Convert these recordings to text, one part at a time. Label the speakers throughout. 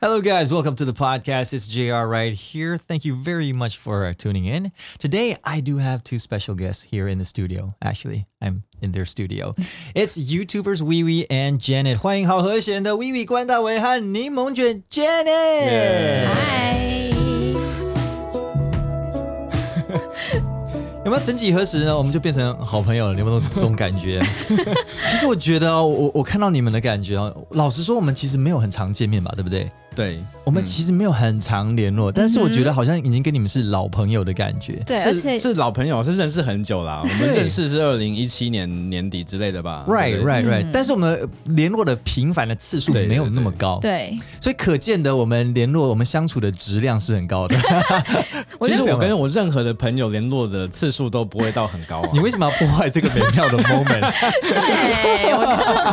Speaker 1: Hello, guys. Welcome to the podcast. It's JR right here. Thank you very much for uh, tuning in. Today, I do have two special guests here in the studio. Actually, I'm in their studio. It's YouTubers Wee Wee and Janet. 欢迎好和弦的Wee Wee 关大为和柠檬卷 Janet。
Speaker 2: 嗨，
Speaker 1: 有没有曾几何时呢？我们就变成好朋友了？你有没有这种感觉？其实我觉得、哦，我我看到你们的感觉哦，老实说，我们其实没有很常见面吧，对不对？
Speaker 3: 对，
Speaker 1: 我们其实没有很常联络，但是我觉得好像已经跟你们是老朋友的感觉。
Speaker 2: 对，而且
Speaker 3: 是是老朋友，是认识很久 啦。我们
Speaker 1: 对
Speaker 3: 认识是二零一七年年底之类的吧
Speaker 1: Right,
Speaker 3: 对不对
Speaker 1: right,
Speaker 2: 嗯
Speaker 1: right、但是我们联络的频繁的次数
Speaker 3: 对对
Speaker 1: 没有那么高，
Speaker 2: 对，
Speaker 1: 所以可见的我们联络、我们相处的质量是很高的。
Speaker 2: 我
Speaker 3: 其
Speaker 2: 就
Speaker 3: 实
Speaker 1: 这样
Speaker 3: 我
Speaker 1: 吗
Speaker 3: 跟我任何的朋友联络的次数都不会到很高 啊。
Speaker 1: 你为什么要破坏这个美妙 的 moment？
Speaker 2: 对我我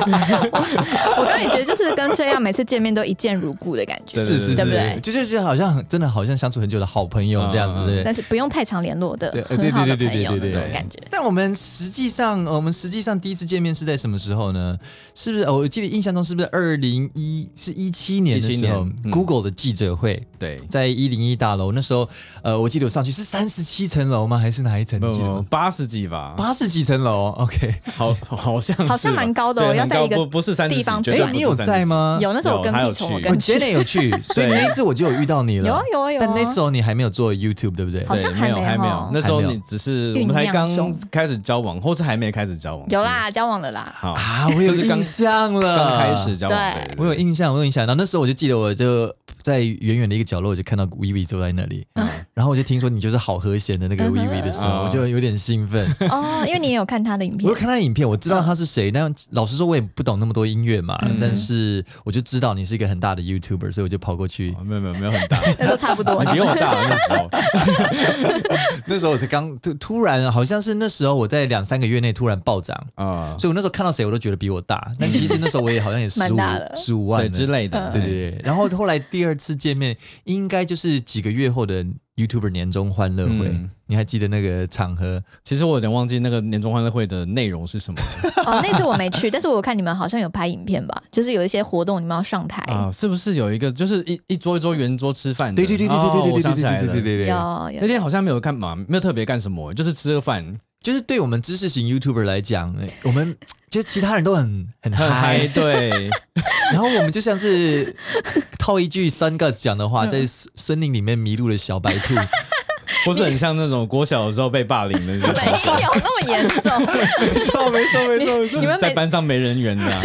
Speaker 2: 我刚刚也觉得就是跟这样每次见面都一见如故的感觉，
Speaker 3: 对对对
Speaker 2: 对不对？
Speaker 1: 就就就好像很真的好像相处很久的好朋友这样子，对
Speaker 3: 嗯
Speaker 1: 不对？
Speaker 2: 但是不用太常联络的
Speaker 1: 对，呃对
Speaker 2: 很好的
Speaker 1: 对对对
Speaker 2: 朋
Speaker 1: 对
Speaker 2: 友那
Speaker 1: 对
Speaker 2: 种
Speaker 1: 对
Speaker 2: 感觉。
Speaker 1: 但我们实际上，呃我们实际上第一次见面是在什么时候呢？是不是？呃我记得印象中是不是二零一是一七年的时候
Speaker 3: 17年嗯
Speaker 1: g o o g l e 的记者会
Speaker 3: 对，
Speaker 1: 在一零一大楼，那时候，呃，我记得我上去是三十七层楼吗？还是哪一层？你记得吗？
Speaker 3: 八十几吧，
Speaker 1: 八十几层楼，OK。
Speaker 3: 好好像是吧
Speaker 2: 好像蛮高的哦
Speaker 3: 对
Speaker 2: 要
Speaker 3: 很
Speaker 2: 在
Speaker 3: 高
Speaker 2: 一个
Speaker 3: 不不是三十
Speaker 2: 地方
Speaker 3: 绝
Speaker 2: 哎
Speaker 3: 对
Speaker 2: 坐
Speaker 3: 不是
Speaker 1: 你有
Speaker 3: 30
Speaker 1: 在吗？
Speaker 2: 有那时候我跟
Speaker 3: 他有
Speaker 2: 屁虫，
Speaker 3: 去
Speaker 2: 我
Speaker 1: 我
Speaker 2: 跟屁
Speaker 1: Jenny 有去，所以那一次我就有遇到你了。
Speaker 2: 有啊有啊有啊
Speaker 1: 但那时候你还没有做 YouTube，对不对？
Speaker 2: 好
Speaker 3: 对
Speaker 2: 像，还
Speaker 3: 没有
Speaker 2: 没
Speaker 3: 还没
Speaker 2: 哦
Speaker 3: 有，那时候
Speaker 1: 还没有
Speaker 3: 你只是我们才
Speaker 2: 酝酿
Speaker 3: 刚
Speaker 2: 中
Speaker 3: 开始交往，或是还没开始交往。
Speaker 2: 有，啦，交往 了啦，
Speaker 3: 好
Speaker 1: 啊，我有
Speaker 3: 就是刚
Speaker 1: 印象了，
Speaker 3: 刚开始交往，
Speaker 2: 对
Speaker 3: 对
Speaker 1: 我有印象，我有印象。然后那时候我就记得，我就在远远的一个角落，我就看到 v i v 坐在那里，
Speaker 2: 嗯
Speaker 1: 然后我就听说你就是好和弦的那个 v i v 的时候，
Speaker 3: 嗯
Speaker 1: 我就有点兴奋。
Speaker 2: 哦，因为你也有看他的影
Speaker 1: 我
Speaker 2: 片
Speaker 1: 有，看他的影片，我知道他是谁，但老实说，我也不懂那么多音乐嘛，但是我就知道你是一个很大的 YouTuber，所以我就跑过去。
Speaker 3: 哦没有没有没有很大，
Speaker 2: 那时候差 不多
Speaker 3: 你，比我大那时 候。
Speaker 1: 那时候我才刚突突然，好像是那时候我在两三个月内突然暴涨，
Speaker 3: 啊，
Speaker 1: 所以我那时候看到谁我都觉得比我大，但其实那时候我也好像也十
Speaker 2: 蛮
Speaker 1: 五
Speaker 2: 大的
Speaker 1: 十五万
Speaker 3: 对
Speaker 1: 了
Speaker 3: 之类的，
Speaker 1: 对对对，然后后来第二次见面，应该就是几个月后的 YouTuber 年终欢乐会，
Speaker 3: 嗯
Speaker 1: 你还记得那个场合？
Speaker 3: 其实我有点忘记那个年终欢乐会的内容是什么了
Speaker 2: 哦，那次我没去，但是我看你们好像有拍影片吧，就是有一些活动你们要上台，
Speaker 3: 啊？是不是有一个就是一一桌一桌圆桌吃饭的？哦我想起来了。
Speaker 1: 对
Speaker 2: 有有
Speaker 3: 那天好像没有干嘛，没有特别干什么，就是吃个饭，
Speaker 1: 就是对我们知识型 YouTuber 来讲，呃我们就是其他人都很很
Speaker 3: 很嗨。
Speaker 1: 嗨，
Speaker 3: 对，
Speaker 1: 然后我们就像 是套一句 Sun Gus 讲的
Speaker 2: 嗯
Speaker 1: 话，在森森林里面迷路的小白 兔。
Speaker 3: 不是很像那种国小的时候被霸凌的那
Speaker 2: 没
Speaker 3: 种，
Speaker 2: 有那么严重。
Speaker 1: 没错，没错，没错，没
Speaker 3: 就是
Speaker 2: 你们
Speaker 3: 在
Speaker 2: 每
Speaker 3: 班上没人缘的啊，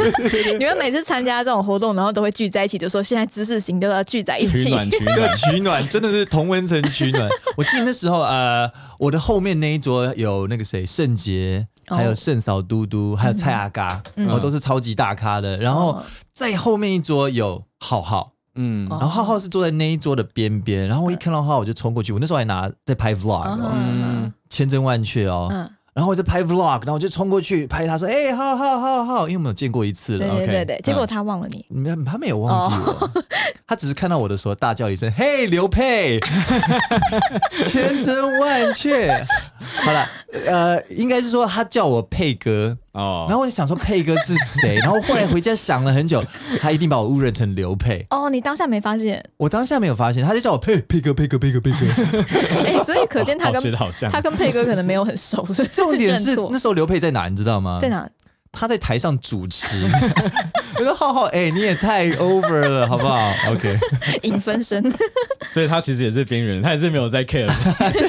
Speaker 2: 你们每次参加这种活动，然后都会聚在一起，就说现在知识型都要聚在一
Speaker 3: 取
Speaker 2: 起。
Speaker 3: 暖取
Speaker 1: 对
Speaker 3: 暖，
Speaker 1: 取暖真的是同温层取 暖。我记得那时候，呃，我的后面那一桌有那个谁，圣杰，还有
Speaker 2: 哦
Speaker 1: 圣嫂嘟嘟，还有蔡阿嘎，
Speaker 2: 嗯
Speaker 1: 哦，都是超级大咖的。然后
Speaker 2: 哦
Speaker 1: 在后面一桌有浩浩，
Speaker 3: 嗯
Speaker 1: 然后浩浩是坐在那一桌的边边。然后我一看到浩浩，我就冲过去，我那时候还拿在拍 vlog，哦、
Speaker 2: 嗯
Speaker 1: 千真万确哦。
Speaker 2: 嗯，
Speaker 1: 然后我就拍 vlog，然后我就冲过去拍他说：“哎、浩浩浩浩，因为我们有见过一次了。
Speaker 2: 对
Speaker 1: OK
Speaker 2: 对对
Speaker 3: OK，
Speaker 2: 对，
Speaker 3: 嗯
Speaker 2: 结果他忘了你，
Speaker 1: 没有他没有忘记我，他只是看到我的时候大叫一声：“嘿，刘佩！”千真万确。好了，呃，应该是说他叫我佩哥，
Speaker 3: 哦，
Speaker 1: 然后我就想说佩哥是谁，然后后来回家想了很久，他一定把我误认成刘佩。
Speaker 2: 哦，你当下没发现，
Speaker 1: 我当下没有发现，他就叫我佩佩哥佩哥佩哥佩哥。
Speaker 2: 哎，所以可见他
Speaker 3: 好吃
Speaker 2: 跟
Speaker 3: 哦的好像
Speaker 2: 他跟佩哥可能没有很熟，所以
Speaker 1: 重点
Speaker 2: 认
Speaker 1: 是
Speaker 2: 错
Speaker 1: 那时候刘佩在哪，你知道吗？
Speaker 2: 在？哪？
Speaker 1: 他在台上主持。 我说浩浩，哎、你也太 over 了，好不好？OK。
Speaker 2: 影分身，
Speaker 3: 所以他其实也是边缘人，他也是没有在 care，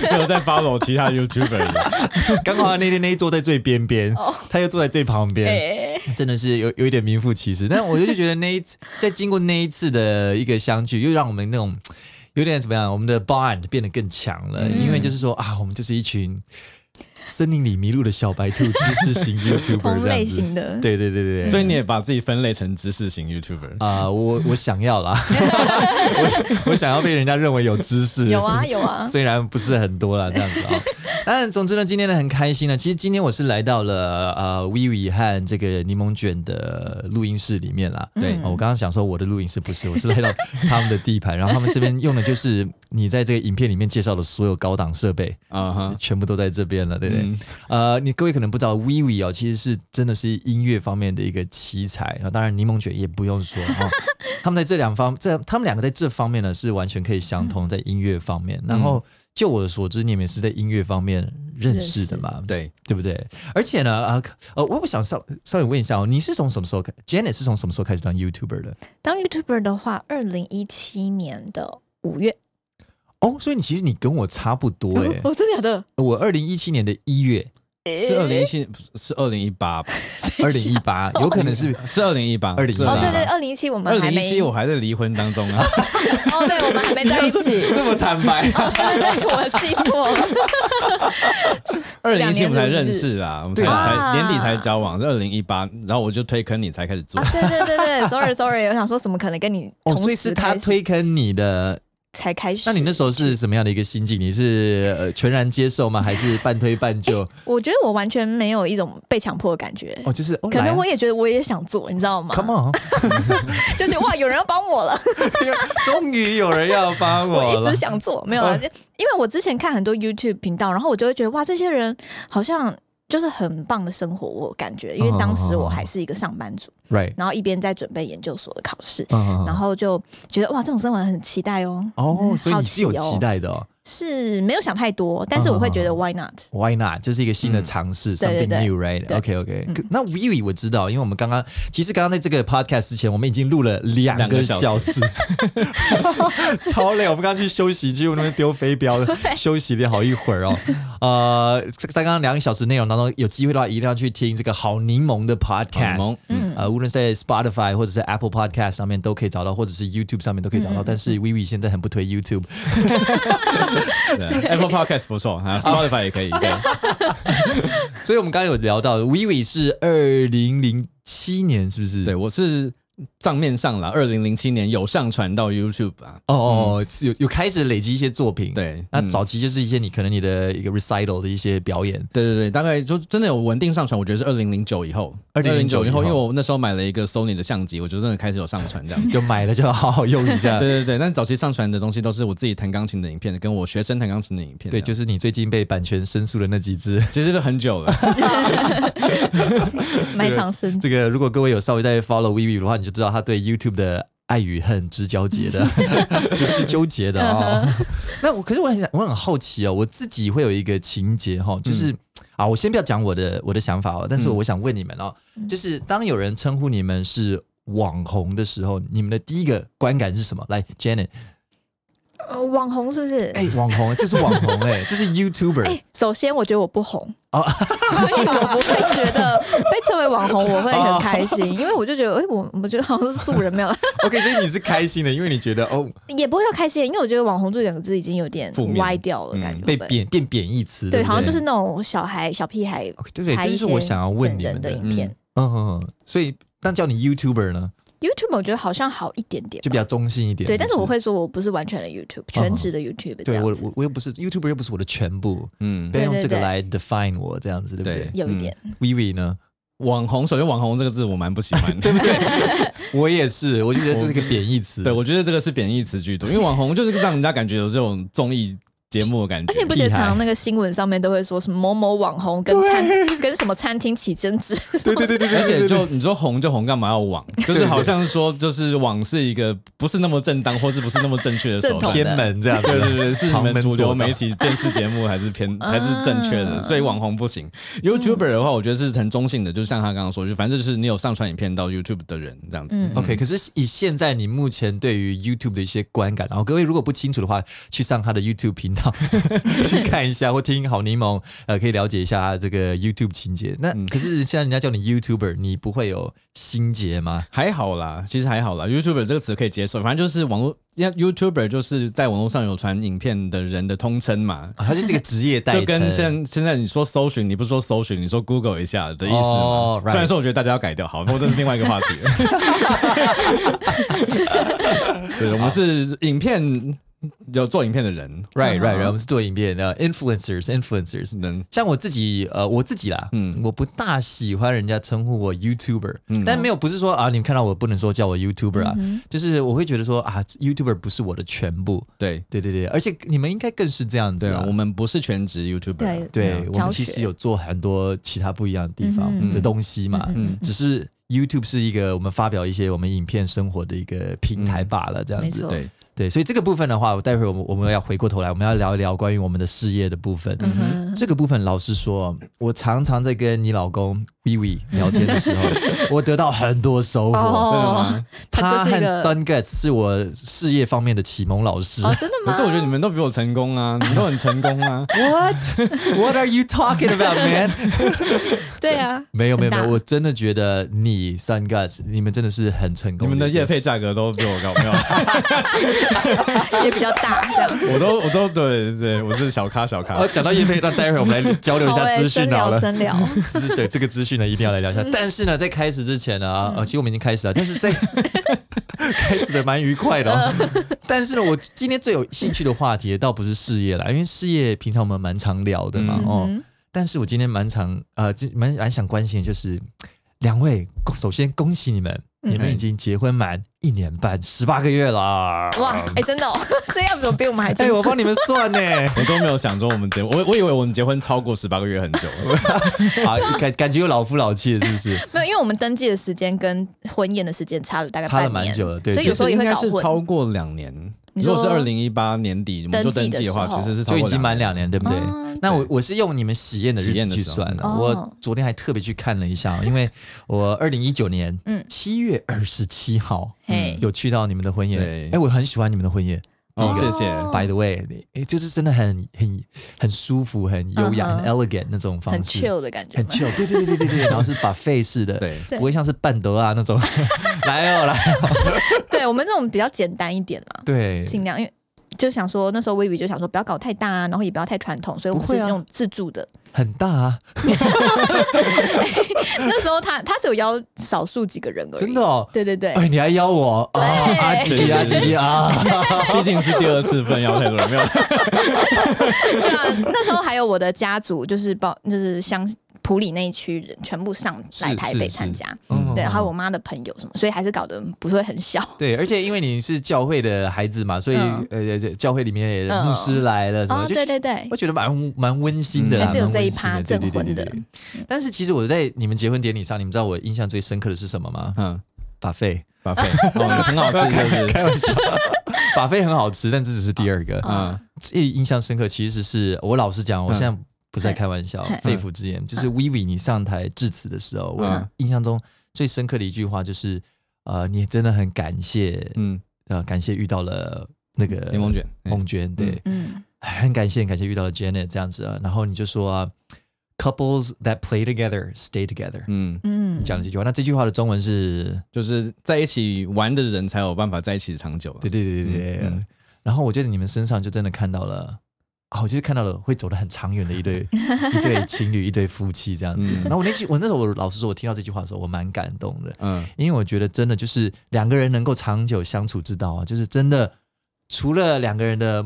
Speaker 3: 没有在 follow 其他 YouTuber 的，
Speaker 1: 刚好那天那一桌在最边边
Speaker 2: 哦，
Speaker 1: 他又坐在最旁边，
Speaker 2: 哎，
Speaker 1: 真的是有有一点名副其实。但我就觉得那一次， 在经过那一次的一个相聚，又让我们那种有点怎么样，我们的 bond 变得更强了。
Speaker 2: 嗯
Speaker 1: 因为就是说啊，我们就是一群森林里迷路的小白兔，知识型 YouTuber
Speaker 2: 同
Speaker 1: 这样
Speaker 2: 类
Speaker 1: 子。
Speaker 2: 型的，
Speaker 1: 对对对对对，
Speaker 3: 所
Speaker 1: 以
Speaker 3: 以你也把自己分类成知识型 YouTuber。
Speaker 1: 啊、我我想要啦， 我我想要被人家认为有知识，
Speaker 2: 有啊有啊，
Speaker 1: 虽然不是很多啦，这样子啊、 但总之呢，今天呢很开心呢。其实今天我是来到了呃 Vivi 和这个柠檬卷的录音室里面
Speaker 2: 嗯
Speaker 1: 啦。
Speaker 3: 对
Speaker 1: 哦我刚刚想说我的录音室不是，我是来到他们的地盘，然后他们这边用的就是你在这个影片里面介绍的所有高档设备，
Speaker 3: 啊哈，
Speaker 1: 全部都在这边了，对不对，呃，你各位可能不知道，Vivi 哦，其实是真的是音乐方面的一个奇才。然后当然柠檬卷也不用 说哈、他们在这两方，这他们两个在这方面呢是完全可以相通，在音乐方面。然后就我所知，你们也是在音乐方面认识的嘛，
Speaker 4: 对，
Speaker 1: 对不对？而且呢，啊，呃，我我想稍稍微问一下哦，你是从什么时候开？Janet 是从什么时候开始当 YouTuber 的？
Speaker 2: 当 YouTuber 的话，二零一七年的五月，
Speaker 1: 哦，所以你其实你跟我差不 多诶、
Speaker 2: 哦，真的假的？
Speaker 1: 我二零一七年的一月，
Speaker 4: 是二零一七，是二零一八吧？
Speaker 1: 二零一 八，有可能是
Speaker 3: 是二零一八，
Speaker 1: 2018
Speaker 2: 哦，对
Speaker 1: 对
Speaker 2: 对，二零一七我
Speaker 3: 二
Speaker 2: 们还
Speaker 3: 零
Speaker 2: 没
Speaker 3: 一七我还在离婚当 中啊，
Speaker 2: 哦，对，我们还没在一起。
Speaker 1: 这么坦白、
Speaker 2: 哦， 对对对，我记错了。
Speaker 3: 二零一七我们才认识啦，我们才
Speaker 1: 对
Speaker 2: 啊
Speaker 3: 才年底才交往，二零一八，然后我就推坑你才开始做
Speaker 2: 啊，，对对对对，sorry sorry，我想说怎么可能跟你
Speaker 1: 哦，
Speaker 2: 同
Speaker 1: 所以
Speaker 2: 时
Speaker 1: 是
Speaker 2: 开
Speaker 1: 他
Speaker 2: 始
Speaker 1: 推坑你的。
Speaker 2: 才开始？
Speaker 1: 那你那时候是什么样的一个心境？你是呃全然接受吗？还 是半推半就？
Speaker 2: 我觉得我完全没有一种被强迫的感觉。
Speaker 1: 哦，就是哦
Speaker 2: 可
Speaker 1: 来啊
Speaker 2: 能我也觉得我也想做，你知道吗
Speaker 1: Come on，
Speaker 2: 就觉得哇，有人要帮我了，
Speaker 1: 终于有人要帮
Speaker 2: 我
Speaker 1: 我
Speaker 2: 一
Speaker 1: 了
Speaker 2: 直。想做，没有啊，
Speaker 1: 哦
Speaker 2: 就因为我之前看很多 YouTube 频道，然后我就会觉得哇，这些人好像就是很棒的生活，我感觉，因为当时
Speaker 1: 哦
Speaker 2: 我还是一个上班族，
Speaker 1: Right，
Speaker 2: 然后一边在准备研究所的考试，
Speaker 1: 嗯，
Speaker 2: 然后就觉得哇，这种生活很期待哦。
Speaker 1: 哦，所以你是有
Speaker 2: 好奇哦
Speaker 1: 期待的哦。
Speaker 2: 是没有想太多，但是我会觉得 Why not？
Speaker 1: Why not？就是一个新的尝试、s o m e
Speaker 2: 嗯对
Speaker 1: t h
Speaker 2: 对
Speaker 1: i
Speaker 2: 对
Speaker 1: n g new，right？OK
Speaker 2: 对
Speaker 1: OK，,
Speaker 2: 嗯
Speaker 1: o k 那 Vivi 我知道，因为我们刚刚其实刚刚在这个 podcast 之前，我们已经录了两
Speaker 3: 两
Speaker 1: 个
Speaker 3: 个小
Speaker 1: 小 时，超累。我们刚刚去休息，结果那边丢飞 镖了，休息了好一会儿哦。呃，在刚刚两个小时内容当中，有机会的话一定要去听这个好柠檬的 podcast。
Speaker 3: 好柠檬
Speaker 1: 嗯，呃，无论是在 Spotify 或者是 Apple Podcast 上面都可以找到，或者是 YouTube 上面都可以
Speaker 2: 嗯
Speaker 1: 找到。但是 Vivi 现在很不推 YouTube，
Speaker 3: 对啊 Apple Podcast 不错啊，Spotify 也可 以，对，
Speaker 1: 所以我们刚刚有聊到，Vivi 是二零零七年，是不是？
Speaker 3: 对，我是账面上啦，二零零七年有上传到 YouTube 啊，
Speaker 1: 哦哦，哦是有有开始累积一些作品。，
Speaker 3: 对，
Speaker 1: 那
Speaker 3: 嗯
Speaker 1: 早期就是一些你可能你的一个 recital 的一些表 演。
Speaker 3: 对对对，大概就真的有稳定上传，我觉得是二零零九以后，
Speaker 1: 2009
Speaker 3: 以
Speaker 1: 以后
Speaker 3: 后，因为我那时候买了一个 Sony 的相机，我就真的开始有上传这样子。
Speaker 1: 就买了就好好用一下。
Speaker 3: 对啊对对，但是早期上传的东西都是我自己弹钢琴的影片，跟我学生弹钢琴的影片这
Speaker 1: 对，
Speaker 3: 样。
Speaker 1: 就是你最近被版权申诉的那几支。
Speaker 3: 其实都很久了，
Speaker 2: 埋藏深
Speaker 1: 这个如果各位有稍微在 follow Vivi 的话，你就知道他对 YouTube 的爱与恨之交结的，就是纠结的
Speaker 2: 嗯
Speaker 1: 啊、哦。那我可是我很想，我很好奇哦，我自己会有一个情节哈、哦，就是、啊，我先不要讲我的我的想法哦，但是
Speaker 3: 嗯
Speaker 1: 我想问你们哦，
Speaker 2: 嗯
Speaker 1: 就是当有人称呼你们是网红的时候，你们的第一个观感是什么？来，Janet，
Speaker 2: 呃网红是不是？
Speaker 1: 哎、网红，这是网红哎、这是 YouTuber，、
Speaker 2: 哎、首先我觉得我不红，
Speaker 1: 哦
Speaker 2: 所以我不会觉得被称为网红，我会很开心，
Speaker 1: 哦
Speaker 2: 因为我就觉得，哎、我我觉得好像是素人没有啦，
Speaker 1: OK，所以你是开心的，因为你觉得哦，
Speaker 2: 也不会到开心，因为我觉得网红这两个字已经有点
Speaker 3: 负面
Speaker 2: 歪掉了，感觉、
Speaker 1: 嗯被。贬变贬义词，
Speaker 2: 对，
Speaker 1: 不
Speaker 2: 好像就是那种小孩、小屁孩
Speaker 1: OK，对对，
Speaker 2: 拍
Speaker 1: 这
Speaker 2: 一
Speaker 1: 就是
Speaker 2: 些
Speaker 1: 我想要问
Speaker 2: 整
Speaker 1: 你们
Speaker 2: 人
Speaker 1: 的
Speaker 2: 的。影片。
Speaker 1: 嗯嗯，嗯，所以那叫你 YouTuber 呢，
Speaker 2: YouTube 我觉得好像好一点点吧，
Speaker 1: 就比较中性一点。
Speaker 2: 对，但是我
Speaker 1: 不
Speaker 2: 会说我不是完全的 YouTube，全职的 YouTube 这
Speaker 1: 对
Speaker 2: 样
Speaker 1: 我
Speaker 2: 子，
Speaker 1: 我我嗯又不是 YouTuber，又不是我的全部，
Speaker 3: 嗯
Speaker 1: 不，要用
Speaker 2: 对对
Speaker 1: 这个
Speaker 2: 对
Speaker 1: 来 define 我这样子，对不对
Speaker 3: 对
Speaker 2: 有一点。
Speaker 1: ？Vivi 呢？
Speaker 3: 网红，首先网红这个字我蛮不喜欢的，
Speaker 1: 对不对？我也是，我就觉得这是个贬义词。
Speaker 3: 对，我觉得这个是贬义词居多，因 为网红就是让人家感觉有这种综艺节目的感觉
Speaker 2: 而且你，不 觉得常常那个新闻上面都会说什么某某网红跟餐跟什么餐厅起争执？
Speaker 1: 对对对对对，
Speaker 3: 而且就你说红就红，干嘛要网？就是好像说，就是网是一个不是那么正当，或是不是那么正确的手
Speaker 2: 正
Speaker 3: 段。
Speaker 2: 统
Speaker 1: 偏门这样子，
Speaker 3: 对对对，是你
Speaker 1: 旁
Speaker 3: 们
Speaker 1: 门
Speaker 3: 主
Speaker 1: 左
Speaker 3: 流
Speaker 1: 道
Speaker 3: 媒体电视节目还是偏
Speaker 2: 啊
Speaker 3: 还是正确
Speaker 1: 嗯
Speaker 3: 的，所以网红不行。YouTuber 的话，我觉得是很中性的，就像他刚刚说，就反正就是你有上传影片到 YouTube 的人这样子。
Speaker 2: 嗯
Speaker 1: OK，可是以现在你目前对于 YouTube 的一些观感，然后各位如果不清楚的话，去上他的 YouTube 频 道去看一下，或听好柠檬，呃，可以了解一下这个 YouTube 情节。那、
Speaker 3: 嗯
Speaker 1: 可是现在人家叫你 YouTuber，你不会有心结吗？
Speaker 3: 还好啦，其实还好啦。YouTuber 这个词可以接受，反正就是网络，因为 YouTuber 就是在网络上有传影片的人的通称嘛，
Speaker 1: 啊、他就是一个职业代称，
Speaker 3: 就跟现现在你说搜寻，你不是说搜寻，你说 Google 一下的意思嘛。
Speaker 1: 哦，right
Speaker 3: 虽然说我觉得大家要改掉，好，不过这是另外一个话 题了。对，我们是影片有做影片的人，
Speaker 1: Right, right, right.
Speaker 3: 啊
Speaker 1: 我们是做影片的 influencers, influencers。
Speaker 3: 能
Speaker 1: 像我自己，呃，我自己啦，嗯，我不大喜欢人家称呼我 YouTuber，、但
Speaker 3: 嗯哦
Speaker 1: 没有不是说啊，你们看到我不能说叫我 YouTuber 啊，
Speaker 2: 嗯
Speaker 1: 就是我会觉得说啊，YouTuber 不是我的全部，
Speaker 3: 对
Speaker 1: 对对对，而且你们应该更是这样子
Speaker 3: 对
Speaker 1: 啦
Speaker 3: 啊，我们不是全职 YouTuber，啊
Speaker 2: 对
Speaker 1: 对
Speaker 2: 嗯
Speaker 1: 我
Speaker 2: 教
Speaker 1: 们其实
Speaker 2: 学
Speaker 1: 有做很多其他不一样的地方
Speaker 2: 嗯
Speaker 1: 的东西嘛，
Speaker 2: 嗯
Speaker 1: 只是 YouTube 是一个我们发表一些我们影片生活的一个平台罢了，这样
Speaker 2: 没
Speaker 1: 子。
Speaker 2: 错，
Speaker 3: 对
Speaker 1: 对，所以这个部分的话，我待会儿我们我们要回过头来，我们要聊一聊关于我们的事业的部分。
Speaker 2: 哼
Speaker 1: 这个部分，老实说，我常常在跟你老公 Vivi 聊天的时候，我得到很多收获。
Speaker 2: 哦，他
Speaker 1: 他
Speaker 2: 就是
Speaker 1: 和
Speaker 2: 一个
Speaker 1: Sun Guts 是我事业方面的启蒙老师。
Speaker 2: 哦，真的吗？
Speaker 3: 可是我觉得你们都比我成功啊，你们都很成功 啊。
Speaker 1: What are you talking about, man？
Speaker 2: 对啊，
Speaker 1: 没有没有没
Speaker 2: 很大
Speaker 1: 有，我真的觉得你 Sun Guts 你们真的是很成
Speaker 3: 你
Speaker 1: 功。
Speaker 3: 们的业
Speaker 1: 配
Speaker 3: 配价格都比我高，没 有，啊
Speaker 2: 也比较 大，这样。
Speaker 3: 我都我都对对，我是小咖小咖
Speaker 1: 呃，。讲到叶配，那待会儿我们 来交流一
Speaker 2: 好
Speaker 1: 下
Speaker 2: 欸
Speaker 1: 资讯
Speaker 2: 深
Speaker 1: 好
Speaker 2: 聊嗯
Speaker 1: 了。哦
Speaker 2: 深聊，
Speaker 1: 资对这个资讯呢，一定要来聊一下。但是呢，在开始之前呢，啊
Speaker 2: 嗯
Speaker 1: 呃，其实我们已经开始了，但是 在开始的蛮愉快的、
Speaker 2: 嗯
Speaker 1: 哦。但是呢，我今天最有兴趣的话题倒不是事业啦，因为事业平常我们蛮常聊的嘛，
Speaker 3: 嗯
Speaker 1: 哦。
Speaker 2: 嗯
Speaker 1: 但是我今天蛮常呃，今蛮蛮想关心的就是两位，恭首先恭喜你们，
Speaker 2: 嗯
Speaker 1: 你们已经结婚满一年半十八个月啦！
Speaker 2: 哇，哎、真的、哦， 这样子比我们
Speaker 1: 嗯
Speaker 2: 还
Speaker 1: 哎、
Speaker 2: 清楚。
Speaker 1: 我帮你们算 呢。
Speaker 3: 我都没有想说我们结，我我以为我们结婚超过十八个月很久，
Speaker 2: 哦
Speaker 1: 啊，感感觉有老夫老妻了，是不是？
Speaker 2: 没有，因为我们登记的时间跟婚宴的时间差了大概
Speaker 1: 差了
Speaker 2: 半
Speaker 1: 蛮
Speaker 2: 年，
Speaker 1: 久了对
Speaker 2: 所以有时候
Speaker 3: 其
Speaker 2: 也
Speaker 3: 实
Speaker 2: 会
Speaker 3: 应该
Speaker 2: 搞
Speaker 3: 是
Speaker 2: 混。
Speaker 3: 超过两年。
Speaker 2: 你
Speaker 3: 如果是
Speaker 2: 说
Speaker 3: 二零一八年底我们做登记的话，
Speaker 2: 登记的时候
Speaker 3: 其实是超
Speaker 1: 就
Speaker 3: 过
Speaker 1: 已经满
Speaker 3: 两
Speaker 1: 两年，
Speaker 3: 年。
Speaker 1: 对不对？
Speaker 2: 哦
Speaker 1: 那我我是用你们喜宴的日
Speaker 3: 喜
Speaker 1: 子
Speaker 3: 宴的
Speaker 1: 去
Speaker 3: 时候
Speaker 1: 算的。
Speaker 2: 哦
Speaker 1: 我昨天还特别去看了一 下哦，因为我二零一九年
Speaker 2: 嗯
Speaker 1: 七月二十七号
Speaker 2: 嘿
Speaker 1: 有去到你们的婚宴
Speaker 3: 对，
Speaker 1: 哎，我很喜欢你们的婚宴。
Speaker 3: 哦，
Speaker 2: 第一
Speaker 3: 谢
Speaker 2: 个
Speaker 3: 谢。
Speaker 2: 哦
Speaker 1: By the way，哎，就是真的很很很舒服，很优雅，
Speaker 2: 嗯哼
Speaker 1: 很 elegant 那种方
Speaker 2: 很
Speaker 1: 式，
Speaker 2: chill 的感觉
Speaker 1: 很
Speaker 2: 吗，
Speaker 1: chill，对对对对对对，然后是把费式的，
Speaker 3: 对
Speaker 2: 对
Speaker 1: 不会像是半德啊那 种，来哦来哦，
Speaker 2: 对我们这种比较简单一点啦，
Speaker 1: 对，
Speaker 2: 尽量因为。就想说那时候薇薇就想说不要搞太大啊，然后也不要太传统，所以我们
Speaker 1: 不
Speaker 2: 是
Speaker 1: 会啊
Speaker 2: 那种自助的。
Speaker 1: 很大啊，
Speaker 2: 那时候他他只有邀少数几个人而已，
Speaker 1: 真的哦，
Speaker 2: 对对对，
Speaker 1: 哎，你还邀我啊，阿吉啊，阿 吉啊，
Speaker 3: 毕竟是第二次分邀太多人，没有。
Speaker 2: 对啊，那时候还有我的家族，就是包就是乡普里那一区人全部上来
Speaker 1: 是
Speaker 2: 台
Speaker 1: 是
Speaker 2: 北
Speaker 1: 是
Speaker 2: 参加，
Speaker 1: 嗯
Speaker 2: 对，还有我妈的朋友什么，所以还是搞得不是会很小。
Speaker 1: 对，而且因为你是教会的孩子嘛，所以、
Speaker 2: 嗯
Speaker 1: 呃，这教会里面也
Speaker 2: 嗯
Speaker 1: 牧师来了什么，
Speaker 2: 哦，
Speaker 1: 就
Speaker 2: 对对对
Speaker 1: 我，觉得蛮蛮温馨的啦，
Speaker 2: 还是有这一趴
Speaker 1: 蛮温馨的
Speaker 2: 证婚的
Speaker 1: 对对
Speaker 2: 嗯
Speaker 1: 对对对但是其实我在你们结婚典礼上，你们知道我印象最深刻的是什么吗？
Speaker 3: 嗯，
Speaker 1: 把费，
Speaker 3: 把费，哦，很好吃，是不是？
Speaker 1: 把费很好吃，但这只是第二个。
Speaker 3: 嗯，
Speaker 1: 最印象深刻其实是我老实讲，我
Speaker 3: 嗯
Speaker 1: 现在不是在开玩笑
Speaker 2: 嗯，
Speaker 1: 肺腑之言，就是 Vivi 你上台致辞的时候，我
Speaker 3: 嗯
Speaker 1: 印象中最深刻的一句话就是，呃，你真的很感谢，
Speaker 3: 嗯，
Speaker 1: 呃，感谢遇到了那个
Speaker 3: 柠檬卷，哎
Speaker 1: 孟娟，对，
Speaker 2: 嗯，
Speaker 1: 很感谢很感谢遇到了 Janet 这样子啊，然后你就说、啊、couples that play together stay together，、
Speaker 3: 嗯，
Speaker 2: 嗯，
Speaker 1: 讲了这句话，那这句话的中文是，
Speaker 3: 就是在一起玩的人才有办法在一起长久啊。
Speaker 1: 对对对对对，
Speaker 3: 嗯嗯
Speaker 1: 然后我觉得你们身上就真的看到了，啊，我就是看到了会走得很长远的一 对一对情侣，一对夫妻这样子。
Speaker 3: 嗯
Speaker 1: 然后我那句，我那时候我老实说，我听到这句话的时候，我蛮感动的，
Speaker 3: 嗯，
Speaker 1: 因为我觉得真的就是两个人能够长久相处之道啊，就是真的除了两个人的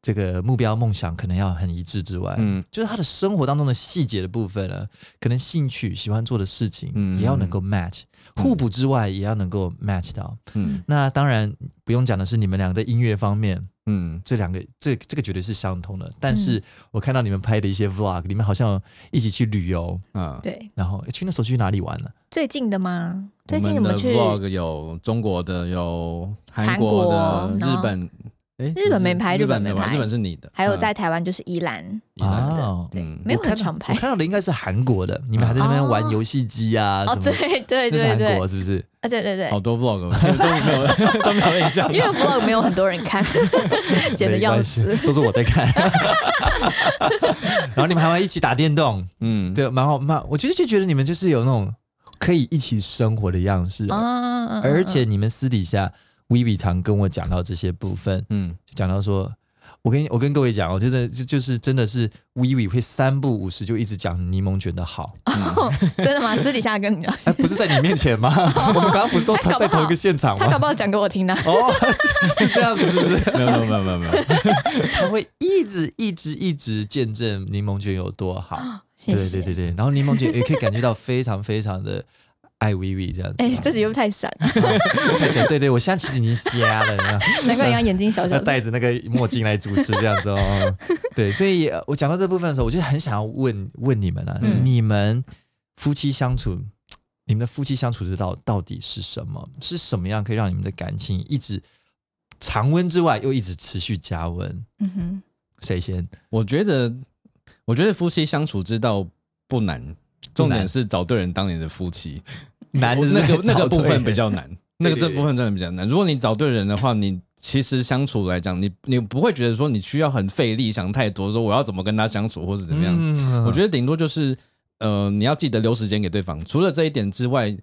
Speaker 1: 这个目标梦想可能要很一致之外，嗯
Speaker 3: 嗯，
Speaker 1: 就是他的生活当中的细节的部分呢，可能兴趣喜欢做的事情
Speaker 3: 嗯
Speaker 1: 也要能够 match，、互补之外也要能够 match 到。
Speaker 3: 嗯
Speaker 1: 那当然不用讲的是，你们俩在音乐方面。
Speaker 3: 嗯，
Speaker 1: 这两个，这这个绝对是相通的。但
Speaker 2: 嗯
Speaker 1: 是我看到你们拍的一些 vlog，你们好像一起去旅游，
Speaker 3: 啊，
Speaker 2: 对，
Speaker 1: 然后诶去那时候去哪里玩了？
Speaker 2: 最近的吗？最近
Speaker 3: 我
Speaker 2: 你
Speaker 3: 们的
Speaker 2: 去
Speaker 3: vlog 有中国的，有
Speaker 2: 韩
Speaker 3: 韩国的
Speaker 2: 国，然
Speaker 3: 日
Speaker 2: 后
Speaker 3: 本，哎，
Speaker 2: 日本没拍
Speaker 3: 日
Speaker 2: 日本没
Speaker 3: 没拍，
Speaker 2: 拍
Speaker 3: 日本是你的，
Speaker 2: 还有
Speaker 3: 嗯
Speaker 2: 在台湾就是宜兰，
Speaker 3: 宜兰的
Speaker 1: 哦
Speaker 2: 对
Speaker 3: 嗯，
Speaker 2: 没有
Speaker 1: 我看啊
Speaker 2: 很
Speaker 1: 到
Speaker 2: 常拍
Speaker 1: 我。看到的应该是韩国的，你们还在那边玩
Speaker 2: 哦
Speaker 1: 游戏机啊？
Speaker 2: 哦，
Speaker 1: 什么的，
Speaker 2: 对对
Speaker 1: 那是
Speaker 2: 对
Speaker 1: 韩
Speaker 2: 对
Speaker 1: 国，是不是？
Speaker 2: 啊，对对对
Speaker 3: 好，多 vlog 我 都没有都没有印 象
Speaker 2: 因。为 vlog 没有很多人 看，剪的
Speaker 1: 没
Speaker 2: 要
Speaker 1: 关系
Speaker 2: 死。，
Speaker 1: 都是我在 看。然后你们还会一起打电动，
Speaker 3: 嗯，
Speaker 1: 对，蛮好蛮。我其实就觉得你们就是有那种可以一起生活的样式，
Speaker 2: 啊，
Speaker 1: 而且你们私底下 Vivi 常跟我讲到这些部分，
Speaker 3: 嗯
Speaker 1: 就讲到说。我跟我跟各位讲，我真的就就是真的是 Vivi 会三不五时就一直讲柠檬卷的 好，
Speaker 2: 真的吗？私底下 跟你聊，
Speaker 1: 哎，不是在你面前 吗？我们刚刚不是都
Speaker 2: 他搞不好
Speaker 1: 在同一个现场吗
Speaker 2: 他？搞不好讲给我听的、
Speaker 1: 哦，是是这样子是不是？
Speaker 3: 没有没有没有没有没有，
Speaker 1: 他会一直一直一直见证柠檬卷有多好。
Speaker 2: 啊谢谢。
Speaker 1: 对对对对，然后柠檬姐也可以感觉到非常非常的爱 Vivi 这样子。
Speaker 2: 哎、这集又 太闪了，
Speaker 1: 对对，我现在其实已经瞎了，然后
Speaker 2: 难怪人家眼睛小小
Speaker 1: 要
Speaker 2: 的。
Speaker 1: 戴着那个墨镜来主持这样子哦。对，所以呃我讲到这部分的时候，我就很想要问问你们啊，
Speaker 2: 嗯
Speaker 1: 你们夫妻相处，你们的夫妻相处之道到底是什么？是什么样可以让你们的感情一直常温之外，又一直持续加温？
Speaker 2: 嗯哼，
Speaker 1: 谁先？
Speaker 3: 我觉得我觉得夫妻相处之道不难，重点是找对人当你的 夫妻，
Speaker 1: 男的是
Speaker 3: 那个那
Speaker 1: 找
Speaker 3: 个部
Speaker 1: 对
Speaker 3: 分
Speaker 1: 人
Speaker 3: 比 较难，那个
Speaker 1: 对
Speaker 3: 这
Speaker 1: 对
Speaker 3: 部分真的比较难。如果你找对人的话，你其实相处来讲，你你不会觉得说你需要很费力想太多，说我要怎么跟他相处或者怎么样。
Speaker 1: 嗯
Speaker 3: 我觉得顶多就是，呃，你要记得留时间给对方。除了这一点之外，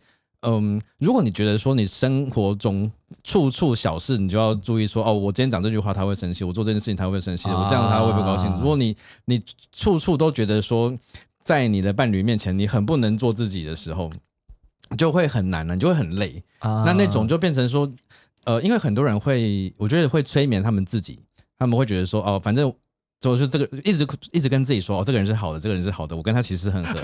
Speaker 3: 嗯，如果你觉得说你生活中处处小事，你就要注意说，哦，我今天讲这句话他会生气，我做这件事情他会生气，
Speaker 1: 啊
Speaker 3: 我这样他会不会高兴？如果你你处处都觉得说，在你的伴侣面前你很不能做自己的时候，就会很难了，你就会很累。
Speaker 1: 啊
Speaker 3: 那那种就变成说，呃，因为很多人会，我觉得会催眠他们自己，他们会觉得说，哦，反正就是这个，一直一直跟自己说，哦，这个人是好的，这个人是好的，我跟他其实很 合，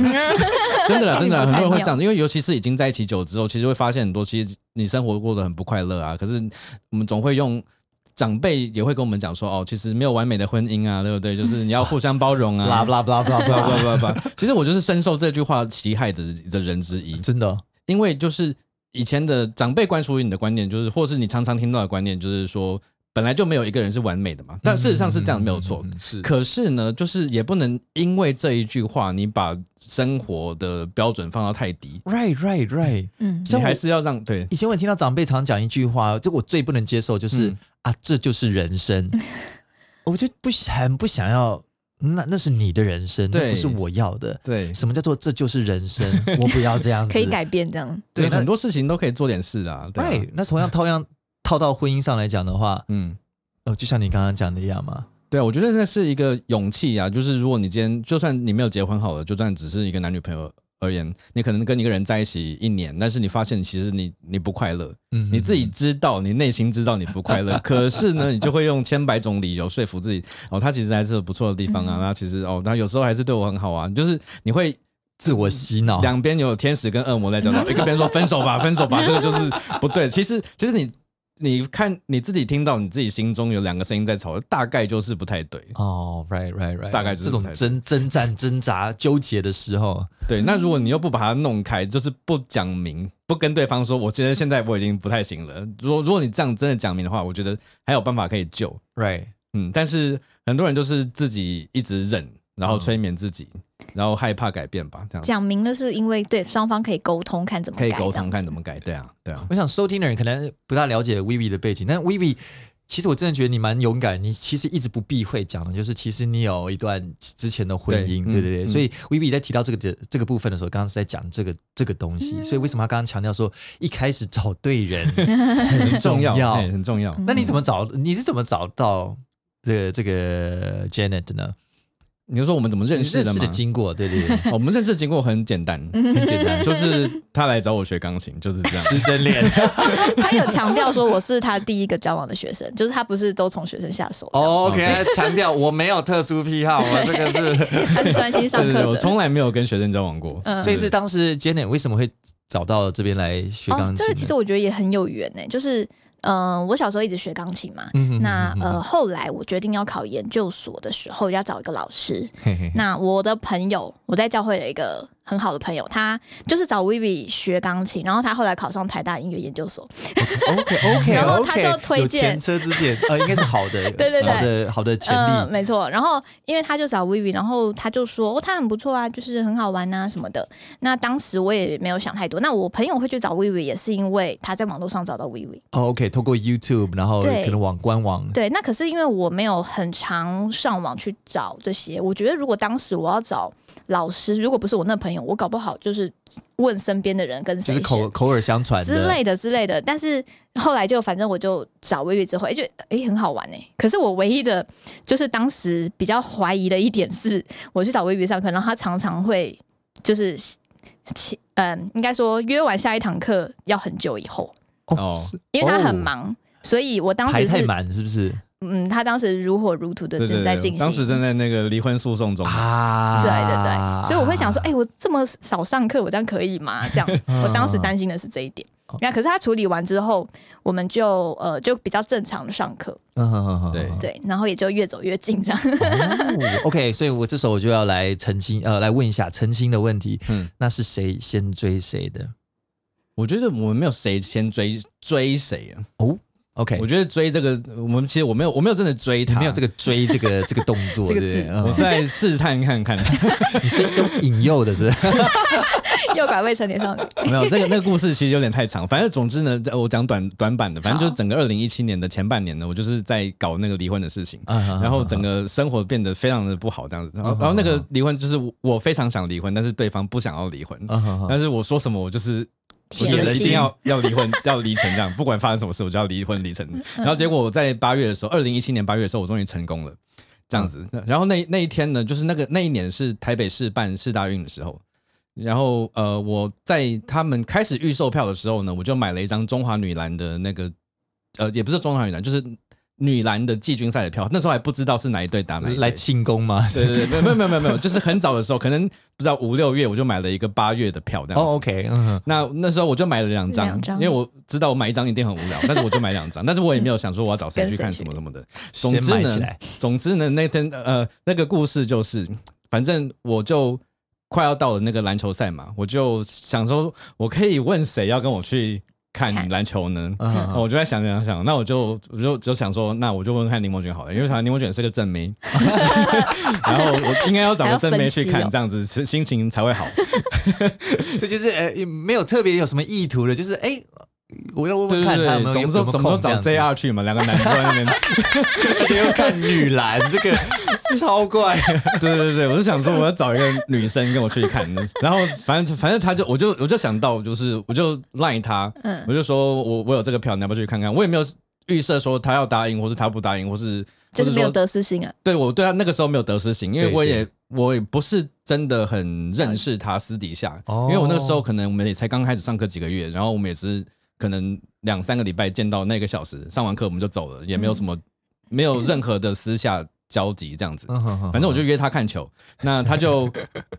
Speaker 3: 真的啦，真的啦，很多人会这样子，因为尤其是已经在一起久之后，其实会发现很多，其实你生活过得很不快乐啊，可是我们总会用。长辈也会跟我们讲说，哦，其实没有完美的婚姻啊，对不对？就是你要互相包 容啊，
Speaker 1: 啦啦啦啦
Speaker 3: 不
Speaker 1: 啦啦，
Speaker 3: 不不不，其实我就是深受这句话其害的的人之 一。
Speaker 1: 真的。哦
Speaker 3: 因为就是以前的长辈灌输于你的观念，就是或是你常常听到的观念，就是说本来就没有一个人是完美的嘛。但事实上是这样，没有错。
Speaker 1: 嗯，是
Speaker 3: 可是呢，就是也不能因为这一句话，你把生活的标准放到太低，
Speaker 1: right right right。
Speaker 2: 嗯，
Speaker 3: 你还是要让对
Speaker 1: 以前我听到长辈常讲一句话，这我最不能接受，就是、
Speaker 3: 嗯
Speaker 1: 啊，这就是人生，我就不很不想要。那那是你的人生，那
Speaker 3: 对
Speaker 1: 不是我要的。
Speaker 3: 对
Speaker 1: 什么叫做这就是人生？我不要这样子。
Speaker 2: 可以改变这样。
Speaker 3: 对，
Speaker 1: 那
Speaker 3: 很多事情都可以做点事啊。对啊
Speaker 1: right。那同样套样套到婚姻上来讲的话，
Speaker 3: 嗯。
Speaker 1: 呃，就像你刚刚讲的一样嘛。
Speaker 3: 对啊，我觉得那是一个勇气啊。就是如果你今天就算你没有结婚好了，就算只是一个男女朋友而言，你可能跟一个人在一起一年，但是你发现其实你你不快乐，
Speaker 1: 嗯
Speaker 3: 你自己知道，你内心知道你不快乐，可是呢，你就会用千百种理由说服自己，哦，他其实还是有不错的地方啊，那其实哦，那有时候还是对我很好啊，就是你会
Speaker 1: 自我洗脑，
Speaker 3: 两边有天使跟恶魔在交道，一个边说分手吧，分手吧，这个就是不对。其实，其实你你看你自己听到你自己心中有两个声音在吵，大概就是不太对。
Speaker 1: 哦，right right right，
Speaker 3: 大概就是
Speaker 1: 这种
Speaker 3: 不太
Speaker 1: 争征战、挣扎、纠结的时候，
Speaker 3: 对，那如果你又不把它弄开，就是不讲明，不跟对方说，我觉得现在我已经不太行了。如果如果你这样真的讲明的话，我觉得还有办法可以救。
Speaker 1: right，
Speaker 3: 嗯，但是很多人就是自己一直忍，然后催眠自己，然后害怕改变吧，这样
Speaker 2: 讲明了是因为对双方可以沟通，看怎么
Speaker 3: 可
Speaker 2: 改
Speaker 3: 以沟通看
Speaker 2: 么。
Speaker 3: 怎么改。对啊， 对啊，
Speaker 1: 我想收听的人可能不大了解 Vivi 的背景，但 Vivi 其实我真的觉得你蛮勇敢，你其实一直不避讳讲的，就是其实你有一段之前的婚姻，对
Speaker 3: 对
Speaker 1: 对对，
Speaker 3: 嗯嗯
Speaker 1: 所以 Vivi 在提到这个的这个部分的时候，刚刚是在讲这个这个东西，所以为什么他刚刚强调说一开始找对人很
Speaker 3: 很重
Speaker 1: 重
Speaker 3: 要，
Speaker 1: 要？
Speaker 3: 哎很重要。
Speaker 1: 那你怎么找？你是怎么找到这个这个 Janet 呢？
Speaker 3: 你就说我们怎么认
Speaker 1: 你
Speaker 3: 识
Speaker 1: 认
Speaker 3: 的
Speaker 1: 识
Speaker 3: 吗
Speaker 1: 的？经过，对对对，
Speaker 3: 哦我们认识的经过很简单，
Speaker 2: 嗯
Speaker 1: 很简 单，
Speaker 3: 就是他来找我学钢琴，就是这样。
Speaker 1: 师生恋。
Speaker 2: 他有强调说我是他第一个交往的学生，就是他不是都从学生下手，
Speaker 1: 哦 OK，他强调我没有特殊癖好，我这个是。
Speaker 2: 他是专心 上
Speaker 3: 对对对，
Speaker 2: 课
Speaker 3: 我
Speaker 2: 的。
Speaker 3: 从来没有跟学生交往过，
Speaker 2: 嗯
Speaker 1: 所以是当时 Janet 为什么会找到这边来学钢琴呢、
Speaker 2: 哦这个其实我觉得也很有缘呢、就是嗯、呃我小时候一直学钢琴嘛，
Speaker 1: 嗯，嗯嗯
Speaker 2: 那
Speaker 1: 嗯
Speaker 2: 呃，后来我决定要考研究所的时候，要找一个老师。
Speaker 1: 嘿嘿嘿
Speaker 2: 那我的朋友，我在教会的一个很好的朋友，他就是找 Vivi 学钢琴，然后他后来考上台大音乐研究所。
Speaker 1: OK OK，
Speaker 2: 然后他就推荐
Speaker 1: 前车之鉴，呃，应该是好的，
Speaker 2: 对对对
Speaker 1: 好的好的潜
Speaker 2: 嗯，
Speaker 1: 力，
Speaker 2: 没错。然后因为他就找 Vivi，然后他就说哦，他很不错啊，就是很好玩啊什么的。那当时我也没有想太多。那我朋友会去找 Vivi，也是因为他在网络上找到 Vivi。
Speaker 1: 哦 OK，透过 YouTube，然后
Speaker 2: 对
Speaker 1: 可能往官网，
Speaker 2: 对，那可是因为我没有很常上网去找这些，我觉得如果当时我要找老师，如果不是我那朋友，我搞不好就是问身边的人跟
Speaker 1: 就
Speaker 2: 谁
Speaker 1: 是口
Speaker 2: 学
Speaker 1: 口耳相传
Speaker 2: 之
Speaker 1: 的。
Speaker 2: 类的之类的。但是后来就反正我就找微微之后，哎、就哎、很好玩哎、可是我唯一的就是当时比较怀疑的一点是，我去找微微上课，然后他常常会就是请嗯，应该说约完下一堂课要很久以后，
Speaker 1: 哦
Speaker 3: 哦，
Speaker 1: 是
Speaker 2: 因为他很
Speaker 1: 哦
Speaker 2: 忙，所以我当
Speaker 1: 排
Speaker 2: 时
Speaker 1: 太
Speaker 2: 是
Speaker 1: 满是不是
Speaker 2: 嗯，他当时如火如荼的
Speaker 3: 对
Speaker 2: 正
Speaker 3: 对
Speaker 2: 在
Speaker 3: 对
Speaker 2: 进，行，
Speaker 3: 当时正在那个离婚诉讼中，
Speaker 1: 啊？
Speaker 2: 对对对，所以我会想说，哎、我这么少上课，我这样可以吗？ 这样，我当时担心的是这一点
Speaker 1: 哦。
Speaker 2: 那可是他处理完之后，我们就呃就比较正常的上课，
Speaker 1: 嗯，哼哼哼
Speaker 3: 对
Speaker 1: 哼
Speaker 2: 对，然后也就越走越近这样。
Speaker 1: 哦 OK，所以我这时候我就要来澄清，呃，来问一下澄清的问题，
Speaker 3: 嗯
Speaker 1: 那是谁先追谁的
Speaker 3: 我觉得我们没有谁先追追谁啊，
Speaker 1: ？OK，
Speaker 3: 我觉得追这个，我们其实我没有我没有真的追
Speaker 1: 你
Speaker 3: 他，
Speaker 1: 没有这
Speaker 3: 个，
Speaker 1: 个追这个这个动 作，
Speaker 2: 这个
Speaker 1: 对不对
Speaker 2: 字
Speaker 1: 嗯
Speaker 3: 我是在试探看看，
Speaker 1: 你是用引诱的，是不是？
Speaker 2: 诱 拐未成年少女，
Speaker 3: 没有这个那个故事其实有点太长，反正总之呢，这呃我讲短短版的，反正就是整个二零一七年的前半年呢，我就是在搞那个离婚的事情，
Speaker 1: 啊
Speaker 3: 然后整个生活变得非常的不好这样子，然后然后那个离婚就是我我非常想离婚，但是对方不想要离婚，
Speaker 1: 嗯哼哼
Speaker 3: 但是我说什么我就是。我
Speaker 2: 铁
Speaker 3: 就
Speaker 2: 了
Speaker 3: 是一定
Speaker 2: 心
Speaker 3: 要要离婚， 要离成这样，不管发生什么事，我就要离婚离成。
Speaker 1: 嗯
Speaker 3: 然后结果我在八月的时候，二零一七年八月的时候，我终于成功了，这样子。
Speaker 1: 嗯
Speaker 3: 然后那那一天呢，就是那个那一年是台北市办市大运的时候，然后呃，我在他们开始预售票的时候呢，我就买了一张中华女篮的那个，呃，也不是中华女篮，就是女篮的季军赛的票。那时候还不知道是哪一队打哪一队
Speaker 1: 来庆功吗？
Speaker 3: 对对对，没有没有没有没有没有，就是很早的时候，可能不知道五六月，我就买了一个八月的票，这样子。
Speaker 1: 哦，OK，嗯哼，
Speaker 3: 那那时候我就买了两张，
Speaker 2: 两张
Speaker 3: 因为我知道我买一张一定很无聊，但是我就买两 张，但是我也没有想说我要找谁去看什么什么的。总
Speaker 1: 先
Speaker 3: 之
Speaker 1: 买
Speaker 3: 呢
Speaker 1: 起来，
Speaker 3: 总之呢，那天呃那个故事就是，反正我就快要到了那个篮球赛嘛，我就想说我可以问谁要跟我去看
Speaker 2: 看
Speaker 3: 篮球呢？
Speaker 1: 嗯哼
Speaker 3: 那我就在想想想，那我就我就就想说，那我就问看柠檬卷好了，因为想柠檬卷是个正 妹， 然后我应该要找个正妹去
Speaker 2: 还要分析
Speaker 3: 看
Speaker 2: 哦，
Speaker 3: 这样子心心情才会好。
Speaker 1: 所以就是呃，也没有特别有什么意图的，就是哎，我要问
Speaker 3: 对
Speaker 1: 问
Speaker 3: 对
Speaker 1: 看他
Speaker 3: 对，
Speaker 1: 们
Speaker 3: 总
Speaker 1: 有
Speaker 3: 之
Speaker 1: 没有
Speaker 3: 总之
Speaker 1: 空
Speaker 3: 找
Speaker 1: 这样
Speaker 3: JR 去嘛，两个男的 在那边。
Speaker 1: 子而且又看女篮，这 个超怪。
Speaker 3: 对对对，我就想说我要找一个女生跟我去看，然后反正反正他就我就我就想到就是我就赖他，
Speaker 2: 嗯
Speaker 3: 我就说我我有这个票，你要不要去看看？我也没有预设说他要答应，或是他不答应，或是或
Speaker 2: 就是
Speaker 3: 是
Speaker 2: 没有
Speaker 3: 说
Speaker 2: 得失心啊。
Speaker 3: 对我对他那个时候没有得失心，因为
Speaker 1: 对
Speaker 3: 我
Speaker 1: 对
Speaker 3: 也我也不是真的很认识他私底下，
Speaker 1: 哦
Speaker 3: 因为我那个时候可能我们也才刚开始上课几个月，然后我们也是可能两三个礼拜见到那个小时，上完课我们就走了，也没有什么、没有任何的私下交集这样子。
Speaker 1: 嗯哼哼
Speaker 3: 反正我就约他看球，那他就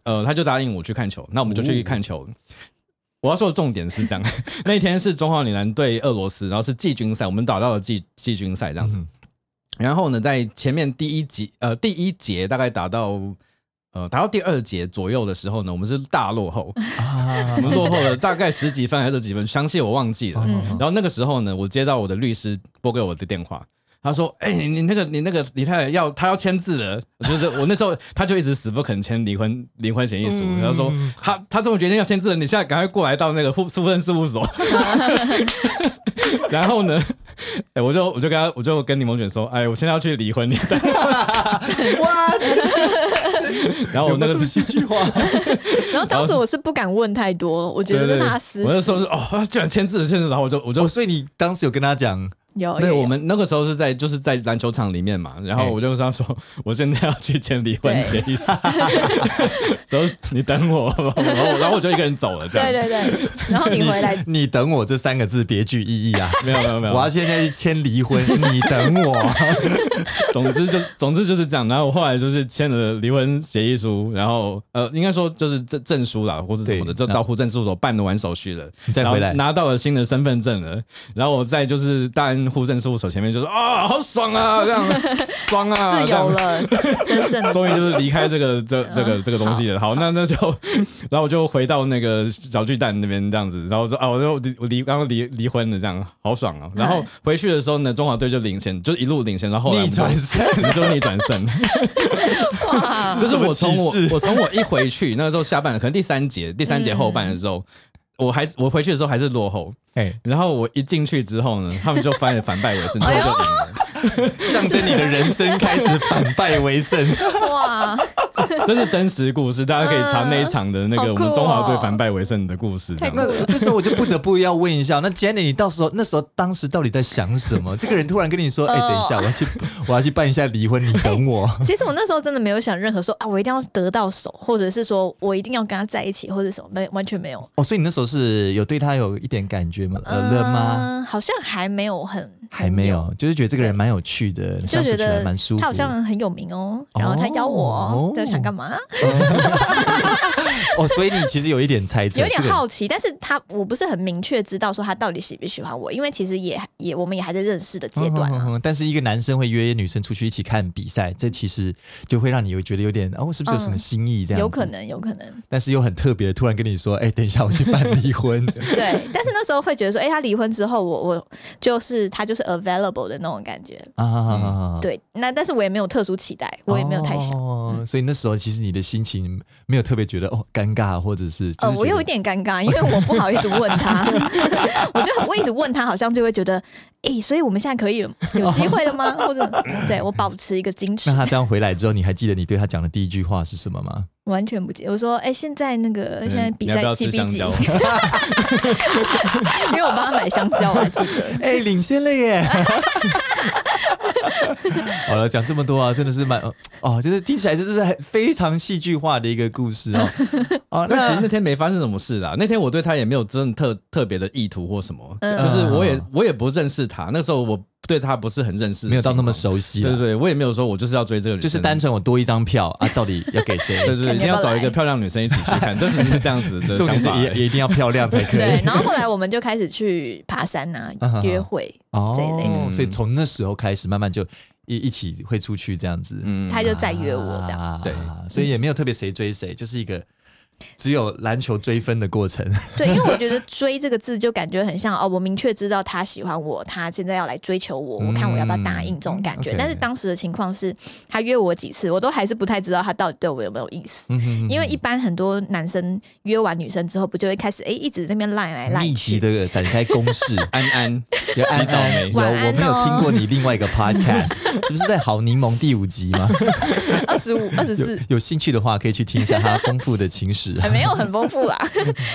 Speaker 3: 呃他就答应我去看球，那我们就去看球。我要说的重点是这样， 那一天是中华女篮对俄罗斯，然后是季军赛，我们打到了季季军赛这样子。
Speaker 1: 嗯
Speaker 3: 然后呢，在前面第一集呃第一节大概打到呃打到第二节左右的时候呢，我们是大落后，
Speaker 1: 啊
Speaker 3: 我们落后了大概十几分还是几分，详细我忘记了。
Speaker 2: 嗯
Speaker 3: 然后那个时候呢，我接到我的律师拨给我的电话，他说：“哎、你你那个你那个李太太要她要签字了。”就是我那时候他就一直死不肯签离婚离婚协议书，然后说他他这么决定要签字了，你现在赶快过来到那个户苏芬事务所。 嗯然后呢，哎、我就我就跟他我就跟柠檬卷说：“哎，我现在要去离婚。”你等我一下然后我那个时候
Speaker 1: 句话，
Speaker 2: 然后当时我是不敢问太多，我觉
Speaker 3: 对
Speaker 2: 得
Speaker 3: 对
Speaker 2: 是
Speaker 3: 对
Speaker 2: 他的私
Speaker 3: 我那时
Speaker 2: 心。
Speaker 3: 候是哦，他居然签字了，签字了，然后我就我就
Speaker 1: 哦， 所以你当时有跟他讲，
Speaker 2: 有，
Speaker 3: 对，
Speaker 2: 有
Speaker 3: 我们那个时候是在就是在篮球场里面嘛，然后
Speaker 1: 哎
Speaker 3: 我就跟他说， 我现在要去签离婚协
Speaker 2: 对
Speaker 3: 议书， 然后你等我，然后我然后我就一个人走了，这样
Speaker 2: 对 对对。然后你回来，
Speaker 1: 你 等我这三个字别具意义啊！
Speaker 3: 没有没有 没
Speaker 1: 我要
Speaker 3: 有，
Speaker 1: 现在去签离婚，你等我。
Speaker 3: 总之就总之就是这样，然后我后来就是签了离婚协议书，然后呃，应该说就是证证书啦，或是什么的，
Speaker 1: 对
Speaker 3: 就到户政事务所办完手续了，
Speaker 1: 你再回来
Speaker 3: 然后拿到了新的身份证了，然后我在就是大安户政事务所前面就说啊，好爽啊，这 样爽啊，
Speaker 2: 自
Speaker 3: 这样
Speaker 2: 由了，真正 的
Speaker 3: 终于就是离开这 个这这
Speaker 2: 嗯
Speaker 3: 个这个东西了。好，那那就， 然后我就回到那个小巨蛋那边这样子，然后说啊，我就我离刚刚离离婚了，这样好爽
Speaker 2: 哎
Speaker 3: 哦。然后回去的时候呢，中华队就领先，就一路领先，然后后来
Speaker 1: 逆转胜，
Speaker 3: 我 们就就逆转胜。
Speaker 2: 哇
Speaker 3: 就是我从我
Speaker 1: 这 是什么启示
Speaker 3: 我从我一回去，那个时候下半可能第三节第三节后半的时候，我还我回去的时候还是落后，
Speaker 1: 哎，
Speaker 3: 然后我一进去之后呢，他们就翻了反败为 胜，
Speaker 2: 哎
Speaker 3: 最后就赢了。
Speaker 1: 象征你的人生开始反败为胜。
Speaker 2: 哇，
Speaker 3: 这是真实故事，大家可以查那一场的那
Speaker 2: 好
Speaker 3: 个
Speaker 2: 酷
Speaker 3: 我们中华队
Speaker 2: 哦
Speaker 3: 反败为胜的故事。这
Speaker 2: 太
Speaker 3: 样
Speaker 2: 酷
Speaker 3: 子
Speaker 2: 了
Speaker 1: 那这时候我就不得不要问一下，那 Jenny，你到时候那时候当时到底在想什么？这个人突然跟你说：“哎、
Speaker 2: 哦
Speaker 1: 等一下，我要去，我要去办一下离 婚，你等我。
Speaker 2: 其实我那时候真的没有想任何说啊，我一定要得到手，或者是说我一定要跟他在一起，或者什么，没完全没有。”
Speaker 1: 哦，所以你那时候是有对他有一点感觉吗？呃了吗？
Speaker 2: 嗯？好像还没有很，
Speaker 1: 还没，有，就是觉得这个人蛮有趣的，
Speaker 2: 就
Speaker 1: 相处
Speaker 2: 觉
Speaker 1: 起来
Speaker 2: 得
Speaker 1: 蛮舒服的。
Speaker 2: 他好像很有名哦，然后他邀
Speaker 1: 哦
Speaker 2: 我，他想干嘛？
Speaker 1: 哦，所以你其实有一点猜测，
Speaker 2: 有点
Speaker 1: 这个人
Speaker 2: 好奇，但是他我不是很明确知道说他到底喜不喜欢我，因为其实也也我们也还在认识的阶段
Speaker 1: 嗯
Speaker 2: 啊。
Speaker 1: 哼哼但是一个男生会约女生出去一起看比赛，这其实就会让你有觉得有点哦，是不是有什么
Speaker 2: 嗯
Speaker 1: 新意这样、
Speaker 2: 有可，能，有可能，
Speaker 1: 但是又很特别，突然跟你说，哎、等一下我去办离 婚，
Speaker 2: 对。但是那时候会觉得说，哎、他离婚之后我，我就是他就是 available 的那种感觉，
Speaker 1: 啊，，
Speaker 2: 对。那但是我也没有特殊期待，我也没有太想，嗯
Speaker 1: 哦所以那时候其实你的心情没有特别觉得哦尴尬，或者是就是
Speaker 2: 呃，我
Speaker 1: 觉得
Speaker 2: 有一点尴尬，因为我不好意思问 他，我觉得我一直问他，好像就会觉得，哎、所以我们现在可以了有机会 了吗？或者对我保持一个矜持
Speaker 1: 那，他这样回来之后，你还记得你对他讲的第一句话是什么 吗？
Speaker 2: 完全不记。我说，哎、现在那
Speaker 1: 嗯
Speaker 2: 个现在比
Speaker 3: 你要不
Speaker 2: 赛
Speaker 3: 要
Speaker 2: 几
Speaker 3: 吃
Speaker 2: 比
Speaker 3: 香
Speaker 2: 几？
Speaker 3: 蕉
Speaker 2: 因为我帮他买香蕉，我还记得。
Speaker 1: 哎、领先了耶！ 好了，讲这么多啊，真的是蛮哦，就是听起来真是很非常戏剧化的一个故事 哦。哦，
Speaker 3: 那其实
Speaker 1: 那
Speaker 3: 那天没发生什么事啦，那天我对他也没有真的特特别的意图或什么，
Speaker 2: 嗯
Speaker 3: 就是我也我也不认识他，那时候我对他不是很认识，
Speaker 1: 没有到那么。熟悉
Speaker 3: 对
Speaker 1: 了
Speaker 3: 对，对，我也没有说我就是要追这个女
Speaker 1: 就
Speaker 3: 生，
Speaker 1: 是单纯我多一张票啊，到底要给
Speaker 3: 对
Speaker 1: 谁？
Speaker 3: 对对，
Speaker 2: 看
Speaker 3: 一
Speaker 2: 你
Speaker 3: 定
Speaker 2: 要
Speaker 3: 要
Speaker 2: 不要
Speaker 3: 找一
Speaker 2: 来
Speaker 3: 个漂亮女生一起去 看，这只是这样子的
Speaker 1: 重
Speaker 3: 想
Speaker 1: 点是
Speaker 3: 法欸而
Speaker 1: 也
Speaker 3: 已。
Speaker 1: 也一定要漂亮 才可
Speaker 2: 对，
Speaker 1: 以。
Speaker 2: 然后后来我们就开始去爬山啊
Speaker 1: 啊哈哈，
Speaker 2: 约会。这一类
Speaker 1: 哦，
Speaker 3: 的
Speaker 1: 所以从那时候开始，慢慢就一一起会出去这样子。
Speaker 3: 嗯
Speaker 2: 他就再约我这样
Speaker 1: 啊
Speaker 3: 对
Speaker 1: 所以也没有特别谁追谁，就是一个只有篮球追分的过程。
Speaker 2: 对，因为我觉得“追”这个字就感觉很像哦，我明确知道他喜欢我，他现在要来追求我，我看我要不要答应这种感觉。
Speaker 1: 嗯 OK
Speaker 2: 但是当时的情况是，他约我几次，我都还是不太知道他到底对我有没有意
Speaker 1: 嗯
Speaker 2: 思。因为一般很多男生约完女生之后，不就会开 始哎、一直在那边赖来赖
Speaker 1: 密集
Speaker 2: 去，
Speaker 1: 的展开攻 势，
Speaker 3: 安安，
Speaker 1: 有安
Speaker 3: 洗澡
Speaker 1: 安
Speaker 3: 没
Speaker 1: 有，
Speaker 2: 晚安
Speaker 1: 我
Speaker 2: 哦
Speaker 1: 没有听过你另外一个 podcast，是不是在《好柠檬》第五集吗？
Speaker 2: 二 十五、二十
Speaker 1: 有
Speaker 2: 四，
Speaker 1: 有兴趣的话，可以去听一下他丰富的情史。
Speaker 2: 哎没有很 丰富啦。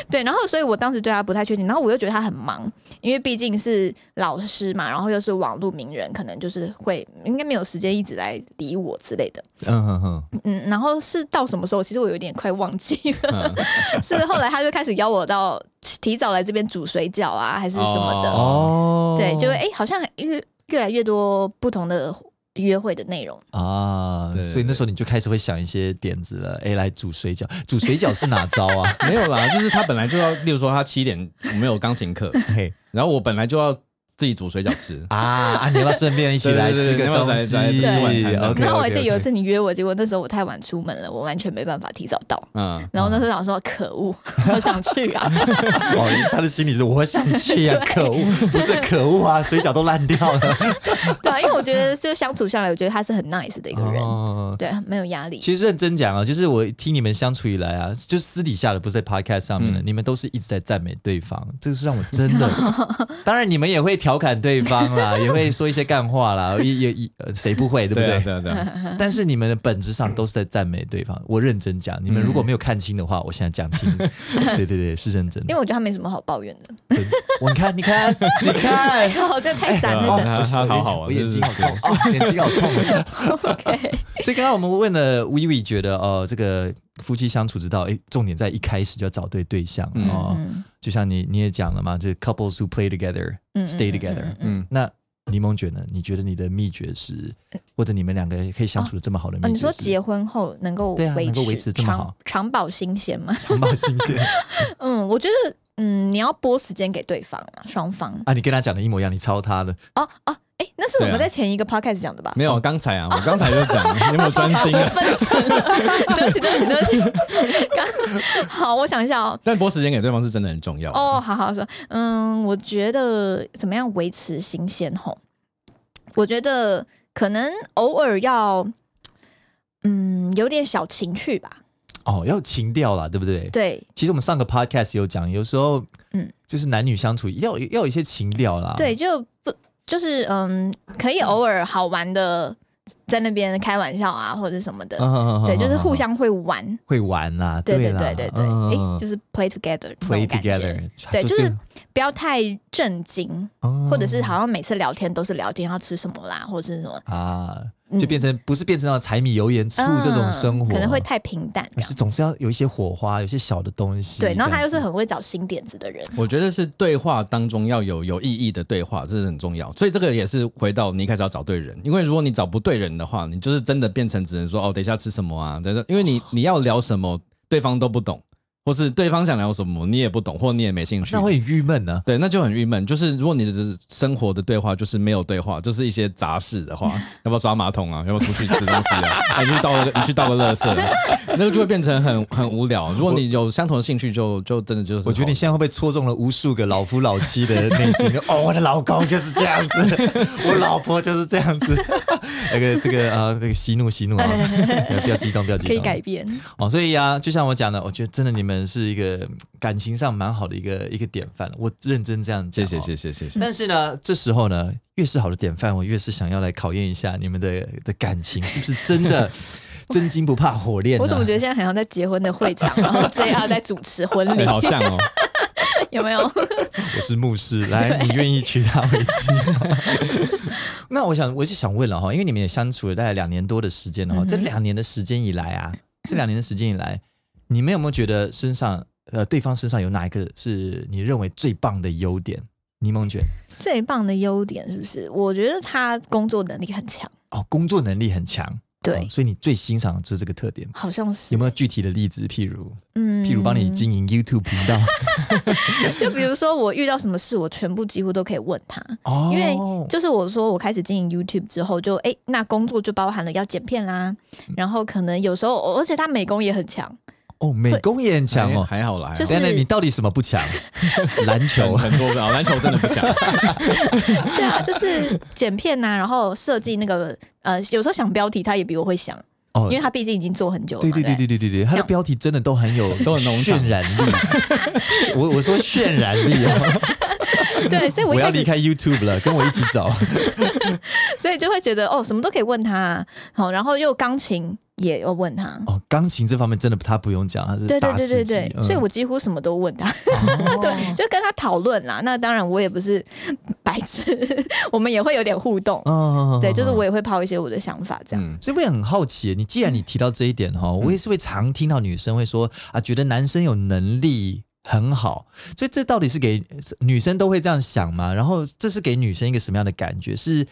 Speaker 2: 对，然后所以我当时对他不太确定，然后我又觉得他很忙，因为毕竟是老师嘛，然后又是网络名人，可能就是会应该没有时间一直来理我之类的。
Speaker 1: 嗯哼哼，
Speaker 2: 嗯，然后是到什么时候？其实我有点快忘记
Speaker 3: 嗯
Speaker 2: 了。 是后来他就开始邀我到提早来这边煮水饺啊，还是什么的。
Speaker 1: 哦，
Speaker 2: 对，就会哎、好像越越来越多不同的约会的内容。
Speaker 1: 啊，
Speaker 3: 对对
Speaker 1: 所以那时候你就开始会想一些点子了。哎，来煮水饺，煮水饺是哪招 啊？
Speaker 3: 没有啦，就是他本来就要，例如说他七点我们有钢琴课，
Speaker 1: 嘿
Speaker 3: 然后我本来就要自己煮水饺吃，嗯
Speaker 1: 啊啊，你要不要顺便一起来
Speaker 3: 对对
Speaker 1: 吃
Speaker 3: 对
Speaker 1: 个
Speaker 3: 你要不
Speaker 1: 东
Speaker 3: 要
Speaker 1: 西？
Speaker 3: 来来
Speaker 2: 吃
Speaker 3: 晚餐
Speaker 1: OK，
Speaker 2: 然后我还记得
Speaker 1: OK，OK
Speaker 2: 有一次你约我，结果那时候我太晚出门了，我完全没办法提早到。
Speaker 1: 啊
Speaker 3: 嗯，
Speaker 2: 然后那时候想说，可恶，好想去 啊！
Speaker 1: 哦，他的心里是我想去啊，
Speaker 2: 对
Speaker 1: 可恶，不是可恶啊，水饺都烂掉了。
Speaker 2: 对啊，因为我觉得就相处下来，我觉得他是很 nice 的一个 人，
Speaker 1: 哦
Speaker 2: 对，啊没有压力。
Speaker 1: 其实认真讲啊，就是我听你们相处以来啊，就私底下的，不是在 podcast 上面的，你们都是一直在赞美对方，这个是让我真 的。当然，你们也会调侃对方 啦，也会说一些干话啦，也也也呃谁不会，对不
Speaker 3: 对
Speaker 1: 对
Speaker 3: 啊？对啊对 啊，
Speaker 1: 但是你们的本质上都是在赞美对方。我认真讲，你们如果没有看清的话，我现在讲 清。对对对，是认真
Speaker 2: 因为
Speaker 1: 的。
Speaker 2: 我觉得他没什么好抱怨的。
Speaker 1: 真的我你看，你看，你
Speaker 2: 哎
Speaker 1: 看。哦
Speaker 2: 呦，这太闪
Speaker 3: 对啊
Speaker 2: 了，闪
Speaker 3: 他他好好啊
Speaker 1: 我眼睛好
Speaker 3: 真的
Speaker 1: 痛，哦眼睛好痛。
Speaker 2: ！OK，
Speaker 1: 所以刚刚我们问了 Vivi，觉得呃，这个夫妻相处之道，哎，重点在一开始就要找对对象
Speaker 3: 嗯
Speaker 1: 哦。
Speaker 2: 嗯
Speaker 1: 就像你你也讲了嘛，就是 couples who play together
Speaker 2: 嗯
Speaker 1: stay
Speaker 2: 嗯
Speaker 1: together
Speaker 2: 嗯。呃
Speaker 3: 嗯
Speaker 1: 那柠檬卷呢？你觉得你的秘诀是，或者你们两个可以相处的这么好的秘诀
Speaker 2: 哦，
Speaker 1: 是？
Speaker 2: 你说结婚后能够
Speaker 1: 对啊能够维持这么
Speaker 2: 长
Speaker 1: 好
Speaker 2: 长保新鲜吗？
Speaker 1: 长毛新鲜
Speaker 2: 嗯，我觉得嗯，你要拨时间给对方啊，双方。
Speaker 1: 啊，你跟他讲的一模一样，你抄他的。
Speaker 2: 哦哦，哎、那
Speaker 1: 啊
Speaker 2: 是我们在前一个 podcast 讲的吧？
Speaker 3: 没有，刚才啊，我刚才就讲，你有没 有专心啊？
Speaker 2: 分神了， 对不起，对不起，对不起。 刚好，我想一下哦。
Speaker 3: 但拨时间给对方是真的很重要啊。
Speaker 2: 哦，好好说，嗯，我觉得怎么样维持新鲜吼？我觉得可能偶尔要，嗯，有点小情趣吧。
Speaker 1: 哦，要有情调啦，对不对？
Speaker 2: 对
Speaker 1: 其实我们上个 podcast 有讲，有时候，嗯
Speaker 2: 嗯，
Speaker 1: 就是男女相处要要有啊一些情调啦。嗯
Speaker 2: 对，就不就是嗯，可以偶尔好玩的在那边开玩笑啊，或者什么的。
Speaker 1: 嗯
Speaker 2: 对，就是互相会玩。
Speaker 1: 会玩啦，
Speaker 2: 对
Speaker 1: 对
Speaker 2: 对对
Speaker 1: 啦
Speaker 2: 对对，
Speaker 1: 嗯
Speaker 2: 哎，就是 play together 这种
Speaker 1: play
Speaker 2: 感觉
Speaker 1: together，
Speaker 2: 对
Speaker 1: 就
Speaker 2: 就是
Speaker 1: 这
Speaker 2: 不要太震惊，
Speaker 1: 哦
Speaker 2: 或者是好像每次聊天都是聊天啊要吃什么啦，或者是什么，
Speaker 1: 啊，
Speaker 2: 嗯
Speaker 1: 就变成不是变成了柴米油盐醋这种生活，
Speaker 2: 嗯可能会太平淡这
Speaker 1: 而
Speaker 2: 样
Speaker 1: 是。总是要有一些火花，有一些小的东西。
Speaker 2: 对，然后他又
Speaker 1: 这
Speaker 2: 是
Speaker 1: 样子
Speaker 2: 很会找新点子的人，
Speaker 3: 我觉得是对话当中要有有意义的对话，这是很重要。所以这个也是回到你一开始要找对人，因为如果你找不对人的话，你就是真的变成只能说哦，等一下吃什么啊？等一 下，因为你你要聊什么，对方都不懂，或是对方想聊什么你也不懂，或你也没兴趣，
Speaker 1: 那会很郁闷啊呢。
Speaker 3: 对，那就很郁闷。就是如果你的生活的对话就是没有对话，就是一些杂事的 话，要不要刷马桶啊？要不要出去吃东西啊？ 哎你去倒个，你去倒个垃圾、啊，那个就会变成很很无聊。如果你有相同的兴趣就，就真的就是
Speaker 1: 我觉得你
Speaker 3: 好
Speaker 1: 现在会被戳中了无数个老夫老妻的内心。 哦，我的老公就是这样子， 我老婆就是这样子。 那个这个啊，那个息怒息怒啊， 不要激动，不要激
Speaker 2: 可
Speaker 1: 动。
Speaker 2: 以改变。
Speaker 1: 哦，所以啊，就像我讲的，我觉得真的你们是一个嗯感情上蛮好的一个一个典范，我认真这样
Speaker 3: 谢
Speaker 1: 讲、哦
Speaker 3: 谢谢。谢谢谢。
Speaker 1: 但是呢，这时候呢，越是好的典范，我越是想要来考验一下你们的的感情是不是真 的真金不怕火炼、呢？啊
Speaker 2: 我怎么觉得现在好像在结婚的会场，然后 JR 在主持婚
Speaker 3: 哎
Speaker 2: 礼，
Speaker 3: 好像哦，
Speaker 2: 有没有？
Speaker 1: 我是牧 师，来，你愿意娶她为妻吗？那我想，我是想问了哈，因为你们也相处了大概两年多的时
Speaker 2: 嗯
Speaker 1: 间了哈，这两年的时间以来啊，这两年的时间以来，你们有没有觉得身上呃对方身上有哪一个是你认为最棒的优点？柠檬卷
Speaker 2: 最棒的优点是不是？我觉得他工作能力很强，
Speaker 1: 哦，工作能力很强，
Speaker 2: 对，
Speaker 1: 哦所以你最欣赏的是这个特点。
Speaker 2: 好像是
Speaker 1: 有没有具体的例子？譬如，
Speaker 2: 嗯
Speaker 1: 譬如帮你经营 YouTube 频道，
Speaker 2: 就比如说我遇到什么事，我全部几乎都可以问他，
Speaker 1: 哦，
Speaker 2: 因为就是我说我开始经营 YouTube 之后就，诶哎，那工作就包含了要剪片啦，
Speaker 1: 嗯
Speaker 2: 然后可能有时候，而且他美工也很强，
Speaker 1: 哦，美工也很强哦。
Speaker 3: 还还好啦，还好
Speaker 2: 就是
Speaker 1: 等等，你到底什么不 强？篮球
Speaker 3: 很很多个啊，篮球真的不强。
Speaker 2: 对啊，就是剪片呐、然后设计那个呃，有时候想标题他也比我会想，
Speaker 1: 哦
Speaker 2: 因为他毕竟已经做很久了
Speaker 1: 对
Speaker 2: 嘛，
Speaker 1: 对对
Speaker 2: 不
Speaker 1: 对对对对，它的
Speaker 2: 像
Speaker 1: 标题真的都很有
Speaker 3: 都很农场
Speaker 1: 渲染力。 我我说渲染力 哦，
Speaker 2: 对所以我
Speaker 1: 我
Speaker 2: 一
Speaker 1: 要
Speaker 2: 开
Speaker 1: 离
Speaker 2: 始，
Speaker 1: 开 YouTube 了，跟我一起走。
Speaker 2: 所以就会觉得哦，什么都可以问他，好，然后又钢琴也要问他。
Speaker 1: 哦，钢琴这方面真的他不用讲，他是
Speaker 2: 对对
Speaker 1: 大
Speaker 2: 对
Speaker 1: 师
Speaker 2: 对
Speaker 1: 级
Speaker 2: 对，
Speaker 1: 嗯哦
Speaker 2: 所以我几乎什么都 问他，对，就跟他讨论啦。那当然，我也不是 白痴，我们也会有点互动。
Speaker 1: 哦
Speaker 2: 对，就是我也会抛一些我的想法这样。
Speaker 3: 嗯，
Speaker 1: 所以我也很好奇，你既然你提到这一点哈，
Speaker 2: 嗯
Speaker 1: 我也是会常听到女生会说啊，觉得男生有能力很好，所以这到底是给女生都会这样想吗？然后这是给女生一个什么样的感觉？是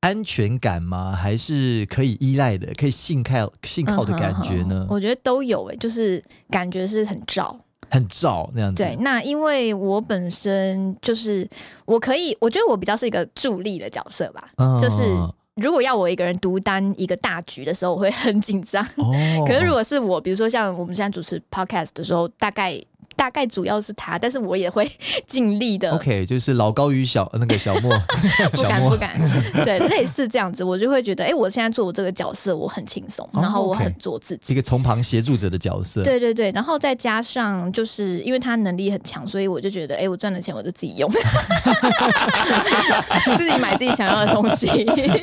Speaker 1: 安全感吗？还是可以依赖的、可以信靠信靠的感觉
Speaker 2: 嗯哼
Speaker 1: 呢？
Speaker 2: 哼我觉得都有诶、就是感觉是很照。
Speaker 1: 很照那样子，
Speaker 2: 对，那因为我本身就是我可以，我觉得我比较是一个助力的角色吧，
Speaker 1: 嗯
Speaker 2: 就是 如果要我一个人独担一个大局的时候，我会很紧张。
Speaker 1: 哦，
Speaker 2: 可是如果是我，比如说像我们现在主持 podcast 的时候，大概大概主要是他，但是我也会尽力的
Speaker 1: 哦 OK，就是老高与小那个小莫，
Speaker 2: 不
Speaker 1: 小
Speaker 2: 敢
Speaker 1: 莫
Speaker 2: 不 敢，对，类似这样子，我就会觉得，哎、我现在做我这个角色，我很轻松，
Speaker 1: 哦
Speaker 2: 然后我
Speaker 1: OK
Speaker 2: 很做自己。
Speaker 1: 一个从旁协助者的角色，，
Speaker 2: 对对对，然后再加上就是因为他能力很强，所以我就觉得，哎、我赚的钱我就自己用， 自己买自己想要的东西，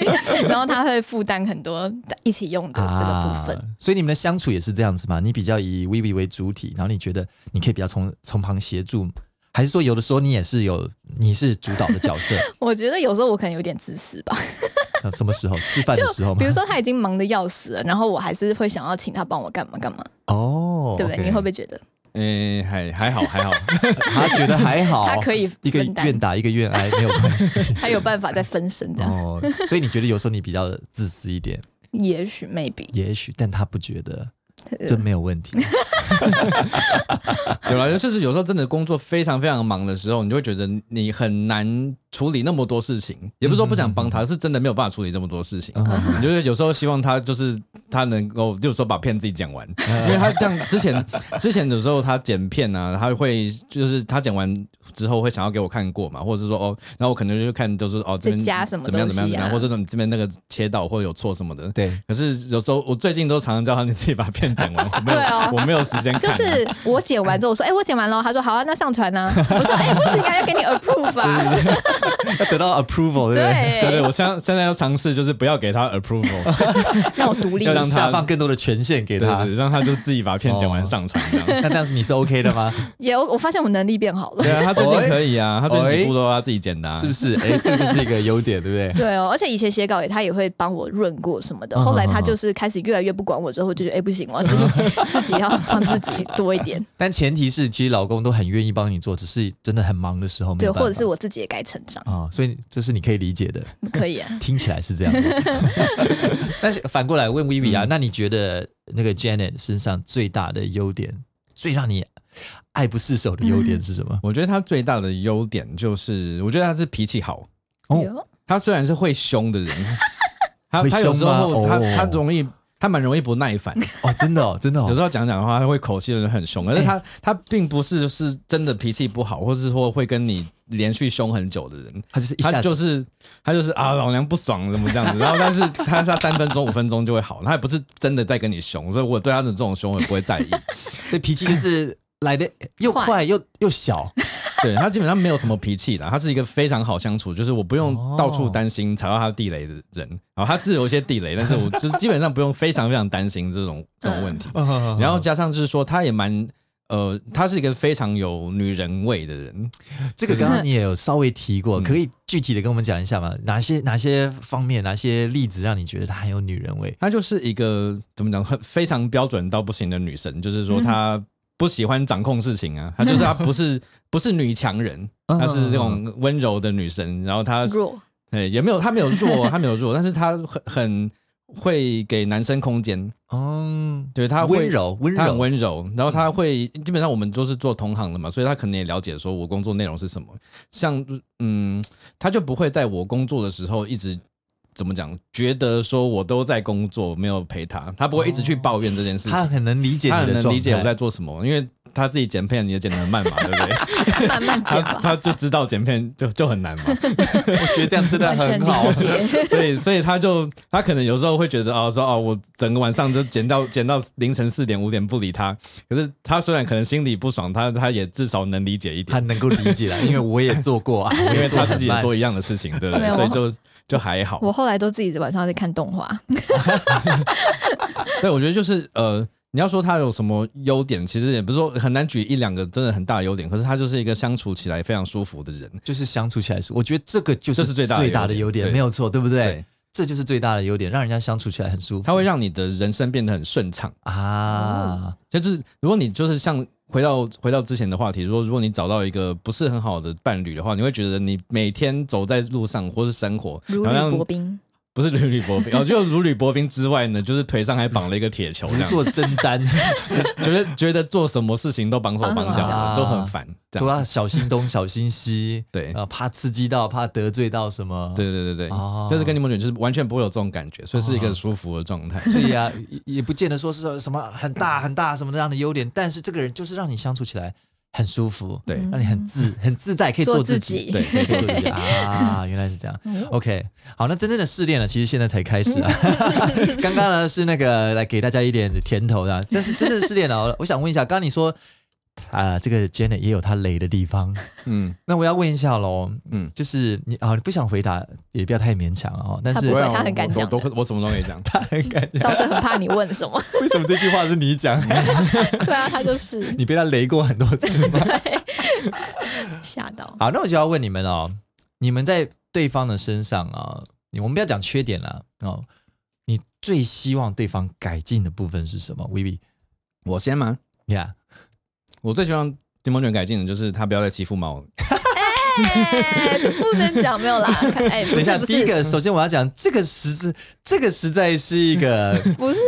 Speaker 2: 然后他会负担很多一起用的这个部分。
Speaker 1: 啊。所以你们的相处也是这样子嘛？你比较以 Vivi 为主体，然后你觉得你可以比较从从旁协助，还是说有的时候你也是有你是主导的角 色？
Speaker 2: 我觉得有时候我可能有点自私吧，
Speaker 1: 呃什么时候吃饭的时候
Speaker 2: 就
Speaker 1: 吗？
Speaker 2: 比如说他已经忙得要死了，然后我还是会想要请他帮我干嘛干嘛，
Speaker 1: 哦，
Speaker 2: 对不对
Speaker 1: OK
Speaker 2: 你会不会觉得
Speaker 3: 诶，哎还还好还好，
Speaker 1: 他觉得还好，
Speaker 2: 他可以
Speaker 1: 一个
Speaker 2: 分担
Speaker 1: 愿打一个愿挨，没有关系
Speaker 2: 。他有办法再分身 这样？
Speaker 1: 哦，所以你觉得有时候你比较自私一点，
Speaker 2: 也许 maybe
Speaker 1: 也许，但他不觉得，这没有问 题。
Speaker 3: 有啦，就是有时候真的工作非常非常忙的时候，你就会觉得你很难处理那么
Speaker 2: 嗯
Speaker 3: 多事情。也不是说不想帮他，是真的没有办法处理这么多事情。
Speaker 1: 嗯
Speaker 3: 你就是有时候希望他就是他能够，就是说把片自己剪
Speaker 2: 嗯
Speaker 3: 完，因为他这样之前之前有时候他剪片啊，他会就是他剪完之后会想要给我看过嘛，或者是说哦，然后我可能就看就是哦这边
Speaker 2: 再加什么
Speaker 3: 怎么样怎么样
Speaker 2: 东西
Speaker 3: 怎么
Speaker 2: 啊
Speaker 3: 样，或者说你这边那个切到或者有错什么的。
Speaker 1: 对，
Speaker 3: 可是有时候我最近都常常叫他你自己把片剪完，我没有、
Speaker 2: 对啊
Speaker 3: 我没有时间看、
Speaker 2: 就
Speaker 3: 啊，
Speaker 2: 是我剪完之后，我说：“哎、我剪完了。”他说：“好啊，那上传 啊。”我说：“哎、不行啊，要给你 approve 啊。
Speaker 1: 要得到 approval，”对不对？
Speaker 3: 对对，
Speaker 2: 对，
Speaker 3: 我现在现在要尝试就是不要给他 approval，
Speaker 2: 让我独立
Speaker 3: 要
Speaker 1: 要
Speaker 3: 让
Speaker 1: 下
Speaker 3: 他
Speaker 1: 放更多的权限 给
Speaker 3: 对
Speaker 1: 他
Speaker 3: 对，。让他就自己把片剪完上传这样。
Speaker 1: 那这样子你是 OK 的吗？
Speaker 2: 也我发现我能力变好了。
Speaker 3: 对啊，他最近可以啊，他最近几部都他自己剪 的、啊，
Speaker 1: 是不是？哎，这就是一个优点，对不对？
Speaker 2: 对哦，而且以前写稿也他也会帮我润过什
Speaker 1: 嗯
Speaker 2: 么的。后来他就是开始越来越不管我，之后就觉得哎、不行，我要自己 自己要帮自己多一点，
Speaker 1: 但前提是，其实老公都很愿意帮你做，只是真的很忙的时候没
Speaker 2: 对，
Speaker 1: 有办
Speaker 2: 或
Speaker 1: 法
Speaker 2: 者是我自己也该成长，
Speaker 1: 啊、所以这是你可以理解的。
Speaker 2: 可以啊。
Speaker 1: 听起来 是这样的，但是反过来问 Vivi
Speaker 3: 嗯
Speaker 1: 啊，那你觉得那个 Janet 身上最大的优点，最让你爱不释手的优点是什
Speaker 2: 嗯
Speaker 1: 么？
Speaker 3: 我觉得他最大的优点就是，我觉得他是脾气好。
Speaker 1: 哦
Speaker 2: 哟
Speaker 3: 他虽然是会凶的人， 他
Speaker 1: 会
Speaker 3: 他有时
Speaker 1: 凶吗
Speaker 3: 候他
Speaker 1: 哦
Speaker 3: 他容易。他蛮容易不耐烦，
Speaker 1: 哦，真的哦，真哎的
Speaker 3: 有
Speaker 1: 哦，
Speaker 3: 时候讲讲的话，他会口气就是很凶，而且他、他并不是是真的脾气不好，或是说会跟你连续凶很久的人，
Speaker 1: 他就是一
Speaker 3: 他
Speaker 1: 下子
Speaker 3: 就是他就是啊，老娘不爽怎么这样子，然后但是他他三分钟五分钟就会好，他也不是真的在跟你凶，所以我对他的这种凶我也不 会在意，
Speaker 1: 所以脾气就是来的又
Speaker 2: 快
Speaker 1: 快又又 小，
Speaker 3: 对他基本上没有什么脾气的，他是一个非常好相处，就是我不用到处担心踩到他地雷的人。然后他是有一些地雷，但是我就是基本上不用非常非常担心这种这种问题。
Speaker 1: 然
Speaker 3: 然
Speaker 1: 后
Speaker 3: 后加上就是说，他也蛮呃，他是一个非常有女人味的人。
Speaker 1: 这个刚刚你也有稍微提
Speaker 3: 嗯
Speaker 1: 过，可以具体的跟我们讲一下吗？哪些哪些方面，哪些例子让你觉得她很有女人味？
Speaker 3: 她就是一个怎么讲，很非常标准到不行的女生，就是说她不喜欢掌控事情啊，她就是她不是不是女强人，
Speaker 1: 嗯
Speaker 3: 她是这种温柔的女生，然后她
Speaker 2: 弱，
Speaker 3: 对也没有她没有弱，她没有弱，但是她很很会给男生空间，
Speaker 1: 哦，
Speaker 3: 对她会
Speaker 1: 温。柔温
Speaker 3: 她很
Speaker 1: 柔，嗯
Speaker 3: 温柔，然后她会、基本上我们都是做同行的嘛，所以她可能也了解说我工作内容是什么。像嗯，她就不会在我工作的时候一直怎么讲，觉得说我都在工作没有陪她，她不会一直去抱怨这件事情。
Speaker 1: 哦她很能理解你
Speaker 3: 她很
Speaker 1: 的
Speaker 3: 能
Speaker 1: 状
Speaker 3: 理解我在
Speaker 1: 态。
Speaker 3: 做什么，因为她自己剪片也剪得很慢嘛，对不对？
Speaker 2: 慢慢
Speaker 3: 她
Speaker 2: 讲
Speaker 1: 啊
Speaker 2: 吧，
Speaker 3: 她就知道剪片就就很难嘛，
Speaker 1: 我觉得这样真的
Speaker 2: 完全
Speaker 1: 啊很好
Speaker 2: 理，解。
Speaker 3: 所以，所以他就他可能有时候会觉得哦，说哦，我整个晚上就剪到剪到凌晨四点五点不理他。可是他虽然可能心里不爽，他他也至少能理解一
Speaker 1: 她
Speaker 3: 点，
Speaker 1: 能够理解啦，因为我也做过啊，
Speaker 3: 因
Speaker 1: 因
Speaker 3: 为他自己也做一样的事情，对不
Speaker 2: 没
Speaker 3: 对？
Speaker 2: 有
Speaker 3: 所以就就还好。
Speaker 2: 我后来都自己晚上在看动画，
Speaker 3: 对，我觉得就是呃，你要说他有什么优点，其实也不是说很难举一两个真的很大的优点，可是他就是一个相处起来非常舒服的人。
Speaker 1: 就是相处起来是，我觉得这个就是
Speaker 3: 这是最大的
Speaker 1: 最大的
Speaker 3: 优
Speaker 1: 优
Speaker 3: 点
Speaker 1: 点，
Speaker 3: 对
Speaker 1: 没有错，对不对
Speaker 3: 对？
Speaker 1: 这就是最大的优点，让人家相处起来很舒服。
Speaker 3: 他会让你的人生变得很顺畅。
Speaker 1: 啊，
Speaker 3: 就是如果你就是像回到回到之前的话题，如果如果你找到一个不是很好的伴侣的话，你会觉得你每天走在路上或是生活，
Speaker 2: 如
Speaker 3: 好像
Speaker 2: 履薄冰。
Speaker 3: 不是如履薄冰，哦， 就如履薄冰之外呢，就是腿上还绑了一个铁球，这 样
Speaker 1: 做针 毡
Speaker 3: 觉得觉得做什么事情都绑手绑
Speaker 2: 绑手
Speaker 3: 脚
Speaker 1: 绑
Speaker 3: 的，
Speaker 1: 脚
Speaker 3: 都很烦，这
Speaker 1: 都
Speaker 3: 样
Speaker 1: 要小心东小心西，
Speaker 3: 对
Speaker 1: 啊，怕刺激到，怕得罪到什么，
Speaker 3: 对对对对，
Speaker 1: 哦
Speaker 3: 就是跟你们讲，就是完全不会有这种感觉，所以是一个舒服的状态。
Speaker 1: 所以啊，也也不见得说是什么很大很大什么样的优点，但是这个人就是让你相处起来很舒服，
Speaker 3: 对
Speaker 1: 让你很自很自在，可以做自己，
Speaker 3: 自己
Speaker 2: 做
Speaker 3: 对
Speaker 1: 可以做 自己啊，原来是这样。OK，好，
Speaker 2: 嗯
Speaker 1: 那真正的试炼呢，其实现在才开始啊。 刚刚呢是那个来给大家一点甜头的啊，但是真正的试炼呢，我想问一下，刚刚你说啊、这个 Janet 也有她雷的地方，
Speaker 3: 嗯，
Speaker 1: 那我要问一下喽，嗯
Speaker 3: 嗯，
Speaker 1: 就是你啊，你不想回答也不要太勉强哦，但
Speaker 2: 她
Speaker 1: 是
Speaker 2: 不
Speaker 3: 我
Speaker 2: 会
Speaker 3: 想
Speaker 2: 他很敢
Speaker 3: 我
Speaker 2: 讲
Speaker 3: 我都我什么都可以讲。
Speaker 1: 很感觉
Speaker 2: 到时候很怕你问什么，
Speaker 1: 为什么这句话是你讲？
Speaker 2: 对啊，他就是
Speaker 1: 你被他雷过很多次吗？
Speaker 2: 吓 到。
Speaker 1: 好，那我就要问你们哦，你们在对方的身上啊、你我们不要讲缺点了哦，你最希望对方改进的部分是什么？Vivi，
Speaker 3: 我先吗？
Speaker 1: 呀、
Speaker 3: 我最希望柠檬卷改进的就是他不要再欺负猫了。
Speaker 2: 哎，这不能讲，没有啦。哎，
Speaker 1: 等
Speaker 2: 不
Speaker 1: 一
Speaker 2: 是
Speaker 1: 下，
Speaker 2: 不
Speaker 1: 第一
Speaker 2: 是
Speaker 1: 个，首先我要讲这个实质，这个实在是一 个
Speaker 2: 不是，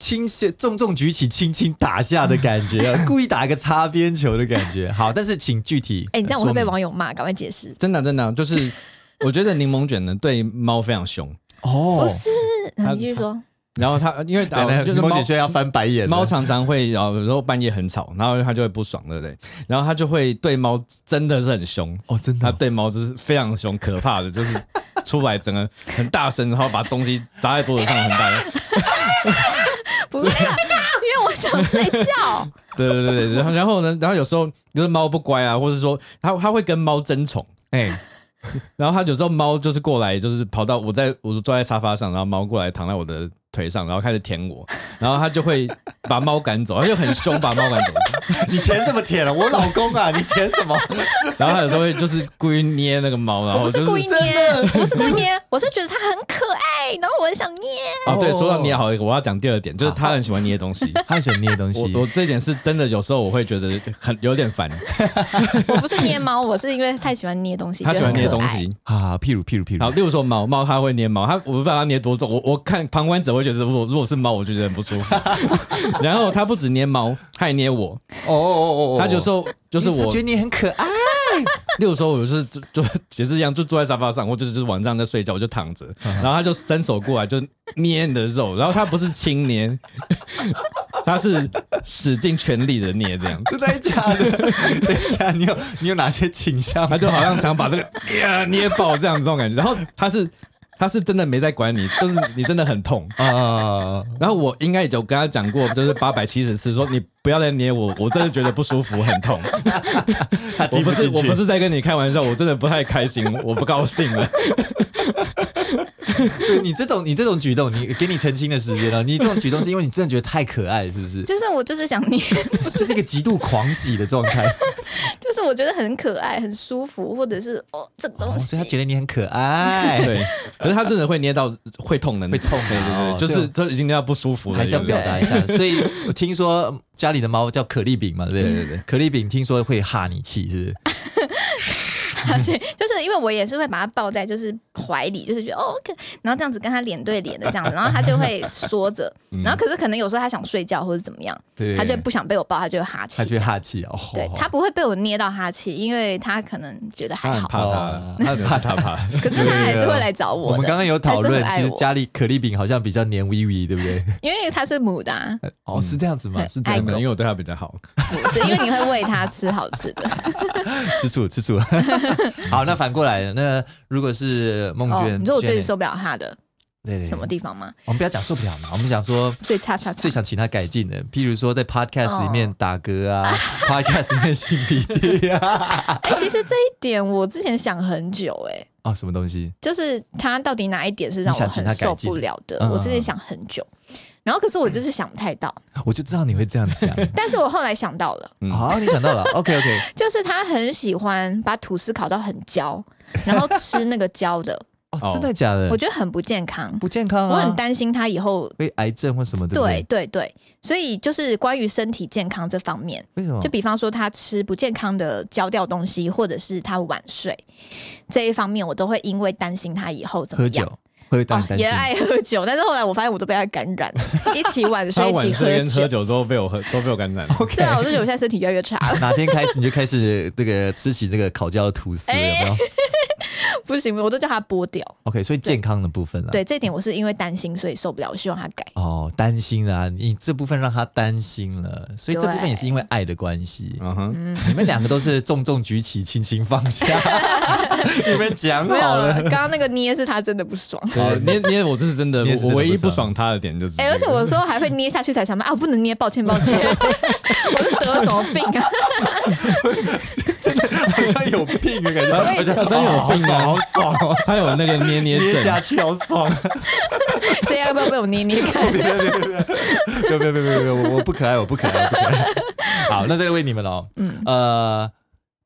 Speaker 1: 轻些重重举起，轻轻打下的感觉啊，故意打一个擦边球的感觉。好，但是请具体，
Speaker 2: 哎，你这样我会被网友骂，赶快解释。
Speaker 3: 真的真的，就是 我觉得柠檬卷呢对猫非常凶，
Speaker 1: 哦
Speaker 2: 不，是，
Speaker 3: 他
Speaker 2: 你继续说。
Speaker 3: 然后他因为啊
Speaker 1: 奶奶
Speaker 3: 就是
Speaker 1: 某
Speaker 3: 猫
Speaker 1: 姐说要翻白眼了，
Speaker 3: 猫常常会，然后有时候半夜很吵，然后它就会不爽，对不对？然后它就会对猫真的是很凶，
Speaker 1: 哦，真
Speaker 3: 它
Speaker 1: 的
Speaker 3: 对猫就是非常凶，可怕的，就是出来整个很大声，然后把东西砸在桌子上，很大声。
Speaker 2: 不要睡觉， 因为我想睡 觉。
Speaker 3: 对对对对，然后然后呢，然后有时候就是猫不乖啊，或者说它它会跟猫争宠，
Speaker 1: 哎，
Speaker 3: 然后它有时候猫就是过来，就是跑到我在我坐在沙发上，然后猫过来躺在我的腿上，然后开始舔我，然后它就会把猫赶走，它就很凶把猫赶走。
Speaker 1: 你舔什么舔了？我老公啊，你舔 什么？
Speaker 3: 然后他有时候会就是故意捏那个猫，
Speaker 1: 哦
Speaker 3: 然
Speaker 2: 我
Speaker 3: 后
Speaker 2: 不
Speaker 3: 就是
Speaker 2: 故意
Speaker 3: 是
Speaker 2: 捏，我不是故意捏，我是觉得它很可爱，然后我很想捏。
Speaker 3: 哦，对，说到捏好，我要讲第二点，就是他很喜欢捏东西。
Speaker 1: 他喜欢捏东
Speaker 3: 我我这一点是真的，有时候我会觉得很有点烦，
Speaker 2: 我不是捏猫，我是因为太喜欢捏东西，
Speaker 3: 他喜欢
Speaker 2: 觉
Speaker 3: 捏
Speaker 2: 得很
Speaker 3: 东
Speaker 2: 可爱。
Speaker 3: 西。
Speaker 1: 啊，譬如譬如譬
Speaker 3: 好，
Speaker 1: 如，
Speaker 3: 例如说猫，猫它会捏猫，它我不知道它捏多重，我我看旁观者会觉得，如果如果是猫，我就觉得很不舒 服。 然后它不止捏猫，它也捏我，
Speaker 1: 哦哦哦
Speaker 3: 它有时候就是我
Speaker 1: 觉得你很可爱，
Speaker 3: 例如说，我就是就就也是一样，就坐在沙发上，或者就是晚上在睡觉，我就躺着，
Speaker 1: 嗯
Speaker 3: 然后他就伸手过来就捏你的肉，然后他不是轻 捏，他是使尽全力的捏，这样，
Speaker 1: 真的假的？ 等一下，你有你有哪些倾向
Speaker 3: 他？就好像想把这个捏捏爆这样子这种感觉，然后他是他是真的没在管你，就是你真的很痛。
Speaker 1: 啊，
Speaker 3: 然后我应该也有跟他 讲过，就是八百七十次，说你不要再捏我，我真的觉得不舒服，很 痛。
Speaker 1: 他
Speaker 3: 我
Speaker 1: 听
Speaker 3: 不是
Speaker 1: 进
Speaker 3: 我
Speaker 1: 去，
Speaker 3: 不是在跟你开玩笑，我真的不太 开心，我不高兴了。
Speaker 1: 所以你这种你这种举动，你给你澄清的时间了。你这种举动是因为你真的觉得太可爱，是不是？
Speaker 2: 就是我就是想捏，
Speaker 1: 这是一个哦极度狂喜的状 态，
Speaker 2: 就是我觉得很可爱、很舒服，或者是哦这个
Speaker 1: 哦
Speaker 2: 东西
Speaker 1: 所以他。觉得你很可爱，
Speaker 3: 对，可是他真的会捏到会痛的
Speaker 1: 会
Speaker 3: 那种，
Speaker 1: 痛的，
Speaker 3: 对
Speaker 1: 哦
Speaker 3: 对对，就
Speaker 1: 所
Speaker 3: 是
Speaker 1: 以
Speaker 3: 这已经捏到不舒服
Speaker 1: 我
Speaker 3: 了，
Speaker 1: 还是要
Speaker 3: 有
Speaker 1: 表
Speaker 3: 点
Speaker 1: 达一下。所以我听说家里的猫叫可丽饼嘛，对不对？对对对，可丽饼听说会哈你气，是不是？
Speaker 2: 啊 而且就是因为我也是会把它抱在就是怀里，就是觉得哦可，然后这样子跟它脸对脸的这样子，然后它就会缩 着，然后可是可能有时候它想睡觉或者怎么样，
Speaker 1: 嗯对，
Speaker 2: 它就不想被我抱，它就会哈
Speaker 1: 他
Speaker 2: 气
Speaker 1: 就。会哈气哦。
Speaker 2: 对，它不会被我捏到哈气，因为它可能觉得
Speaker 3: 他
Speaker 2: 还
Speaker 3: 很
Speaker 2: 好，
Speaker 3: 怕
Speaker 1: 哦
Speaker 3: 他，他怕他怕，
Speaker 2: 可是它还是会来找我的。
Speaker 1: 我们刚刚有讨论，
Speaker 2: 它
Speaker 1: 其实
Speaker 2: 是很爱我
Speaker 1: 家里可丽饼好像比较黏 Vivi，对不对？
Speaker 2: 因为它是母的、啊，
Speaker 1: 哦，是这样子吗
Speaker 2: 对？
Speaker 1: 是
Speaker 3: 对
Speaker 2: 爱
Speaker 3: 因
Speaker 2: 狗
Speaker 3: 为我对他比较好。
Speaker 2: 不是因为你会喂它吃好吃 的。
Speaker 1: 吃醋吃醋。 好，那反过来了，那如果是孟
Speaker 2: 哦，
Speaker 1: 娟，
Speaker 2: 你说我最
Speaker 1: Janet，
Speaker 2: 受不了它的
Speaker 1: 对对
Speaker 2: 什么
Speaker 1: 对，
Speaker 2: 地方吗？
Speaker 1: 我们不要讲受不了嘛，我们讲说。
Speaker 2: 最差差差
Speaker 1: 最。想请他改进的，譬如说在 podcast 里面
Speaker 2: 哦
Speaker 1: 打嗝啊，podcast 里面擤鼻涕 啊，
Speaker 2: 哎、其实这一点我之前想很久、哎，
Speaker 1: 哦，什么东西？
Speaker 2: 就是它到底哪一点是让我
Speaker 1: 你想请
Speaker 2: 很
Speaker 1: 它改
Speaker 2: 受
Speaker 1: 进
Speaker 2: 不了的？
Speaker 1: 嗯
Speaker 2: 我之前想很久，然后可是我就是想不太到，
Speaker 1: 我就知道你会这样讲。
Speaker 2: 但是我后来想到了，
Speaker 3: 嗯
Speaker 1: 好，你想到了，OK OK，
Speaker 2: 就是他很喜欢把吐司烤到很焦，然后吃那个焦 的，
Speaker 1: 哦，
Speaker 3: 哦
Speaker 1: 真的假的
Speaker 2: 我？觉得很不健康。
Speaker 1: 不健康
Speaker 2: 我很
Speaker 1: 啊，
Speaker 2: 担心他以后，
Speaker 1: 会癌症或什么的。不
Speaker 2: 对，对对，所以就是关于身体健康这方面，
Speaker 1: 为什么
Speaker 2: 就？比方说他吃不健康的焦掉东西，或者是他晚睡这一方面，我都会因为担心他以后怎么
Speaker 1: 喝
Speaker 2: 样。
Speaker 1: 酒会让
Speaker 2: 哦
Speaker 1: 你，担
Speaker 2: 也
Speaker 1: 心？
Speaker 2: 爱喝酒， 但是后来我发现我都被他感染了，一起晚
Speaker 3: 他
Speaker 2: 睡，一
Speaker 3: 晚
Speaker 2: 起
Speaker 3: 睡跟
Speaker 2: 酒
Speaker 3: 喝。酒都被我喝都被我感 染了。
Speaker 2: 对啊，我就觉得我现在身体越来越差了，
Speaker 1: 哪天开始你就开始这个吃起这个烤焦的吐司，有
Speaker 2: 哎
Speaker 1: 没有
Speaker 2: 不行，我都叫他剥掉。
Speaker 1: ？OK，所以健康的部分啦，
Speaker 2: 对，这一点我是因为担心，所以受不了，我希望他改。
Speaker 1: 哦，担心啊，你这部分让他担心了，所以这部分也是因为爱的关系。
Speaker 3: 嗯哼，
Speaker 1: 你们两个都是重重举起，轻轻放 下，你们讲
Speaker 2: 没有
Speaker 1: 好
Speaker 2: 了，
Speaker 1: 了。
Speaker 2: 刚刚那个捏是他真的不爽。
Speaker 3: 好捏捏我这是真的，
Speaker 1: 你也是真
Speaker 3: 我
Speaker 1: 的
Speaker 3: 我唯一
Speaker 1: 不
Speaker 3: 不
Speaker 1: 爽
Speaker 3: 爽他的点就是这
Speaker 2: 哎、
Speaker 3: 个，
Speaker 2: 而且我说还会捏下去才想到啊，我不能捏，抱歉抱歉， 我是得了什么病啊？
Speaker 1: 真的好像有病的感觉，
Speaker 2: 我也觉得哦
Speaker 1: 好像
Speaker 3: 好爽
Speaker 1: 好爽哦，
Speaker 3: 他有那个捏捏
Speaker 1: 捏下
Speaker 3: 症，
Speaker 1: 去好爽。
Speaker 2: 这要不要被我捏捏看？
Speaker 1: 别别别别别别别别，我我不可爱，我不可爱，我不可爱。好，那再问你们喽。嗯，呃，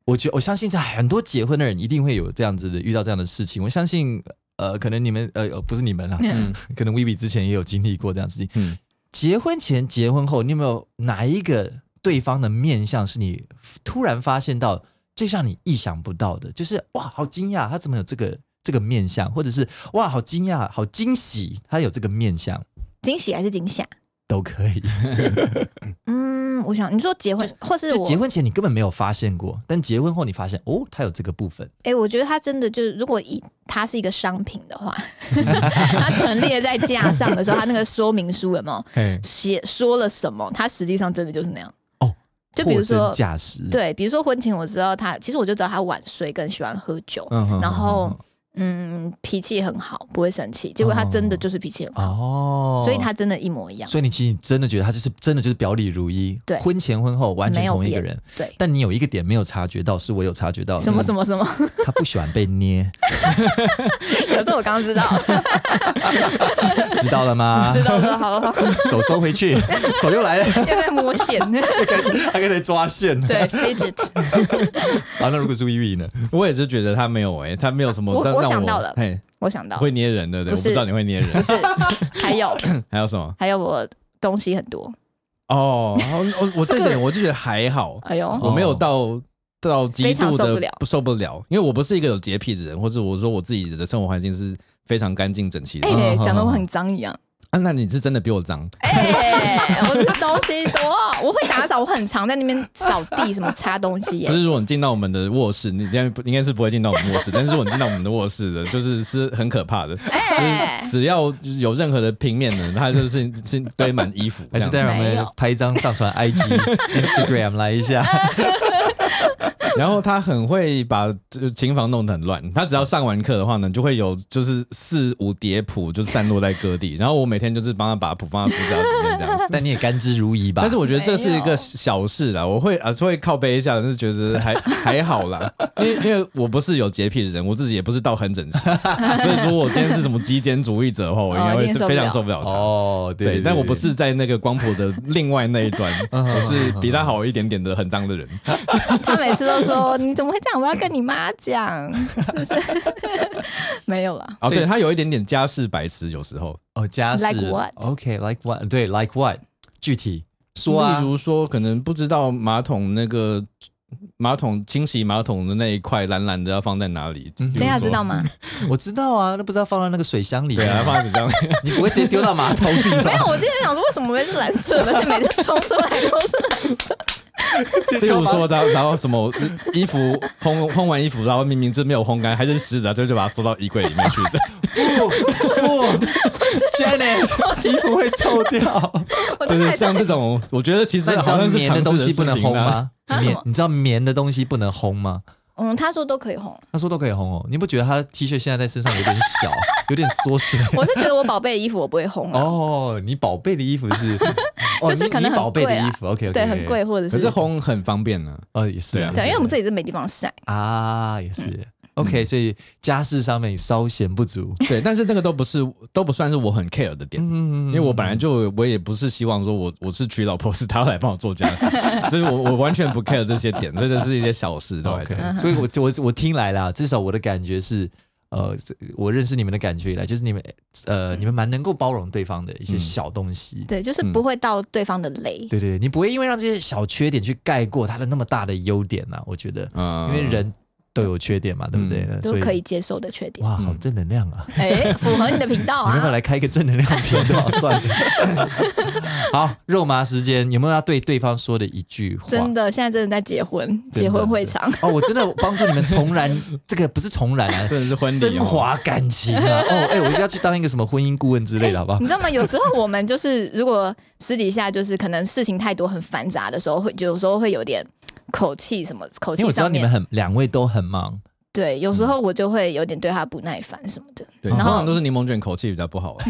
Speaker 1: 我觉我相信在很多结婚的人一定会有这样子的遇到这样的事情。我相信，呃，可能你们呃不是你们啦，
Speaker 3: 嗯
Speaker 1: 可能 Vivi 之前也有经历过这样的事情。
Speaker 3: 嗯，
Speaker 1: 结婚前、结婚后，你有没有哪一个对方的面相是你突然发现到最让你意想不到的？就是哇，好惊讶，他怎么有这个这个面相？或者是哇，好惊讶，好惊喜，他有这个面相。
Speaker 2: 惊喜还是惊吓？
Speaker 1: 都可以。
Speaker 2: 嗯，我想你说结婚，或是
Speaker 1: 就
Speaker 2: 我
Speaker 1: 结婚前你根本没有发现过，但结婚后你发现哦，他有这个部分。
Speaker 2: 哎、我觉得它真的就是，如果以它是一个商品的话， 它陈列在架上的时候，它那个说明书有没有
Speaker 1: 嘿，
Speaker 2: 写说了什么？它实际上真的就是那样。
Speaker 1: 哦，
Speaker 2: 就比如
Speaker 1: 货
Speaker 2: 说
Speaker 1: 真，价实，
Speaker 2: 对，比如说婚前我知道他，其实我就知道他晚睡，更喜欢喝酒，
Speaker 3: 嗯哼
Speaker 2: 然后嗯脾气很好，不会生气。结果他真的就是脾气很好，
Speaker 1: 哦，
Speaker 2: 所以他真的一模一样。
Speaker 1: 所以你其实真的觉得他就是真的就是表里如一，
Speaker 2: 对
Speaker 1: 婚前婚后完全同一个
Speaker 2: 没有
Speaker 1: 人。
Speaker 2: 对，
Speaker 1: 但你有一个点没有察觉到，是我有察觉到的，嗯
Speaker 2: 什么什么什么，
Speaker 1: 他不喜欢被 捏，
Speaker 2: 有这我刚刚知道，
Speaker 1: 知道了吗
Speaker 2: 知？道了，好好，
Speaker 1: 手收回 去，手又来了，
Speaker 2: 又在摸线，
Speaker 1: 他刚才抓线。
Speaker 2: 对，fidget，
Speaker 1: 啊，那如果是 Vivi 呢？
Speaker 3: 我也是觉得他没有哎、他没有什么
Speaker 2: 我
Speaker 3: 让
Speaker 2: 我
Speaker 3: 让
Speaker 2: 想到了
Speaker 3: 嘿，
Speaker 2: 我想到
Speaker 3: 会捏人对不对？
Speaker 2: 不
Speaker 3: 我
Speaker 2: 是
Speaker 3: 不知道你会捏人，
Speaker 2: 是，还有
Speaker 3: 还有什 么？
Speaker 2: 还有我东西很多，
Speaker 3: 哦，然后我我这一点我就觉得还好，
Speaker 2: 哎呦，
Speaker 3: 我没有到到极度
Speaker 2: 非常受不
Speaker 3: 的
Speaker 2: 了
Speaker 3: 受不了，因为我不是一个有洁癖的人，或者我说我自己的生活环境是非常干净整齐的
Speaker 2: 哎、。
Speaker 1: 嗯
Speaker 2: 讲的我很脏一样。
Speaker 3: 啊，那你是真的比我脏，
Speaker 2: 哎、我的东西多，我会打扫，我很常在那边扫地，什么擦东西耶、
Speaker 3: 可是如果你进到我们的卧室，你这样不应该是不会进到我们卧室，但是如果你进到我们的卧室的，就是是很可怕的。
Speaker 2: 哎、
Speaker 3: 只要有任何的平面呢，它就是是堆满衣服，
Speaker 1: 还是
Speaker 3: 这
Speaker 1: 待
Speaker 3: 样
Speaker 1: 会我
Speaker 2: 没
Speaker 1: 们
Speaker 2: 有
Speaker 1: 拍一张上传 IG、Instagram 来一下。
Speaker 3: 然后他很会把呃琴房弄得很乱。他只要上完课的话呢，就会有就是四五叠谱就散落在各地。然后我每天就是帮他把谱放到书架里面这样子。
Speaker 1: 但你也甘之如饴吧？
Speaker 3: 但是我觉得这是一
Speaker 2: 没有
Speaker 3: 个小事啦，我会啊会靠背一下，但是觉得还还好 啦，因为因为我不是有洁癖的人，我自己也不是到很 整齐，所以说我今天是什么极简主义者的话，我应该
Speaker 2: 哦
Speaker 3: 会
Speaker 2: 一定
Speaker 3: 是
Speaker 2: 受不
Speaker 3: 非常
Speaker 2: 了
Speaker 3: 受不了他。
Speaker 1: 哦，对
Speaker 3: 对，嗯
Speaker 1: 对，
Speaker 3: 但我
Speaker 1: 对
Speaker 3: 不是在那个光谱的另外那一 端，我是比他好一点点的很脏的人。
Speaker 2: 他每次都说你怎么会这样？我要跟你妈讲，就是没有了。
Speaker 3: 哦，
Speaker 1: 所以
Speaker 3: 对他有一点点家世白痴，有时候，
Speaker 1: 哦，家事
Speaker 2: Like what？
Speaker 1: OK，like what？对，like what？具体说啊
Speaker 3: 例，如说可能不知道马桶那个呃马桶清洗马桶的那一块蓝蓝的要放在哪里，
Speaker 1: 嗯
Speaker 3: 比
Speaker 2: 这
Speaker 3: 如
Speaker 2: 下
Speaker 3: 说
Speaker 2: 知道？吗？
Speaker 1: 我知道啊，那不知道放到那个水箱里
Speaker 3: 对啊，
Speaker 1: 啊，
Speaker 3: 放在纸张。
Speaker 1: 你不会直接丢到马桶里
Speaker 2: 没有，
Speaker 1: 吧？
Speaker 2: 我之前想说为什么会是蓝色的，而且每次冲出来都是蓝色。
Speaker 3: 例如说他，然后什么衣服烘 烘完衣服，然后明明是没有烘干，还是湿的，就就把它收到衣柜里面 去。
Speaker 1: 不不，Janet，衣服会臭掉。
Speaker 2: 我
Speaker 3: 就
Speaker 2: 真的
Speaker 3: 是
Speaker 2: 还
Speaker 3: 像这种，我觉得其实
Speaker 1: 那你
Speaker 3: 好
Speaker 1: 知道
Speaker 3: 像是
Speaker 1: 棉
Speaker 3: 常
Speaker 1: 的
Speaker 3: 识
Speaker 1: 东西
Speaker 3: 事
Speaker 1: 不能
Speaker 3: 情
Speaker 1: 烘
Speaker 3: 啊？
Speaker 1: 吗？
Speaker 2: 啊什
Speaker 1: 棉
Speaker 2: 么，
Speaker 1: 你知道棉的东西不能烘吗？
Speaker 2: 嗯，他说都可以红。
Speaker 1: 他说都可以烘哦，你不觉得他 T 恤现在在身上有点 小，有点缩水？
Speaker 2: 我是觉得我宝贝的衣服我不会红、啊，
Speaker 1: 哦，你宝贝的衣服是，哦
Speaker 2: 就是
Speaker 1: 你
Speaker 2: 可能
Speaker 1: 你
Speaker 2: 很
Speaker 1: 宝贝的
Speaker 2: 贵啊
Speaker 1: 衣服，OK，
Speaker 2: 对，很贵，或者
Speaker 3: 可
Speaker 2: 是
Speaker 3: 是烘很方便呢、
Speaker 1: 哦，也是
Speaker 3: 对啊
Speaker 2: 对，因为我们这里是没地方晒。
Speaker 1: 啊，也
Speaker 3: 嗯
Speaker 1: 是 OK，所以家事上面稍显不足，
Speaker 3: 对，但是那个都不是，都不算是我很 care 的点。
Speaker 1: 嗯
Speaker 3: 因为我本来就我也不是希望说我我是娶老婆是她来帮我做家事，所以我我完全不 care 这些点，所以这是一些小事，哎对吧
Speaker 1: OK，所以
Speaker 2: 嗯
Speaker 1: 我我我听来啦，至少我的感觉是，呃，这我认识你们的感觉以来，就是你们呃，你们蛮能够包容对方的一
Speaker 3: 嗯
Speaker 1: 些小东西。
Speaker 2: 嗯对，就是不会到对方的雷。
Speaker 1: 对对，你不会因为让这些小缺点去盖过他的那么大的优点啊呐、我觉得，因
Speaker 3: 嗯，
Speaker 1: 为人都有缺点嘛，对不对？呃
Speaker 2: 都
Speaker 1: 所以
Speaker 2: 可以接受的缺点。
Speaker 1: 哇，好
Speaker 3: 嗯
Speaker 1: 正能量啊！
Speaker 2: 哎、符合你的频 道
Speaker 1: 你们要不要
Speaker 2: 啊！
Speaker 1: 来开一个正能量 频道？算了。 好，肉麻时间，有没有要对对方说的一句话？
Speaker 2: 真的，现在真的在结婚，
Speaker 1: 真的
Speaker 2: 结婚会场。
Speaker 1: 哦，我真的帮助你们重燃这个不是重燃 啊，
Speaker 3: 真的是婚礼哦
Speaker 1: 升华感情啊！哦，哎、我是要去当一个什么婚姻顾问之类的，好不好
Speaker 2: 你？知道吗？有时候我们就是如果私底下就是可能事情太多很繁杂的时候，会有时候会有点口气什么口
Speaker 1: 因为
Speaker 2: 气
Speaker 1: 我知道
Speaker 2: 上
Speaker 1: 你们
Speaker 2: 面，
Speaker 1: 很嗯两位都很忙，
Speaker 2: 对，有时候我就会有点对他不耐烦什么的。
Speaker 3: 对，
Speaker 1: 然
Speaker 3: 通
Speaker 1: 后
Speaker 3: 常都是柠檬卷口气比较不好、啊，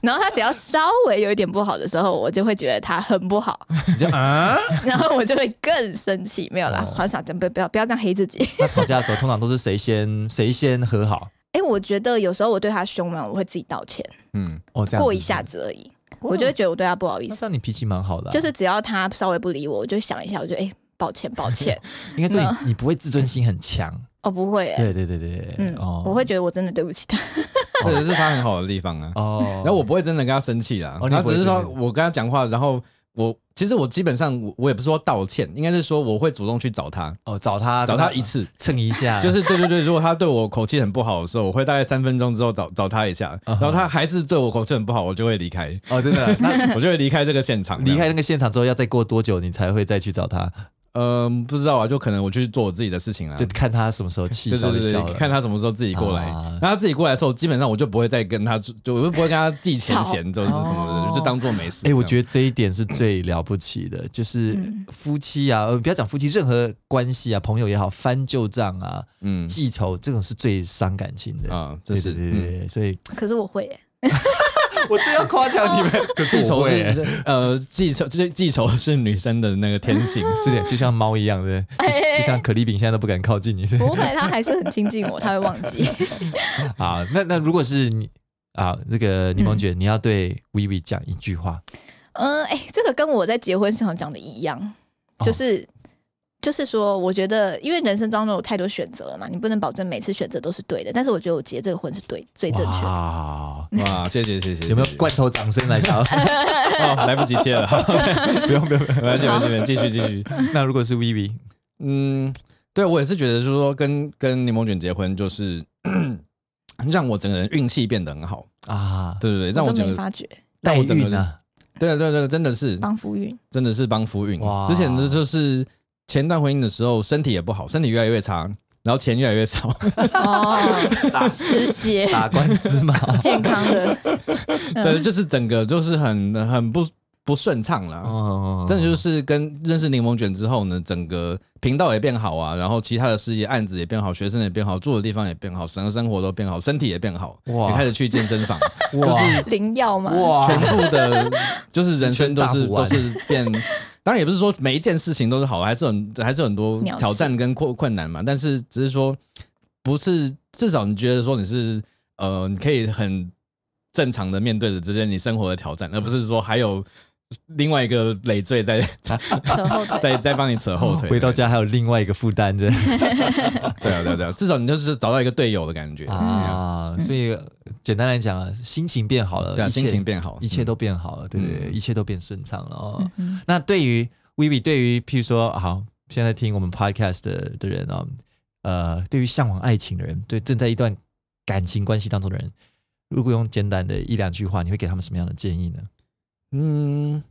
Speaker 2: 然后他只要稍微有一点不好的时候，我就会觉得他很 不好，
Speaker 1: 你 就啊，
Speaker 2: 然后我就会更生气。没有啦，
Speaker 1: 哦
Speaker 2: 好想真不不要不要这样黑 自己。
Speaker 1: 那吵架的时候通常都是谁先谁先和好
Speaker 2: 哎、我觉得有时候我对他凶完，我会自己道歉，
Speaker 3: 嗯，
Speaker 1: 哦，这样子
Speaker 2: 过一下，子而已。我就会觉得我对他不好意
Speaker 1: 那
Speaker 2: 思。
Speaker 1: 像你脾气蛮好的啊、
Speaker 2: 就是只要他稍微不理我，我就想一下，我就哎、抱歉，抱 歉。
Speaker 1: 应该说
Speaker 2: 嗯
Speaker 1: 你你不会自尊心很 强，
Speaker 2: 哦，不会、欸，
Speaker 1: 对对对对，对
Speaker 2: 嗯，
Speaker 1: 哦，
Speaker 2: 我会觉得我真的对不起他。
Speaker 3: 或者是他很好的地方啊。
Speaker 1: 哦，
Speaker 3: 然后我不会真的跟他生气啦，
Speaker 1: 哦你
Speaker 3: 然
Speaker 1: 不
Speaker 3: 后
Speaker 1: 会
Speaker 3: 只是
Speaker 1: 真
Speaker 3: 说
Speaker 1: 的
Speaker 3: 我跟他讲话，然后我其实我基本上我我也不是说道歉，应该是说我会主动去找他，
Speaker 1: 哦，找他
Speaker 3: 找他一次
Speaker 1: 蹭一下，
Speaker 3: 就是对对对，如果他对我口气很不好的时候，我会大概三分钟之后找找他一下，
Speaker 1: 嗯
Speaker 3: 然后他还是对我口气很不好，我就会离开，
Speaker 1: 哦，真的，那
Speaker 3: 我就会离开这个现 场，
Speaker 1: 离开那个现场之后要再过多久你才会再去找他？
Speaker 3: 嗯，不知道啊，就可能我去做我自己的事情啦。
Speaker 1: 就看他什么时候气
Speaker 3: 对
Speaker 1: 消
Speaker 3: 对
Speaker 1: 一
Speaker 3: 对
Speaker 1: 消
Speaker 3: 对，
Speaker 1: 了。
Speaker 3: 看他什么时候自己过来
Speaker 1: 啊。
Speaker 3: 那他自己过来的时候，基本上我就不会再跟他，就我就不会跟他记前嫌，就是什么
Speaker 1: 哦
Speaker 3: 的，就当做没事。
Speaker 1: 哎、我觉得这一点是最了不起 的，就是
Speaker 3: 嗯
Speaker 1: 夫妻啊，呃不要讲夫妻，任何关系啊，朋友也好，翻旧账啊、
Speaker 3: 得，嗯
Speaker 1: 记仇，这种是最伤感情的。
Speaker 3: 啊，这
Speaker 1: 对
Speaker 3: 是
Speaker 1: 对对对
Speaker 3: 嗯
Speaker 1: 对，所以
Speaker 2: 可是我会、欸，
Speaker 1: 我真要夸奖你们， 可
Speaker 3: 哦嗯记仇
Speaker 1: 会
Speaker 3: 是呃记仇，这记仇是女生的那个天 性。
Speaker 1: 是的，就像猫一样的，就
Speaker 2: 哎哎哎
Speaker 1: 就像可丽饼现在都不敢靠近你。是
Speaker 2: 不会，他还是很亲近我，他会忘记。
Speaker 3: 嗯
Speaker 1: 啊，那那如果是你啊，这个柠檬
Speaker 3: 嗯
Speaker 1: 姐，你要对 Vivi 讲一句话，
Speaker 2: 嗯，哎、这个跟我在结婚上讲的一样，
Speaker 1: 哦
Speaker 2: 就是、就是说，我觉得因为人生当中有太多选择了嘛，你不能保证每次选择都是对的。但是我觉得我结这个婚是对最正确的。
Speaker 1: 哇，
Speaker 3: 哇，谢谢谢谢，
Speaker 1: 有没有
Speaker 3: 谢谢？
Speaker 1: 罐头掌声来 瞧？
Speaker 3: 哦，来不及切了，
Speaker 1: 不用不用。不用
Speaker 3: 没关系没关系没关系，继续继续。
Speaker 1: 那如果是 Vivi，
Speaker 3: 嗯，对我也是觉得，就是说跟跟柠檬卷结婚，就是 让我整个人运气变得很好。
Speaker 1: 啊，
Speaker 3: 对对对，让
Speaker 2: 我
Speaker 3: 我
Speaker 2: 都
Speaker 3: 整
Speaker 2: 没
Speaker 3: 个
Speaker 2: 发哦觉，
Speaker 1: 代
Speaker 3: 那我整个
Speaker 1: 孕啊，
Speaker 3: 对对对，真的是
Speaker 2: 帮 夫运。
Speaker 3: 真的是帮夫运
Speaker 1: 哇。
Speaker 3: 之前的就是前段婚姻的时候，身体也不好，身体越来越差，然后钱越来越 少，
Speaker 2: 哦，失血，
Speaker 1: 打官司 嘛，
Speaker 2: 健康的，
Speaker 3: 对，就是整个就是很很不不顺畅啦。
Speaker 1: 哦，
Speaker 3: 啊真的就是跟认识柠檬卷之后呢，整个频道也变好啊，然后其他的事业案子也变好，学生也变好，住的地方也变好，整个生活都变好，身体也变好，
Speaker 1: 哇
Speaker 3: 也开始去健身房，
Speaker 1: 哇
Speaker 2: 灵药嘛。
Speaker 1: 哇
Speaker 3: 全 部的，就是人生都
Speaker 1: 啊一
Speaker 3: 是
Speaker 1: 圈大补丸
Speaker 3: 都是变。当然也不是说每一件事情都是好，还是有很还是有很多
Speaker 2: 鸟事
Speaker 3: 挑战跟困困难嘛。但是只是说，不是至少你觉得说你是呃，你可以很正常的面对着这些你生活的挑战，而不是说还有另外一个累 赘在
Speaker 2: 扯后腿
Speaker 3: 在在帮你扯后腿。
Speaker 1: 回到家还有另外一个负担这
Speaker 3: 对啊对啊对啊，至少你就是找到一个队友的感觉，
Speaker 1: 啊，所以简单来讲啊，心情变好了，
Speaker 3: 嗯对啊，
Speaker 1: 一切
Speaker 3: 心情变好，
Speaker 1: 一切都变好了，对对，对
Speaker 3: 嗯
Speaker 1: 一切都变顺畅了哦
Speaker 2: 嗯。哼
Speaker 1: 那对于 Vivi，对于譬如说，好，现在听我们 podcast 的的人啊、呃，对于向往爱情的人，对正在一段感情关系当中的人，如果用简短的一两句话，你会给他们什么样的建议呢？
Speaker 3: 嗯，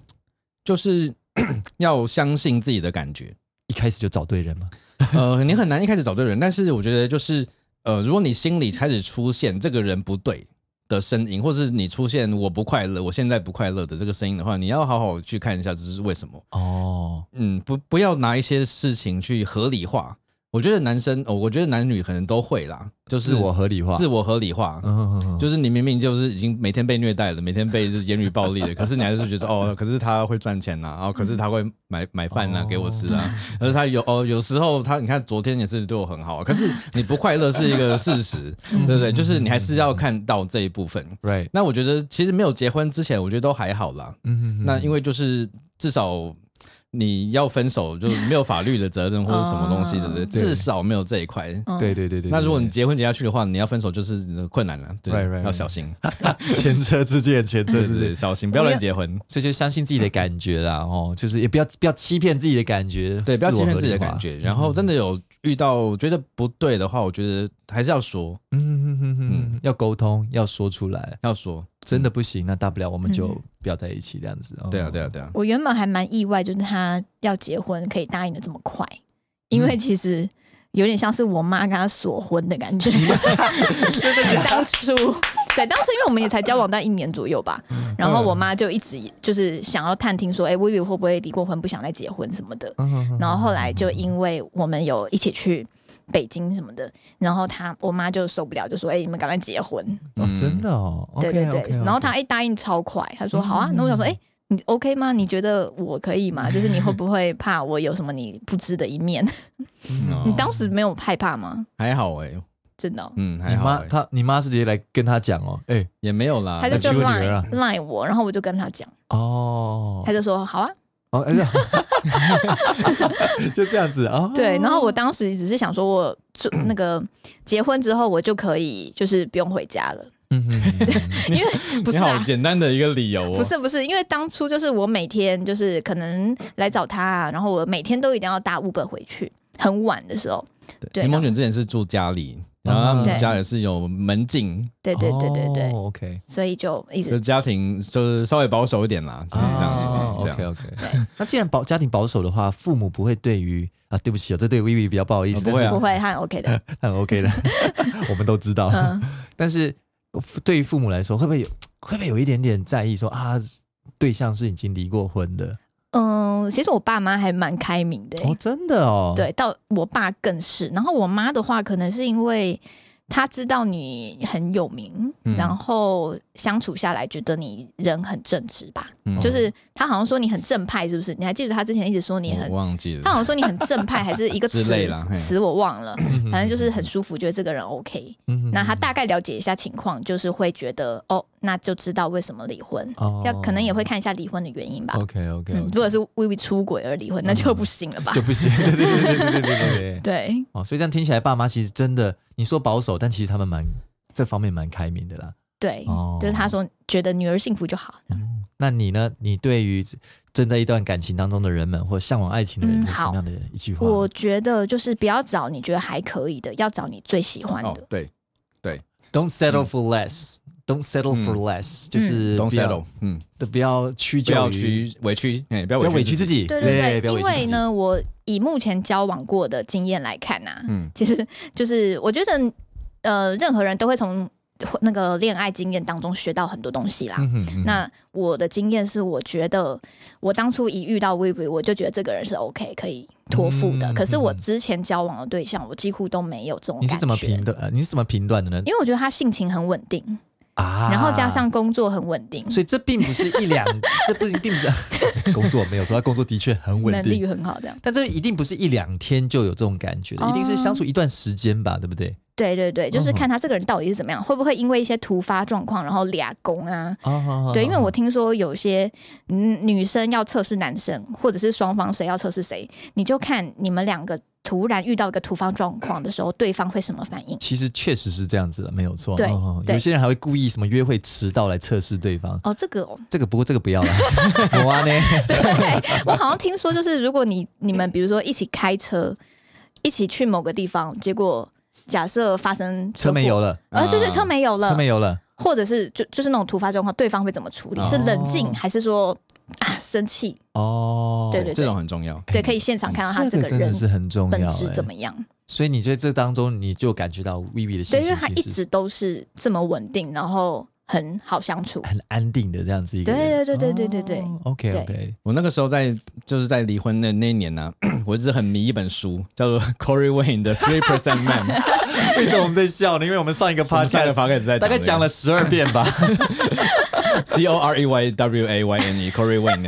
Speaker 3: 就是 要相信自己的感觉。
Speaker 1: 一开始就找对人吗？
Speaker 3: 呃，你很难一开始找对人，但是我觉得就是呃，如果你心里开始出现这个人不对的声音，或是你出现我不快乐，我现在不快乐的这个声音的话，你要好好去看一下这是为什么。
Speaker 1: 哦，
Speaker 3: 嗯，不不要拿一些事情去合理化。我觉得男生，哦，我觉得男女可能都会啦，就是
Speaker 1: 自我合理化，
Speaker 3: 自我合理化。
Speaker 1: 嗯嗯嗯嗯
Speaker 3: 就是你明明就是已经每天被虐待了，每天被就是言语暴力了，可是你还是觉得哦，可是他会赚钱呐、然、后可是他会买买饭呐、
Speaker 1: 哦
Speaker 3: 给我吃啊，可是他有哦，有时候他你看昨天也是对我很好，可是你不快乐是一个事实，
Speaker 1: 嗯
Speaker 3: 对不对？就是你还是要看到这一部分。
Speaker 1: right，
Speaker 3: 那我觉得其实没有结婚之前，我觉得都还好啦。
Speaker 1: 嗯
Speaker 3: 那因
Speaker 1: 为
Speaker 3: 为就是至少你要分手，就是没有法律的责任或者什么东西的，对不对
Speaker 1: 啊对
Speaker 3: 至少没有这一块。
Speaker 2: 嗯
Speaker 1: 对对对对，
Speaker 3: 那如果你
Speaker 1: 对
Speaker 3: 结婚结下去的话，你要分手就是困难了，对
Speaker 1: Right, right,
Speaker 3: 要
Speaker 1: right.
Speaker 3: 小心。
Speaker 1: 对前车之鉴，前车
Speaker 3: 对
Speaker 1: 之
Speaker 3: 对
Speaker 1: 鉴
Speaker 3: 对，，小心，不要乱结婚。
Speaker 1: 所以就相信自己的感觉啦，哦，就是也不要不要欺骗自己的感觉，
Speaker 3: 对，不要欺骗自己的
Speaker 1: 我合理化嗯
Speaker 3: 感，觉。然后真的有遇到觉得不对的话，我觉得还是要说，
Speaker 1: 嗯嗯嗯嗯，要沟通，要说出来，
Speaker 3: 要说。
Speaker 1: 真的不行，那大不了我们就
Speaker 2: 嗯
Speaker 1: 不要在一起这样子。哦
Speaker 3: 对啊，对啊，，对啊。
Speaker 2: 我原本还蛮意外，就是他要结婚可以答应的这么快，因为其实有点像是我妈跟他索婚的感觉。当初对，当时因为我们也才交往到一年左右吧，然后我妈就一直就是想要探听说，哎、我以为会不会离过婚，不想再结婚什么的。
Speaker 1: 嗯
Speaker 2: 然后后来就因为我们有一起去北京什么的，然后她我妈就受不了，就说：“哎、你们赶快结婚。”
Speaker 1: 哦，
Speaker 3: 嗯
Speaker 1: 真的哦，
Speaker 2: 对对
Speaker 1: OK，OK，OK
Speaker 2: 对，然后他哎答应超快，他
Speaker 1: 嗯
Speaker 2: 说好啊，那我想说哎。你 OK 吗？你觉得我可以吗？就是你会不会怕我有什么你不知的一面？
Speaker 3: 嗯
Speaker 2: 你当时没有害怕吗？
Speaker 3: 还好哎，
Speaker 2: 真的哦、
Speaker 3: 嗯，还
Speaker 1: 你
Speaker 3: 好
Speaker 1: 妈
Speaker 3: 欸，
Speaker 1: 她你妈是直接来跟他讲哦，哎
Speaker 3: 也没有啦。
Speaker 2: 他就
Speaker 1: 那
Speaker 2: 就
Speaker 1: 娶我女儿
Speaker 2: line
Speaker 1: 啊
Speaker 2: line 我，然后我就跟他讲，
Speaker 1: 哦
Speaker 2: 他，就说好啊，
Speaker 1: 哦 哎呀就这样子啊，哦
Speaker 2: 对。然后 我当时只是想说我，就那个结婚之后我就可以就是不用回家了，
Speaker 1: 嗯哼嗯哼，
Speaker 2: 因为不是
Speaker 3: 你好
Speaker 2: 啊。
Speaker 3: 简单的一个理由哦。
Speaker 2: 不是不是，因为当初就是我每天就是可能来找他、啊，然后我每天都一定要搭 Uber 回去，很晚的时候。对
Speaker 3: 柠檬卷之前是住家里，然后他
Speaker 1: 对
Speaker 3: 们家也是有门禁，
Speaker 2: 对对对对对，
Speaker 1: o k
Speaker 2: 所以就一
Speaker 3: 就
Speaker 2: 直
Speaker 3: 家庭就是稍微保守一点啦，只能这样
Speaker 1: 哦
Speaker 3: 说。这样
Speaker 1: ，OK OK。那既然保家庭保守的话，父母不会对于啊，对不起哦，这对 Vivi 比较不好意思，
Speaker 3: 啊不会啊
Speaker 2: 不会很 OK 的。
Speaker 1: 但是很 OK 的， 我们都知道。
Speaker 2: 嗯，
Speaker 1: 但是对于父母来说，会不会有会不会有一点点在意说啊，对象是已经离过婚的？
Speaker 2: 嗯，其实我爸妈还蛮开明的欸、
Speaker 1: 哦，真的哦，，
Speaker 2: 对，到我爸更是。然后我妈的话，可能是因为她知道你很有名，
Speaker 3: 嗯
Speaker 2: 然后相处下来觉得你人很正直吧。
Speaker 3: 嗯
Speaker 2: 就是她好像说你很正派，是不是？你还记得她之前一直说你
Speaker 3: 哦我
Speaker 2: 很
Speaker 3: 我，忘记
Speaker 2: 她好
Speaker 3: 了，
Speaker 2: 像说你很正派，还是一个词
Speaker 3: 之类啦嘿
Speaker 2: 词我忘了，反正就是很舒服，觉得这个人 OK。
Speaker 1: 嗯哼
Speaker 2: 那她大概了解一下情况，就是会觉得哦，那就知道为什么离婚。
Speaker 1: 哦
Speaker 2: 要可能也会看一下离婚的原因吧。
Speaker 1: OK OK，
Speaker 2: 嗯，如果是微微出轨而离婚，那就不行了吧？
Speaker 1: 嗯就不行，对对对对对对 对对。
Speaker 2: 对，
Speaker 1: 哦，所以这样听起来，爸妈其实真的，你说保守，但其实他们蛮这方面蛮开明的啦。
Speaker 2: 对，
Speaker 1: 哦嗯
Speaker 2: 就是他说觉得女儿幸福就好。
Speaker 1: 那你呢？你对于正在一段感情当中的人们，或向往爱情的人，
Speaker 2: 嗯
Speaker 1: 有什
Speaker 2: 好
Speaker 1: 么样的一句话？
Speaker 2: 我觉得就是不要找你觉得还可以的，要找你最喜欢
Speaker 4: 哦
Speaker 2: 的。，
Speaker 4: 对
Speaker 1: Don't settle for less. Don't settle for
Speaker 2: 嗯
Speaker 1: less，、就是
Speaker 4: ，Don't
Speaker 1: 不要
Speaker 4: settle，嗯，
Speaker 1: 对不要屈
Speaker 3: 不要
Speaker 1: 就于，
Speaker 3: 屈委屈，哎，不要
Speaker 1: 不要委
Speaker 3: 委
Speaker 1: 屈
Speaker 3: 屈
Speaker 1: 自
Speaker 3: 自己。
Speaker 1: 己，
Speaker 2: 对对
Speaker 1: 哎不
Speaker 2: 对，
Speaker 1: 要
Speaker 2: 因
Speaker 1: 委屈自己
Speaker 2: 为，呢，我以目前交往过的经验来看呐、
Speaker 4: 嗯
Speaker 2: 其实就是我觉得，呃，任何人都会从那个恋爱经验当中学到很多东西啦。
Speaker 1: 嗯哼嗯
Speaker 2: 那我的经验是，我觉得我当初一遇到 Vivi，我就觉得这个人是 OK 可以托付的。
Speaker 1: 嗯
Speaker 2: 可是我
Speaker 1: 嗯
Speaker 2: 之前交往的对象，我几乎都没有这种
Speaker 1: 你
Speaker 2: 感觉。
Speaker 1: 是怎么评断？呃你是怎么评断的呢？
Speaker 2: 因为我觉得他性情很稳定，
Speaker 1: 啊，
Speaker 2: 然后加上，工作很稳定，
Speaker 1: 所以这并不是一 两，这不是并不是 工作没有说他工作的确很稳
Speaker 2: 能力
Speaker 1: 定，
Speaker 2: 很好，这样。
Speaker 1: 但这一定不是一两天就有这种感觉的，一定是
Speaker 2: 哦
Speaker 1: 相处一段时间吧，对不对？
Speaker 2: 对对对，就是
Speaker 1: 嗯
Speaker 2: 看他这个人到底是怎么样，会不会因为一些突发状况，然后俩工啊。
Speaker 1: 哦，
Speaker 2: 对，因为我听说有些嗯女生要测试男生，或者是双方谁要测试谁，你就看你们两个突然遇到一个突发状况的时候，对方会什么反应。
Speaker 1: 其实确实是这样子的，没有错。
Speaker 2: 对
Speaker 1: 哦
Speaker 2: 对
Speaker 1: 有些人还会故意什么约会迟到来测试对方，
Speaker 2: 哦，这个、哦，
Speaker 1: 这个不过这个不 要了，我啊呢，
Speaker 2: 对我好像听说，就是如果你你们比如说一起开车，一起去某个地方，结果假设发生
Speaker 1: 车没
Speaker 2: 祸
Speaker 1: 有，了，啊
Speaker 2: 呃，就是车没有了，
Speaker 1: 车没有了。
Speaker 2: 或者是就就是那种突发状况，对方会怎么处理？
Speaker 3: 哦
Speaker 2: 是冷静还是说啊生气？
Speaker 1: 哦，
Speaker 2: 对对
Speaker 3: 这种
Speaker 2: 对，
Speaker 3: 很重要，
Speaker 2: 对，可以现场看到他
Speaker 1: 这
Speaker 2: 这个
Speaker 1: 真
Speaker 2: 人
Speaker 1: 的是很重
Speaker 2: 本
Speaker 1: 要、
Speaker 2: 质
Speaker 1: 欸
Speaker 2: 怎么样。
Speaker 1: 所以你在这当中，你就感觉到 Vivi 的信
Speaker 2: 对，
Speaker 1: 息
Speaker 2: 因为他
Speaker 1: 其
Speaker 2: 一
Speaker 1: 实
Speaker 2: 直都是这么稳定，然后很好相处。
Speaker 1: 很安定的这样子一个人。哦
Speaker 2: 对对对对对对对，
Speaker 1: OK
Speaker 2: 对
Speaker 1: OK，
Speaker 3: 我那个时候在就是在离婚的那一年呢、 我一直很迷一本书，叫做 Corey Wayne 的 Three Percent Man。
Speaker 1: 为什么我们在笑呢？因为我们上一个
Speaker 3: 我们上
Speaker 1: podcast
Speaker 3: 个 podcast 在
Speaker 1: 大概讲了十二遍吧。
Speaker 3: C O R E Y W A Y N E Corey Wayne。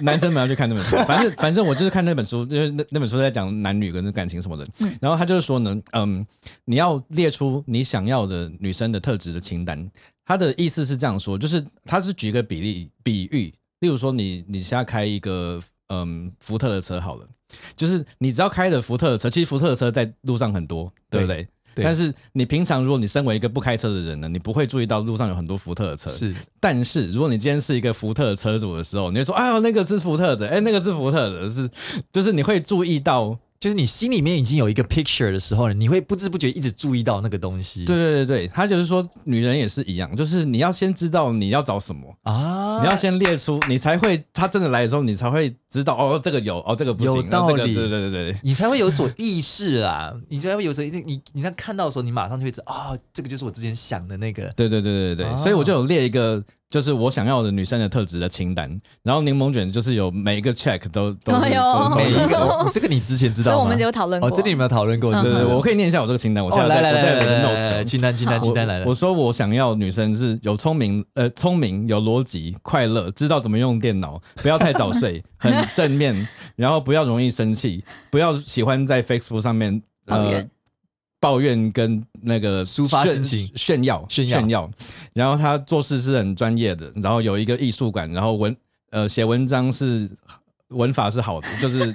Speaker 3: 男生们要去看那本书，反正反正我就是看那本书，就是那那本书在讲男女跟感情什么的。然后他就是说呢，嗯，你要列出你想要的女生的特质的清单。他的意思是这样说，就是他是举一个比例比喻，例如说你你现在开一个嗯福特的车好了，就是你只要开了福特的车，其实福特的车在路上很多，对不对？
Speaker 1: 对
Speaker 3: 但是你平常如果你身为一个不开车的人呢，你不会注意到路上有很多福特的车，
Speaker 1: 是
Speaker 3: 但是如果你今天是一个福特的车主的时候，你会说：“哎呦，那个是福特的，哎，那个是福特的，是就是你会注意到，
Speaker 1: 就是你心里面已经有一个 picture 的时候呢，你会不知不觉一直注意到那个东西。
Speaker 3: 对对
Speaker 1: 嗯
Speaker 3: 对对，他就是说女人也是一样，就是你要先知道你要找什么，
Speaker 1: 啊，
Speaker 3: 你要先列出，你才会他真的来的时候，你才会知道哦，这个有，哦，这个不行，
Speaker 1: 有道
Speaker 3: 那
Speaker 1: 理
Speaker 3: 这个对对对对。”
Speaker 1: 你才会有所意识啦，你才会有所一定，你你那看到的时候，你马上就会知道，哦，这个就是我之前想的那个。
Speaker 3: 对对对对对，
Speaker 1: 哦
Speaker 3: 所以我就有列一个
Speaker 1: 啊
Speaker 3: 就是我想要的女生的特质的清单，然后柠檬卷就是有每一个 check 都都是
Speaker 2: 哎呦
Speaker 3: 都
Speaker 1: 每
Speaker 3: 是
Speaker 1: 一
Speaker 3: 都是
Speaker 1: 个， 这个你之前知
Speaker 2: 所以
Speaker 1: 道吗？
Speaker 2: 我们有讨论过。
Speaker 1: 哦，这里有没有讨论过？
Speaker 2: 嗯
Speaker 1: 是
Speaker 3: 对
Speaker 1: 不
Speaker 3: 对，
Speaker 1: 是哦
Speaker 3: 对我可以念一下我这个清单，我现在
Speaker 1: 来来
Speaker 3: 在我
Speaker 1: 来
Speaker 3: 在我的
Speaker 1: 来
Speaker 3: notes
Speaker 1: 来，
Speaker 3: 哦
Speaker 1: 清单清单清单来了。
Speaker 3: 我说我想要女生是有聪明，呃，聪明、有逻辑、快乐，知道怎么用电脑，不要太早睡，很正面，然后不要容易生气，不要喜欢在 Facebook 上面
Speaker 2: 抱
Speaker 3: 呃
Speaker 2: 怨
Speaker 3: 抱怨跟那个
Speaker 1: 抒发
Speaker 3: 炫
Speaker 1: 心情
Speaker 3: 炫耀、
Speaker 1: 炫耀
Speaker 3: 然后他做事是很专业的，然后有一个艺术感，然后文呃写文章是文法是好的， 就是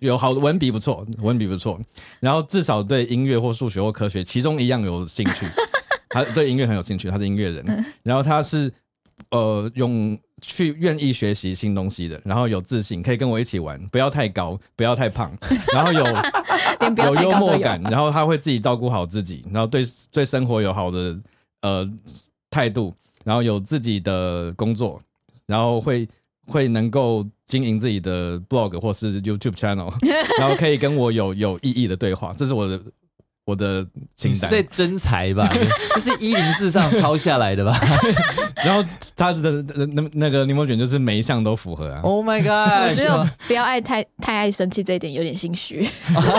Speaker 3: 有好的文笔不错，文笔不错，然后至少对音乐或数学或科学其中一样有兴趣。 他对音乐很有兴趣，他是音乐人，然后他是呃用去愿意学习新东西的，然后有自信，可以跟我一起玩，不要太高，不要太胖，然后有
Speaker 1: 呃
Speaker 2: 连不要太
Speaker 3: 幽
Speaker 2: 高都
Speaker 3: 默
Speaker 2: 有。
Speaker 3: 感，然后他会自己照顾好自己，然后对对生活有好的呃态度，然后有自己的工作，然后会会能够经营自己的 blog 或是 YouTube channel，然后可以跟我有有意义的对话，这是我的我的
Speaker 1: 你
Speaker 3: 清
Speaker 1: 是
Speaker 3: 单。
Speaker 1: 在真才吧？ 这是一零四上抄下来 的吧
Speaker 3: 然后他的那那个柠檬卷就是每一项都符合啊，
Speaker 1: ？Oh my god！
Speaker 2: 我只有不要爱太太爱生气这一点有点心虚。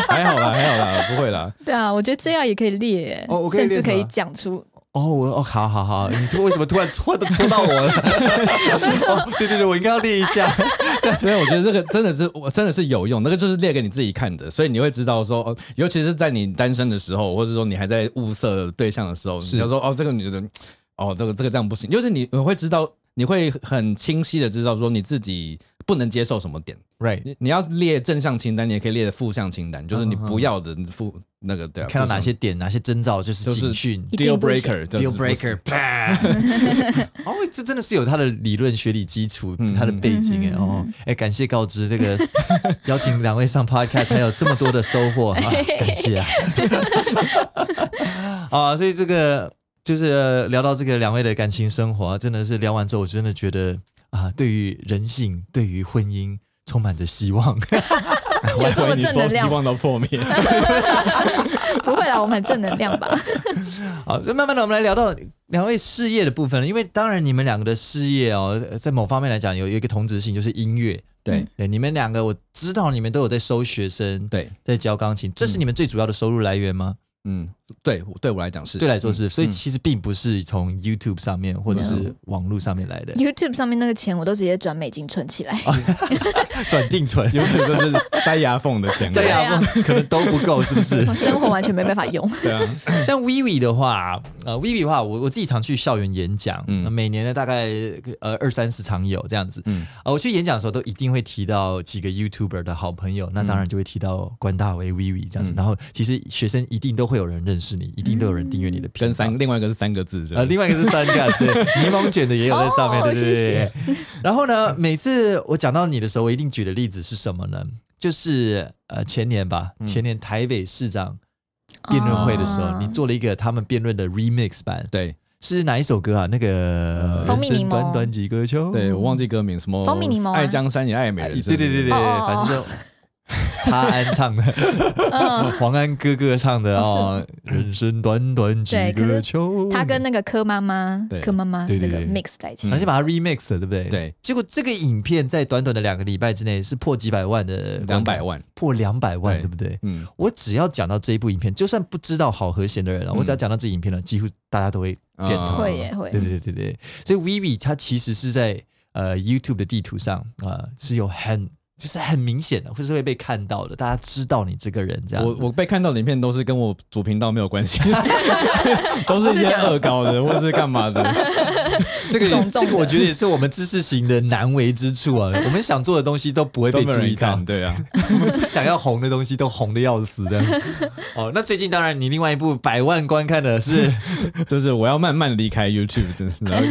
Speaker 3: 还好啦，还好啦，不会啦。
Speaker 2: 对啊，我觉得这样也可以列，
Speaker 1: 哦我可以
Speaker 2: 甚
Speaker 1: 列
Speaker 2: 至
Speaker 1: 什么
Speaker 2: 可以讲出。
Speaker 1: 哦，我哦，好好好，你为什么突然 戳都戳到我了？ 哦，对对对，我应该要列一 下。
Speaker 3: 对，啊我觉得这个真的是我真的是有用，那个就是列给你自己看的，所以你会知道说，哦，尤其是在你单身的时候，或者说你还在物色对象的时候，你就说哦，这个女人，哦，这个这个这样不行，就是你你会知道，你会很清晰的知道说你自己不能接受什么点，
Speaker 1: Right，
Speaker 3: 你你要列正向清单，你也可以列负向清单，就是你不要的负那个对、啊，
Speaker 1: 看到
Speaker 3: 负向
Speaker 1: 哪些点，哪些征兆就是
Speaker 3: 就是
Speaker 1: 警讯。
Speaker 2: 一
Speaker 3: deal
Speaker 2: 定不行
Speaker 3: breaker 就是
Speaker 1: Deal
Speaker 3: 不行
Speaker 1: breaker，啪！ 哦，这真的是有他的理论学理基础，
Speaker 3: 嗯
Speaker 1: 他的背景哎
Speaker 2: 嗯
Speaker 1: 哦，哎，感谢告知这 个邀请两位上 podcast 还有这么多的收获，啊、 感谢啊！ 啊，所以这个就是呃聊到这个两位的感情生活啊，真的是聊完之后，我真的觉得啊，对于人性，对于婚姻充满着希望。
Speaker 3: 我还以为你
Speaker 2: 有这么正能
Speaker 3: 说
Speaker 2: 量
Speaker 3: 希望到破灭，
Speaker 2: 不会啦，我们很正能量 吧？
Speaker 1: 好，所以慢慢的我们来聊到两位事业的部分了，因为当然你们两个的事业哦，呃在某方面来讲有有一个同质性，就是音乐。嗯
Speaker 3: 对
Speaker 1: 对，你们两个我知道你们都有在收学生，
Speaker 3: 对，
Speaker 1: 在教钢琴，这是你们最主要的收入来源吗？
Speaker 3: 嗯，对我对我来讲是，
Speaker 1: 对来说是，所以
Speaker 3: 嗯
Speaker 1: 其实并不是从 YouTube 上面或者是网络上面来的，
Speaker 2: YouTube 上面那个钱我都直接转美金存起来，
Speaker 1: 哦转定存
Speaker 3: 尤其就是 塞牙缝的钱，
Speaker 1: 这样可能都不够，是不 是？
Speaker 2: 我生活完全没办法 用。
Speaker 3: 对啊，
Speaker 1: 像 Vivi 的话，呃，Vivi 的话，我我自己常去校园演讲，
Speaker 3: 嗯
Speaker 1: 嗯，每年呢大概呃二三十场有这样子，嗯
Speaker 3: 嗯，
Speaker 1: 啊、我去演讲的时候都一定会提到几个 YouTuber 的好朋友，那当然就会提到关大为 Vivi 这样子，
Speaker 3: 嗯
Speaker 1: 然后其实学生一定都会有人认识你，一定都有人订阅你的频道，
Speaker 3: 嗯跟三另外一个是三个字，是吧
Speaker 1: 呃，另外一个是三个，对，柠檬卷的也有在上面，
Speaker 2: 哦
Speaker 1: 对对
Speaker 2: 谢
Speaker 1: 对
Speaker 2: 谢
Speaker 1: 对。然后呢，每次我讲到你的时候，我一定举的例子是什么呢？就是呃前年吧，
Speaker 3: 嗯
Speaker 1: 前年台北市长辩论会的时候，
Speaker 2: 哦
Speaker 1: 你做了一个他们辩论的 remix 版，
Speaker 3: 对
Speaker 1: 是哪一首歌啊？那个
Speaker 3: 呃
Speaker 2: 蜂蜜
Speaker 1: 人生
Speaker 2: 柠檬
Speaker 1: 短短几个秋，
Speaker 3: 对，我忘记歌名，什么
Speaker 2: 蜂蜜柠檬啊
Speaker 3: 爱江山也爱美
Speaker 1: 哦哎
Speaker 3: 人，
Speaker 1: 对
Speaker 3: 是不
Speaker 1: 对
Speaker 3: 是
Speaker 1: 对对对，
Speaker 2: 哦哦
Speaker 1: 反正 就。查安唱的，
Speaker 2: 嗯
Speaker 1: 黄安哥哥唱的哦，人生短短几
Speaker 2: 对可
Speaker 1: 个
Speaker 2: 是
Speaker 1: 秋。
Speaker 2: 他跟那个柯妈妈
Speaker 3: 对、
Speaker 2: 柯妈妈
Speaker 1: 对
Speaker 2: 那
Speaker 1: 对
Speaker 2: 个
Speaker 1: 对嗯
Speaker 2: mix 在一起
Speaker 1: 反，正就把它 remix 了，对不对？
Speaker 3: 对。
Speaker 1: 结果这个影片在短短的两个礼拜之内是破几百万的，
Speaker 3: 两百，万，
Speaker 1: 破两百万，
Speaker 3: 对
Speaker 1: 对不对？
Speaker 3: 嗯，
Speaker 1: 我只要讲到这一部影片，就算不知道好和弦的人了，啊
Speaker 3: 嗯
Speaker 1: 我只要讲到这影片了，几乎大家都会点头。
Speaker 3: 啊
Speaker 2: 会耶会
Speaker 1: 对对对对对，所以 Vivi 它其实是在呃 YouTube 的地图上啊、呃是有很就是很明显的，或是会被看到的，大家知道你这个人这样。
Speaker 3: 我我被看到的影片都是跟我主频道没有关 系，都是一些恶搞的或是干 嘛的，
Speaker 1: 这 个
Speaker 2: 重重
Speaker 1: 这
Speaker 2: 的
Speaker 1: 个我觉得也是我们知识型的难为之处啊，我们想做的东西都不会
Speaker 3: 都
Speaker 1: 被
Speaker 3: 没有
Speaker 1: 注意
Speaker 3: 人
Speaker 1: 到
Speaker 3: 看，。对啊，
Speaker 1: 我们不想要红的东西都红的要死 的。哦，那最近当然你另外一部百万观看的是
Speaker 3: 就是我要慢慢离开 YouTube，真的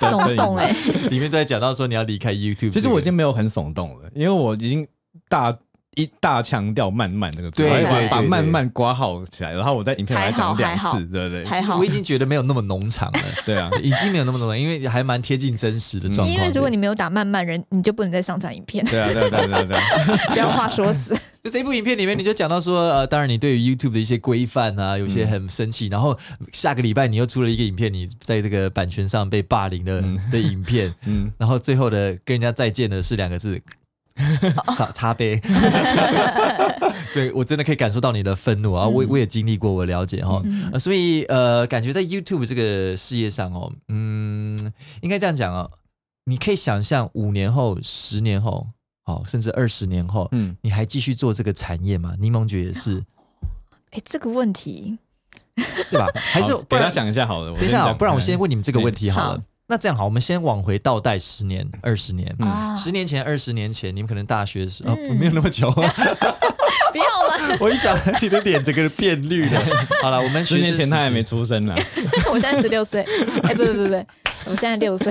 Speaker 3: 然后
Speaker 2: 耸动哎，
Speaker 1: 里面在讲到说你要离开 YouTube，
Speaker 3: 其实我已
Speaker 1: 这
Speaker 3: 经
Speaker 1: 个
Speaker 3: 没有很耸动了，因为我已经大。一大强调慢慢这个词，
Speaker 1: 对
Speaker 3: 我还
Speaker 2: 对
Speaker 3: 把把
Speaker 1: 对
Speaker 3: 慢慢挂号起来，然后我在影片还讲两
Speaker 2: 还好还好
Speaker 3: 次，对不对？
Speaker 2: 还好
Speaker 1: 我已。经觉得没有那么农场了，
Speaker 3: 对啊，
Speaker 1: 已经没有那么农场，因为还蛮贴近真实的状况。
Speaker 2: 因为如果你没有打慢慢人，你就不能再上传影片，
Speaker 3: 对啊，对啊，对啊，对啊，对啊。
Speaker 2: 不要话 说死。
Speaker 1: 就这部影片里面，你就讲到说，呃，当然你对于 YouTube 的一些规范啊，有些很生气，然后下个礼拜你又出了一个影片，你在这个版权上被霸凌的、的影片，
Speaker 3: 嗯
Speaker 1: 然后最后的跟人家再见的是两个字，擦擦杯。对我真的可以感受到你的愤怒啊！我我也经历过，我了解哈、呃所以呃，感觉在 YouTube 这个事业上哦，嗯，应该这样讲哦，你可以想象五年后、十年后，哦，甚至二十年后，
Speaker 3: 嗯，
Speaker 1: 你还继续做这个产业吗？柠檬觉也是，
Speaker 2: 哎，这个问题，
Speaker 1: 对吧？还是
Speaker 3: 好
Speaker 1: 不
Speaker 3: 给他
Speaker 1: 然
Speaker 3: 想一下好了。我
Speaker 1: 等一下、
Speaker 3: 先
Speaker 1: 哦，
Speaker 3: 讲嗯
Speaker 1: 不然我先问你们这个问题好了。
Speaker 2: 好
Speaker 1: 那这样好，我们先往回倒带十年、二十年。
Speaker 2: 啊
Speaker 1: 十年前、二十年前，你们可能大学时啊、
Speaker 2: 嗯
Speaker 1: 没有那么久，
Speaker 2: 不要
Speaker 1: 我一想你的脸整个变绿了。好了，我们
Speaker 3: 十
Speaker 1: 学
Speaker 3: 年
Speaker 1: 生
Speaker 3: 前他
Speaker 1: 时
Speaker 3: 还
Speaker 1: 期
Speaker 3: 没出生呢。
Speaker 2: 我现在十六岁，哎，不不不不，我现在六岁，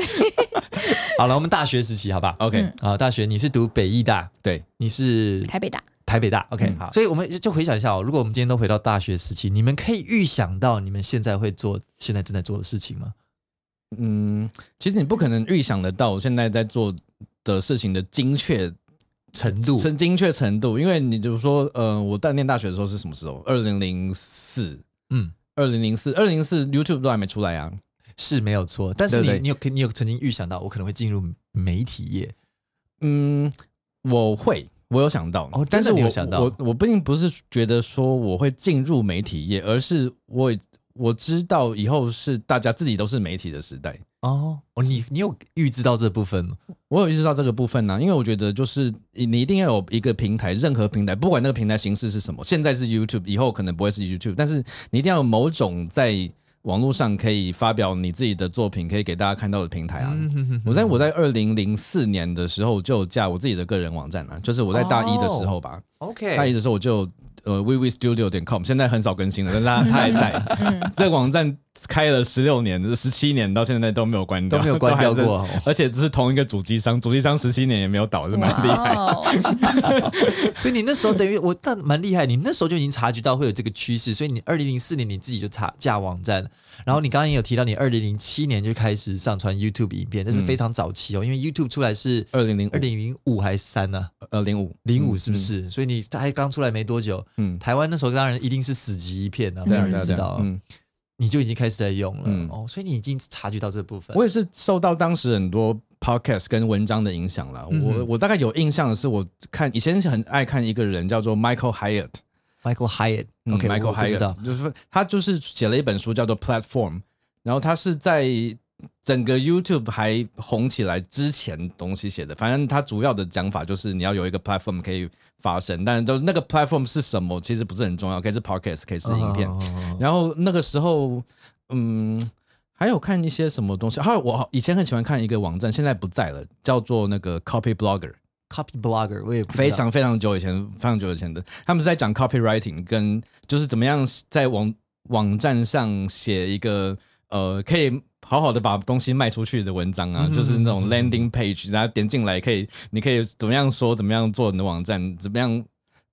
Speaker 1: 好了，我们大学时期好不好？
Speaker 3: OK，
Speaker 2: 嗯
Speaker 1: 啊，大学你是读北艺大，
Speaker 3: 对，
Speaker 1: 你是
Speaker 2: 台北大。
Speaker 1: 台北大，OK，、
Speaker 3: 嗯
Speaker 1: 好，所以我们就回想一下哦，如果我们今天都回到大学时期，你们可以预想到你们现在会做、现在正在做的事情吗？
Speaker 3: 嗯，其实你不可能预想得到我现在在做的事情的精确
Speaker 1: 程度
Speaker 3: 程精确程度，因为你就说，呃，我在念大学的时候是什么时候？二零零四，
Speaker 1: 嗯，
Speaker 3: 二零零四，二零零四 YouTube 都还没出来啊。
Speaker 1: 是没有错，但是你
Speaker 3: 对对
Speaker 1: 你有你有曾经预想到我可能会进入媒体业，
Speaker 3: 嗯，我会，我有想到，
Speaker 1: 哦真的
Speaker 3: 但是
Speaker 1: 你
Speaker 3: 我
Speaker 1: 有想到
Speaker 3: 我我并不是觉得说我会进入媒体业，而是我已我知道以后是大家自己都是媒体的时代。
Speaker 1: 哦哦，你你有预知到这部分吗？
Speaker 3: 我有意识到这个部分呢、因为我觉得就是你你一定要有一个平台，任何平台，不管那个平台形式是什么，现在是 YouTube，以后可能不会是 YouTube，但是你一定要有某种在网络上可以发表你自己的作品，可以给大家看到的平台啊。
Speaker 1: 嗯哼哼哼
Speaker 3: 我在我在二零零四年的时候就有架我自己的个人网站了、就是我在
Speaker 1: 哦
Speaker 3: 大一的时候吧，大一
Speaker 1: ，OK，
Speaker 3: 的时候我就呃 w e w e studio 点 com，现在很少更新了，但是它它还 在。
Speaker 1: 嗯
Speaker 3: 这个网站开了十六年、十七年，到现在都没有关掉，
Speaker 1: 都没有关掉
Speaker 3: 都还在
Speaker 1: 过，哦
Speaker 3: 而且这是同一个主机商，主机商十七年也没有倒，是蛮
Speaker 1: 啊
Speaker 3: 厉 害。
Speaker 2: 哦，
Speaker 1: 所以你那时候等于我但蛮厉害，你那时候就已经察觉到会有这个趋势，所以你二零零四年你自己就查架网站，然后你刚刚也有提到你二零零七年就开始上传 YouTube 影片，但是非常早期哦，因为 YouTube 出来是
Speaker 3: 二零零
Speaker 1: 二零零五嗯还是三呢、
Speaker 3: 呃零五
Speaker 1: 零五是不？是？所以你还刚出来没多久，
Speaker 3: 嗯，
Speaker 1: 台湾那时候当然一定是死寂一片啊，没
Speaker 3: 对
Speaker 1: 有
Speaker 3: 啊
Speaker 1: 人
Speaker 3: 对啊
Speaker 1: 知
Speaker 3: 对
Speaker 1: 道
Speaker 3: 啊，，嗯，
Speaker 1: 你就已经开始在用了、
Speaker 3: 嗯
Speaker 1: 哦，所以你已经察觉到这部分。
Speaker 3: 我也是受到当时很多 podcast 跟文章的影响了。
Speaker 1: 嗯
Speaker 3: 我我大概有印象的是，我看以前是很爱看一个人叫做 Michael Hyatt，
Speaker 1: Michael Hyatt，OK，、
Speaker 3: 嗯
Speaker 1: OK，
Speaker 3: Michael
Speaker 1: 我不知
Speaker 3: Hyatt，
Speaker 1: 道
Speaker 3: 就是他就是写了一本书叫做《Platform》，然后他是在整个 YouTube 还红起来之前东西写的。反正他主要的讲法就是你要有一个 platform 可以发声，但都那个 platform 是什么其实不是很重要，可以是 podcast，可以是影片。
Speaker 1: 哦哦哦
Speaker 3: 然后那个时候，嗯，还有看一些什么东西，还有我以前很喜欢看一个网站，现在不在了，叫做那个 Copy Blogger。
Speaker 1: Copy Blogger，我也不知道
Speaker 3: 非常非常久以前，非常久以前的，他们是在讲 copywriting 跟就是怎么样在网网站上写一个呃可以好好的把东西卖出去的文章啊，
Speaker 1: 嗯哼
Speaker 3: 就是
Speaker 1: 嗯
Speaker 3: 那种 landing page，然后点进来可以，你可以怎么样说，怎么样做你的网站，怎么样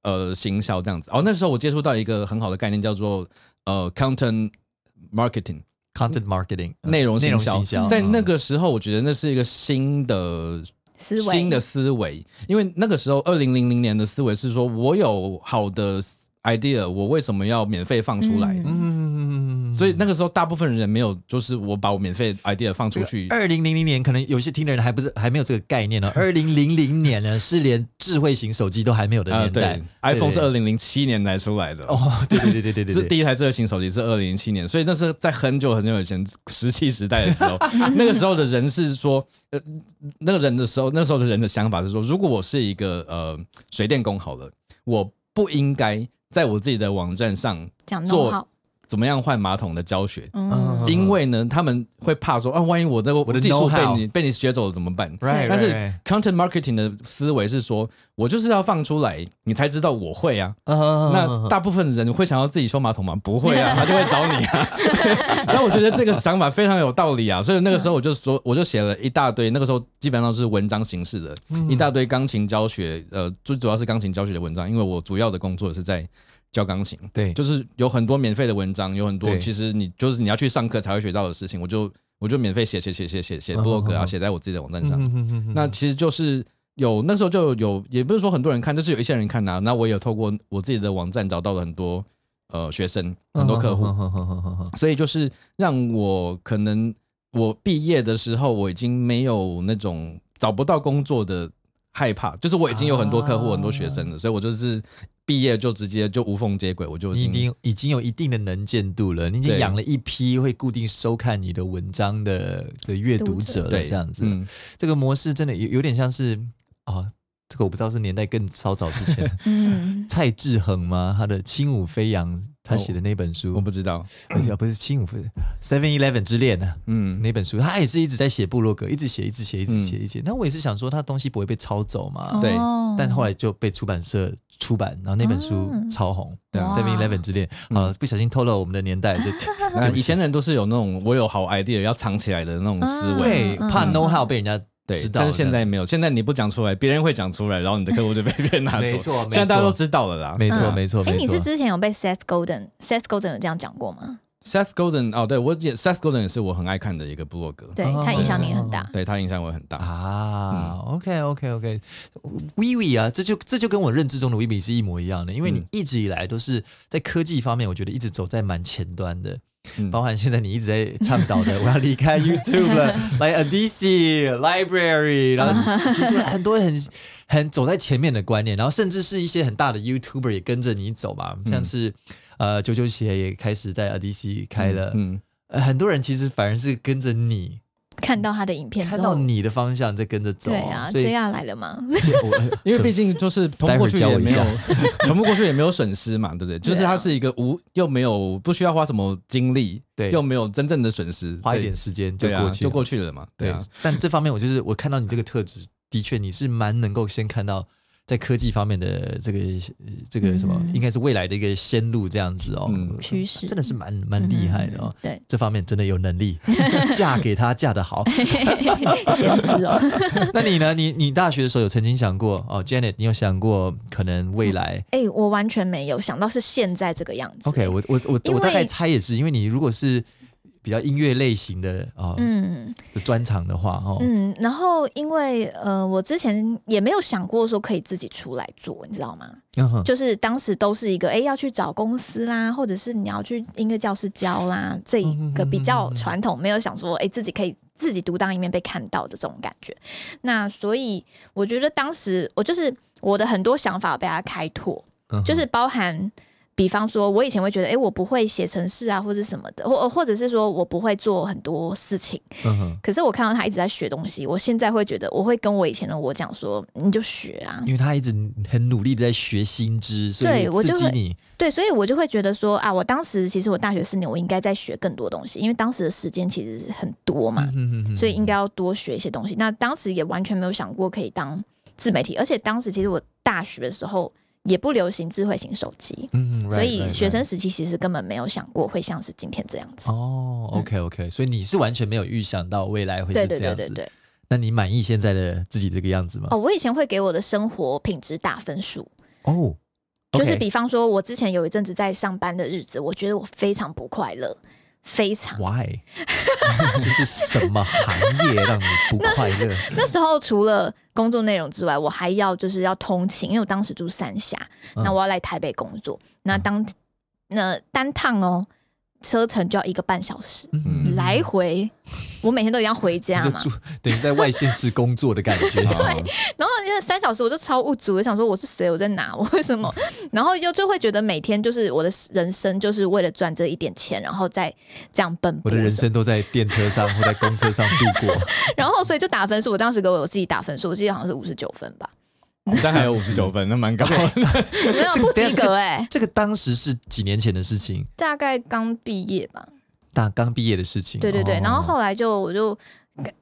Speaker 3: 呃行销这样子。哦，那时候我接触到一个很好的概念叫做呃 content marketing。
Speaker 1: content marketing 嗯
Speaker 3: 内容
Speaker 1: 内
Speaker 3: 行
Speaker 1: 容
Speaker 3: 销，
Speaker 1: 行销，
Speaker 3: 在那
Speaker 1: 嗯
Speaker 3: 个时候，我觉得那是一个新的
Speaker 2: 思维
Speaker 3: 新的思维，因为那个时候二零零零年的思维是说，我有好的 idea，我为什么要免费放出来？
Speaker 2: 嗯
Speaker 1: 嗯，
Speaker 3: 所以那个时候大部分人没有，就是我把我免费 idea 放出去。
Speaker 1: 二零零零年可能有些听的人还不是还没有这个概 念呢、哦。二零零零年呢是连智慧型手机都还没有的
Speaker 3: 呃，
Speaker 1: 年代、
Speaker 3: 对，iPhone 是
Speaker 1: 对
Speaker 3: 二零零七年才出来 的，
Speaker 1: 哦，对对对对对对
Speaker 3: 是
Speaker 1: 对，
Speaker 3: 第一台智慧型手机是二零零七年，所以那是在很久很久以前石器时代的 时候，那个时候的人是说，呃，那个人的时候，那时候的人的想法是说，如果我是一个呃水电工好了，我不应该在我自己的网站上
Speaker 2: 讲弄好
Speaker 3: 做，怎么样换马桶的教学，
Speaker 2: 嗯，
Speaker 1: 嗯
Speaker 3: 因为呢，他们会怕说啊，万一我的我
Speaker 1: 的
Speaker 3: 技术被
Speaker 1: know-how
Speaker 3: 你被你学走了怎么办？
Speaker 1: right,
Speaker 3: 但
Speaker 1: right, right
Speaker 3: 是 content marketing 的思维是说，我就是要放出来，你才知道我会啊。
Speaker 1: 嗯
Speaker 3: 那大部分人会想要自己修马桶吗？不会 啊，他就会找你啊。 然后我觉得这个想法非常有道理啊，所以那个时候我就说，我就写了一大堆，那个时候基本上都是文章形式的，
Speaker 1: 嗯
Speaker 3: 一大堆钢琴教学，呃，最主要是钢琴教学的文章，因为我主要的工作是在教钢琴，
Speaker 1: 对，
Speaker 3: 就是有很多免费的文章，有很多
Speaker 1: 对
Speaker 3: 其实你就是你要去上课才会学到的事情，我就我就免费写写写写写写
Speaker 1: 嗯
Speaker 3: 博客
Speaker 1: 嗯
Speaker 3: 啊，
Speaker 1: 嗯
Speaker 3: 写在我自己的网站上。
Speaker 1: 嗯
Speaker 3: 那其实就是有那时候就有，也不是说很多人看，就是有一些人看呐、那我也有透过我自己的网站找到了很多呃学生，很
Speaker 1: 嗯
Speaker 3: 多客户，嗯
Speaker 1: 户，
Speaker 3: 所以就是让我可能我毕业的时候，我已经没有那种找不到工作的害怕，就是我已经有很多客户、
Speaker 1: 啊
Speaker 3: 很多学生了，所以我就是毕业就直接就无缝接轨，我就
Speaker 1: 你
Speaker 3: 已
Speaker 1: 已
Speaker 3: 经
Speaker 1: 经已经有一定的能见度了，你已经
Speaker 3: 对
Speaker 1: 养了一批会固定收看你的文章的的阅读
Speaker 2: 读者
Speaker 1: 者了，
Speaker 3: 对
Speaker 1: 这样子，
Speaker 3: 嗯
Speaker 1: 这个模式真的有有点像是啊，这 个我不知道是年代更稍早之前
Speaker 2: 嗯，
Speaker 1: 蔡志恒吗？他的《轻舞飞扬》，他写的那本书，
Speaker 3: 哦我不知道，
Speaker 1: 而且不是亲，不是 Seven Eleven 之恋啊，
Speaker 3: 嗯，
Speaker 1: 那本书，他也是一直在写部落格，一直写，一直写，一直写，一直写。那我也是想说，他东西不会被抄走嘛，
Speaker 3: 对
Speaker 2: 哦
Speaker 1: 但后来就被出版社出版，然后那本书
Speaker 2: 嗯
Speaker 1: 超红，
Speaker 2: 对啊
Speaker 1: 《Seven Eleven 之恋》啊，不小心透露我们的年代， 就对
Speaker 3: 那
Speaker 1: 不起
Speaker 3: 嗯呃以前人都是有那种我有好 idea 要藏起来的那种思维，
Speaker 1: 对
Speaker 2: 嗯
Speaker 1: 怕 know how 被人家
Speaker 3: 对
Speaker 1: 知，道，
Speaker 3: 但是现在没有，现在你不讲出来，别人会讲出来，然后你的客户就被 别人拿走。
Speaker 1: 没错没错
Speaker 3: 现在大家都知道了啦。
Speaker 1: 没错
Speaker 2: 嗯
Speaker 1: 没错
Speaker 2: 哎，
Speaker 1: 没
Speaker 2: 你
Speaker 1: 错
Speaker 2: 是。之前有被 Seth Golden Seth Golden 有这样讲过吗？
Speaker 3: Seth Golden 哦，对我也 Seth Golden 也是我很爱看的一个部落格，
Speaker 2: 对
Speaker 1: 哦
Speaker 2: 他影响你很大，
Speaker 3: 对他影响我很大。
Speaker 1: 啊、o
Speaker 3: 嗯
Speaker 1: k OK OK，Vivi 啊，这就这就跟我认知中的 Vivi 是一模一样的，因为你
Speaker 3: 嗯
Speaker 1: 一直以来都是在科技方面，我觉得一直走在蛮前端的，
Speaker 3: 嗯
Speaker 1: 包含现在你一直在倡导的，我 要离开 YouTube 了，来 Adici Library，然 后提出了很多很很走在前面的观念，然后甚至是一些很大的 YouTuber 也跟着你走嘛，
Speaker 3: 嗯
Speaker 1: 像是呃九九鞋也开始在 Adici 开了，
Speaker 3: 嗯，
Speaker 1: 呃很多人其实反而是跟着你。
Speaker 2: 看到他的影片之
Speaker 1: 看
Speaker 2: 后，
Speaker 1: 到你的方向在跟着走，
Speaker 2: 对啊，
Speaker 1: 所以
Speaker 2: 这样来了吗？
Speaker 1: 结果
Speaker 3: 因为毕竟就是通过去也没有， 通过去也没有损失嘛，对不对？就是它是一个无又没有不需要花什么精力，
Speaker 1: 对
Speaker 3: 又没有真正的损失，
Speaker 1: 花一
Speaker 3: 对
Speaker 1: 点时间就
Speaker 3: 对啊
Speaker 1: 过去，
Speaker 3: 就过。去了嘛，对
Speaker 1: 对
Speaker 3: 啊，，
Speaker 1: 但这方面我就是我看到你这个特质，的确你是蛮能够先看到在科技方面的这个呃这个什么，
Speaker 2: 嗯
Speaker 1: 应该是未来的一个先路这样子哦
Speaker 3: 嗯，
Speaker 2: 趋势
Speaker 1: 真的是蛮蛮厉害的哦
Speaker 2: 嗯。 对，
Speaker 1: 这方面真的有能 力，嫁给他嫁得好。
Speaker 2: 先知哦。
Speaker 1: 那你呢？你你大学的时候有曾经想过哦，Janet，你有想过可能未来
Speaker 2: 哎、我完全没有想到是现在这个样子。
Speaker 1: ？OK，我我我
Speaker 2: 嗯因
Speaker 1: 我
Speaker 2: 为
Speaker 1: 大概猜也是，因为你如果是比较音乐类型的哦
Speaker 2: 嗯
Speaker 1: 的专长的话，哦，
Speaker 2: 嗯，然后因为呃，我之前也没有想过说可以自己出来做，你知道吗？
Speaker 1: 嗯哼
Speaker 2: 就是当时都是一个哎、要去找公司啦，或者是你要去音乐教室教啦，这一个比较传统，没有想说哎、自己可以自己独当一面被看到的这种感觉。那所以我觉得当时我就是我的很多想法被他开拓，
Speaker 1: 嗯哼
Speaker 2: 就是包含，比方说，我以前会觉得，哎、我不会写程式啊，或者什么的，或或者是说我不会做很多事情。
Speaker 1: 嗯哼，
Speaker 2: 可是我看到他一直在学东西，我现在会觉得，我会跟我以前的我讲说，你就学啊，
Speaker 1: 因为他一直很努力的在学新知，所以
Speaker 2: 对我
Speaker 1: 刺
Speaker 2: 就
Speaker 1: 激
Speaker 2: 会
Speaker 1: 你，
Speaker 2: 对，所以我就会觉得说，啊，我当时其实我大学四年，我应该在学更多东西，因为当时的时间其实是很多嘛，
Speaker 1: 嗯哼
Speaker 2: 所以应该要多学一些东西。那当时也完全没有想过可以当自媒体，而且当时其实我大学的时候也不流行智慧型手机，
Speaker 1: 嗯哼
Speaker 2: 所
Speaker 1: right，
Speaker 2: 以
Speaker 1: right，
Speaker 2: 学
Speaker 1: right
Speaker 2: 生时期其实根本没有想过会像是今天这样子。
Speaker 1: 哦，OK OK，所以你是完全没有预想到未来会
Speaker 2: 嗯对
Speaker 1: 是
Speaker 2: 对
Speaker 1: 这
Speaker 2: 对
Speaker 1: 样
Speaker 2: 对
Speaker 1: 子，
Speaker 2: 对。
Speaker 1: 那你满意现在的自己这个样子吗？
Speaker 2: 哦，我以前会给我的生活品质打分数，
Speaker 1: 哦，
Speaker 2: 就是
Speaker 1: OK
Speaker 2: 比方说，我之前有一阵子在上班的日子，我觉得我非常不快乐，非常。
Speaker 1: Why？这是什么行业让你不快 乐？
Speaker 2: 那时候除了工作内容之外，我还要就是要通勤，因为我当时住三峡，
Speaker 1: 嗯
Speaker 2: 那我要来台北工作，那当那单趟哦，车程就要一个半小时，
Speaker 1: 嗯
Speaker 2: 来回，啊我每天都一样回家
Speaker 1: 就
Speaker 2: 嘛，
Speaker 1: 住等于在外县市工作的感 觉，
Speaker 3: 对，
Speaker 2: 然后那三小时我就超无助，我想说我是谁，我在哪，我为什么？
Speaker 1: 嗯
Speaker 2: 然后又就会觉得每天就是我的人生就是为了赚这一点钱，然后再这样奔波。
Speaker 1: 我的人，生都在电车上或在公车上度 过。
Speaker 2: 然后所以就打分数，我当时给我自己打分数，我记得好像是五十九分吧，
Speaker 3: 你这样还有五十九分，那蛮高的。
Speaker 2: 没有不及格哎、
Speaker 1: 这个当时是几年前的事情，
Speaker 2: 大概刚毕业吧，
Speaker 1: 大刚毕业的事情。
Speaker 2: 对对对。
Speaker 1: 哦
Speaker 2: 然后后来就我就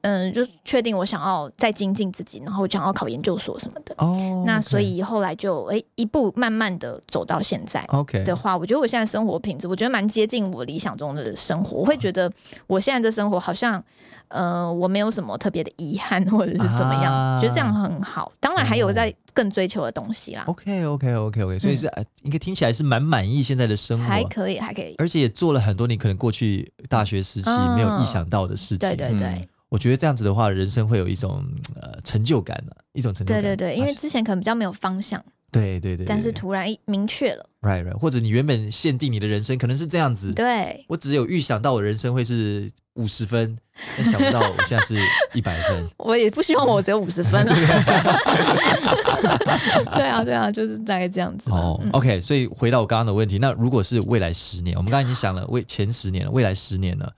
Speaker 2: 嗯，就确定我想要再精进自己，然后想要考研究所什么的。
Speaker 1: 哦，
Speaker 2: 那所以后来就哎、一步慢慢的走到现在。
Speaker 1: OK，
Speaker 2: 的话，我觉得我现在生活品质，我觉得蛮接近我理想中的生活。我会觉得我现在的生活好像，呃，我没有什么特别的遗憾或者是怎么样，
Speaker 1: 啊哦
Speaker 2: 觉得这样很好。当然还有在更追求的东西啦，
Speaker 1: OK OK OK OK，所以是、呃应该听起来是蛮满意现在的哦生
Speaker 2: 嗯还
Speaker 1: 活，
Speaker 2: 可以，还可以。
Speaker 1: 而且也做了很多你可能过去大学时期
Speaker 2: 嗯
Speaker 1: 没有意想到的事情。嗯
Speaker 2: 对对对、
Speaker 1: 我觉得这样子的话，人生会有一种呃成就感的、一种成就
Speaker 2: 对
Speaker 1: 感。
Speaker 2: 对对，因为
Speaker 1: 啊
Speaker 2: 之前可能比较没有方向，
Speaker 1: 对对对，
Speaker 2: 但是
Speaker 1: 对
Speaker 2: 突然一明确了，
Speaker 1: right right，或者你原本限定你的人生可能是这样子。
Speaker 2: 对。
Speaker 1: 我只有预想到我人生会是五十分，但想不到我现在是一百分。
Speaker 2: 我也不希望我只有五 十分啊， 对啊，对啊，就是大概这样子吧。
Speaker 1: 哦、o
Speaker 3: 嗯
Speaker 1: k 所以回到我刚刚的问题，那如果是未来十年，我们刚刚已经想了未前十年了，未来十年了，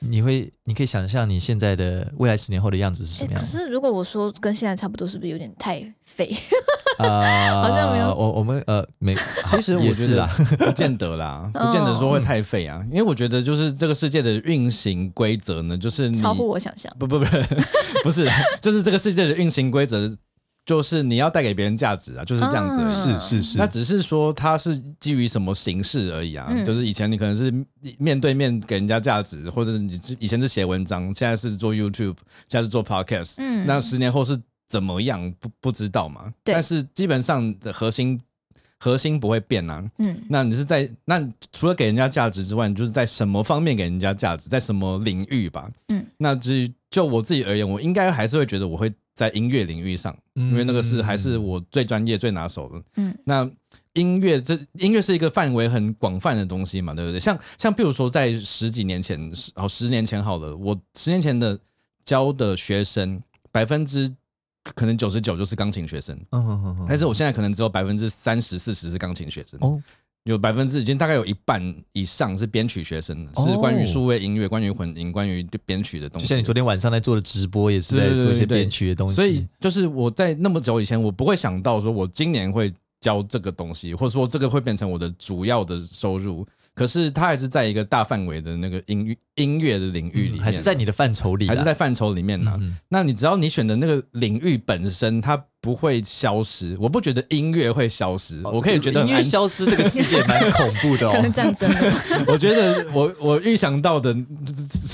Speaker 1: 你会，你可以想象你现在的未来十年后的样子是什
Speaker 2: 哎、
Speaker 1: 么样
Speaker 2: 可
Speaker 1: 子？
Speaker 2: 是如果我说跟现在差不多，是不是有点太废？
Speaker 1: 啊，
Speaker 2: 好像没有
Speaker 1: 我我们呃没，
Speaker 3: 其实我
Speaker 1: 也
Speaker 3: 觉
Speaker 1: 是
Speaker 3: 得
Speaker 1: 啦，
Speaker 3: 不见得 啦，不见
Speaker 2: 哦
Speaker 3: 得说会太废啊，因为我觉得就是这个世界的运行规则呢，就是
Speaker 1: 嗯
Speaker 3: 你
Speaker 2: 超乎我想象。
Speaker 3: 不不不 不是，就是这个世界的运行规则，就是你要带给别人价值啊，就是这样子而已。
Speaker 4: 是
Speaker 2: 嗯
Speaker 4: 是是，
Speaker 3: 那只是说它是基于什么形式而已啊，
Speaker 2: 嗯
Speaker 3: 就是以前你可能是面对面给人家价值，或者是你以前是写文章，现在是做 YouTube，现在是做 Podcast，、
Speaker 2: 嗯
Speaker 3: 那十年后是怎么样不不知道嘛？
Speaker 2: 对
Speaker 3: 但是基本上的核心核心不会变啊。
Speaker 2: 嗯
Speaker 3: 那你是在那除了给人家价值之外，你就是在什么方面给人家价值，在什么领域吧？
Speaker 2: 嗯，
Speaker 3: 那至于就我自己而言，我应该还是会觉得我会在音乐领域上，
Speaker 1: 嗯
Speaker 3: 因为那个是还是我最专业、最拿手的。
Speaker 2: 嗯，
Speaker 3: 那音乐这音乐是一个范围很广泛的东西嘛，对不对？像像譬如说，在十几年前，十哦十年前好了，我十年前的教的学生百分之可能九十九就是钢琴学生，
Speaker 1: 嗯哼哼哼
Speaker 3: 但是我现在可能只有百分之三十四十是钢琴学生。
Speaker 1: 哦
Speaker 3: 有百分之已经大概有一半以上是编曲学生的，
Speaker 1: 哦
Speaker 3: 是关于数位音乐、关于混音、关于编曲的东
Speaker 1: 就
Speaker 3: 西。
Speaker 1: 像你昨天晚上在做的直播，也是在
Speaker 3: 对对对
Speaker 1: 做一些
Speaker 3: 对
Speaker 1: 编曲的东西。
Speaker 3: 所以就是我在那么久以前，我不会想到说我今年会教这个东西，或者说这个会变成我的主要的收入。可是它还是在一个大范围的那个音乐音乐的领域里面，
Speaker 1: 嗯
Speaker 3: 啊
Speaker 1: 还是在你的范畴里啦，
Speaker 3: 还是在范畴里面呢、
Speaker 1: 嗯
Speaker 3: 那你只要你选的那个领域本身，它不会消失。我不觉得音乐会消失，
Speaker 1: 哼
Speaker 3: 我可以觉得
Speaker 1: 哦音
Speaker 3: 很
Speaker 1: 乐
Speaker 3: 安
Speaker 1: 消失这个世界蛮恐怖的
Speaker 2: 可能
Speaker 1: 哦。
Speaker 2: 战争了吧。
Speaker 3: 我觉得我我预想到的，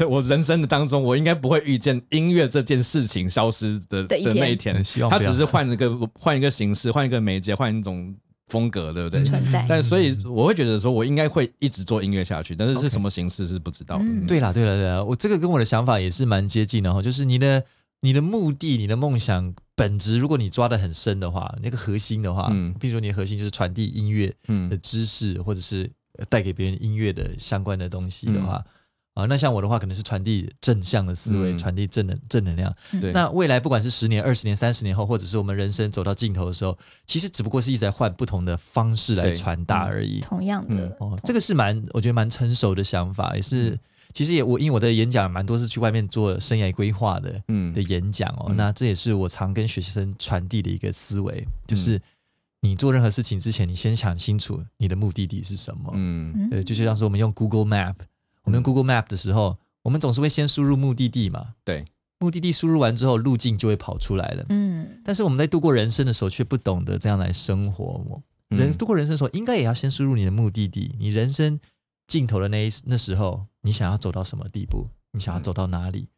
Speaker 3: 我人生的当中，我应该不会遇见音乐这件事情消失的
Speaker 2: 的
Speaker 3: 的
Speaker 2: 一天
Speaker 3: 那一天
Speaker 1: 嗯。希望
Speaker 3: 它
Speaker 1: 不要
Speaker 3: 只是换一个换一个形式，换一个媒介，换一种风格，对不对？
Speaker 2: 存 在
Speaker 3: 但所以我会觉得说，我应该会一直做音乐下去，但是
Speaker 1: OK
Speaker 3: 是什么形式是不知道的。
Speaker 2: 嗯
Speaker 1: 对啦，对啦，对啦，我这个跟我的想法也是蛮接近的哈，就是你的你的目的、你的梦想本质，如果你抓得很深的话，那个核心的话，嗯
Speaker 3: 嗯，
Speaker 1: 比如说你的核心就是传递音乐的
Speaker 3: 嗯
Speaker 1: 知识，或者是呃带给别人音乐的相关的东西的话。啊，那像我的话，可能是传递正向的思维，
Speaker 3: 嗯
Speaker 1: 传递正能正能量。
Speaker 3: 对
Speaker 1: 那未来不管是十年、二十年、三十年后，或者是我们人生走到尽头的时候，其实只不过是一直在换不同的方式来
Speaker 3: 对嗯
Speaker 1: 传达而已。
Speaker 2: 同样的，
Speaker 1: 哦，这个是蛮，我觉得蛮成熟的想法，也是，
Speaker 3: 嗯
Speaker 1: 其实也我因为我的演讲蛮多是去外面做生涯规划的
Speaker 3: 嗯
Speaker 1: 的演讲哦，
Speaker 3: 嗯
Speaker 1: 那这也是我常跟学生传递的一个思维，就是你做任何事情之前，你先想清楚你的目的地是什么。
Speaker 3: 嗯
Speaker 1: 呃，就像是我们用 Google Map，我们用 Google Map 的时候，我们总是会先输入目的地嘛，
Speaker 3: 对，
Speaker 1: 目的地输入完之后，路径就会跑出来了。
Speaker 2: 嗯，
Speaker 1: 但是我们在度过人生的时候，却不懂得这样来生活。我
Speaker 3: 嗯
Speaker 1: 人度过人生的时候，应该也要先输入你的目的地，你人生尽头的那一那时候，你想要走到什么地步，你想
Speaker 3: 嗯
Speaker 1: 要走到哪里，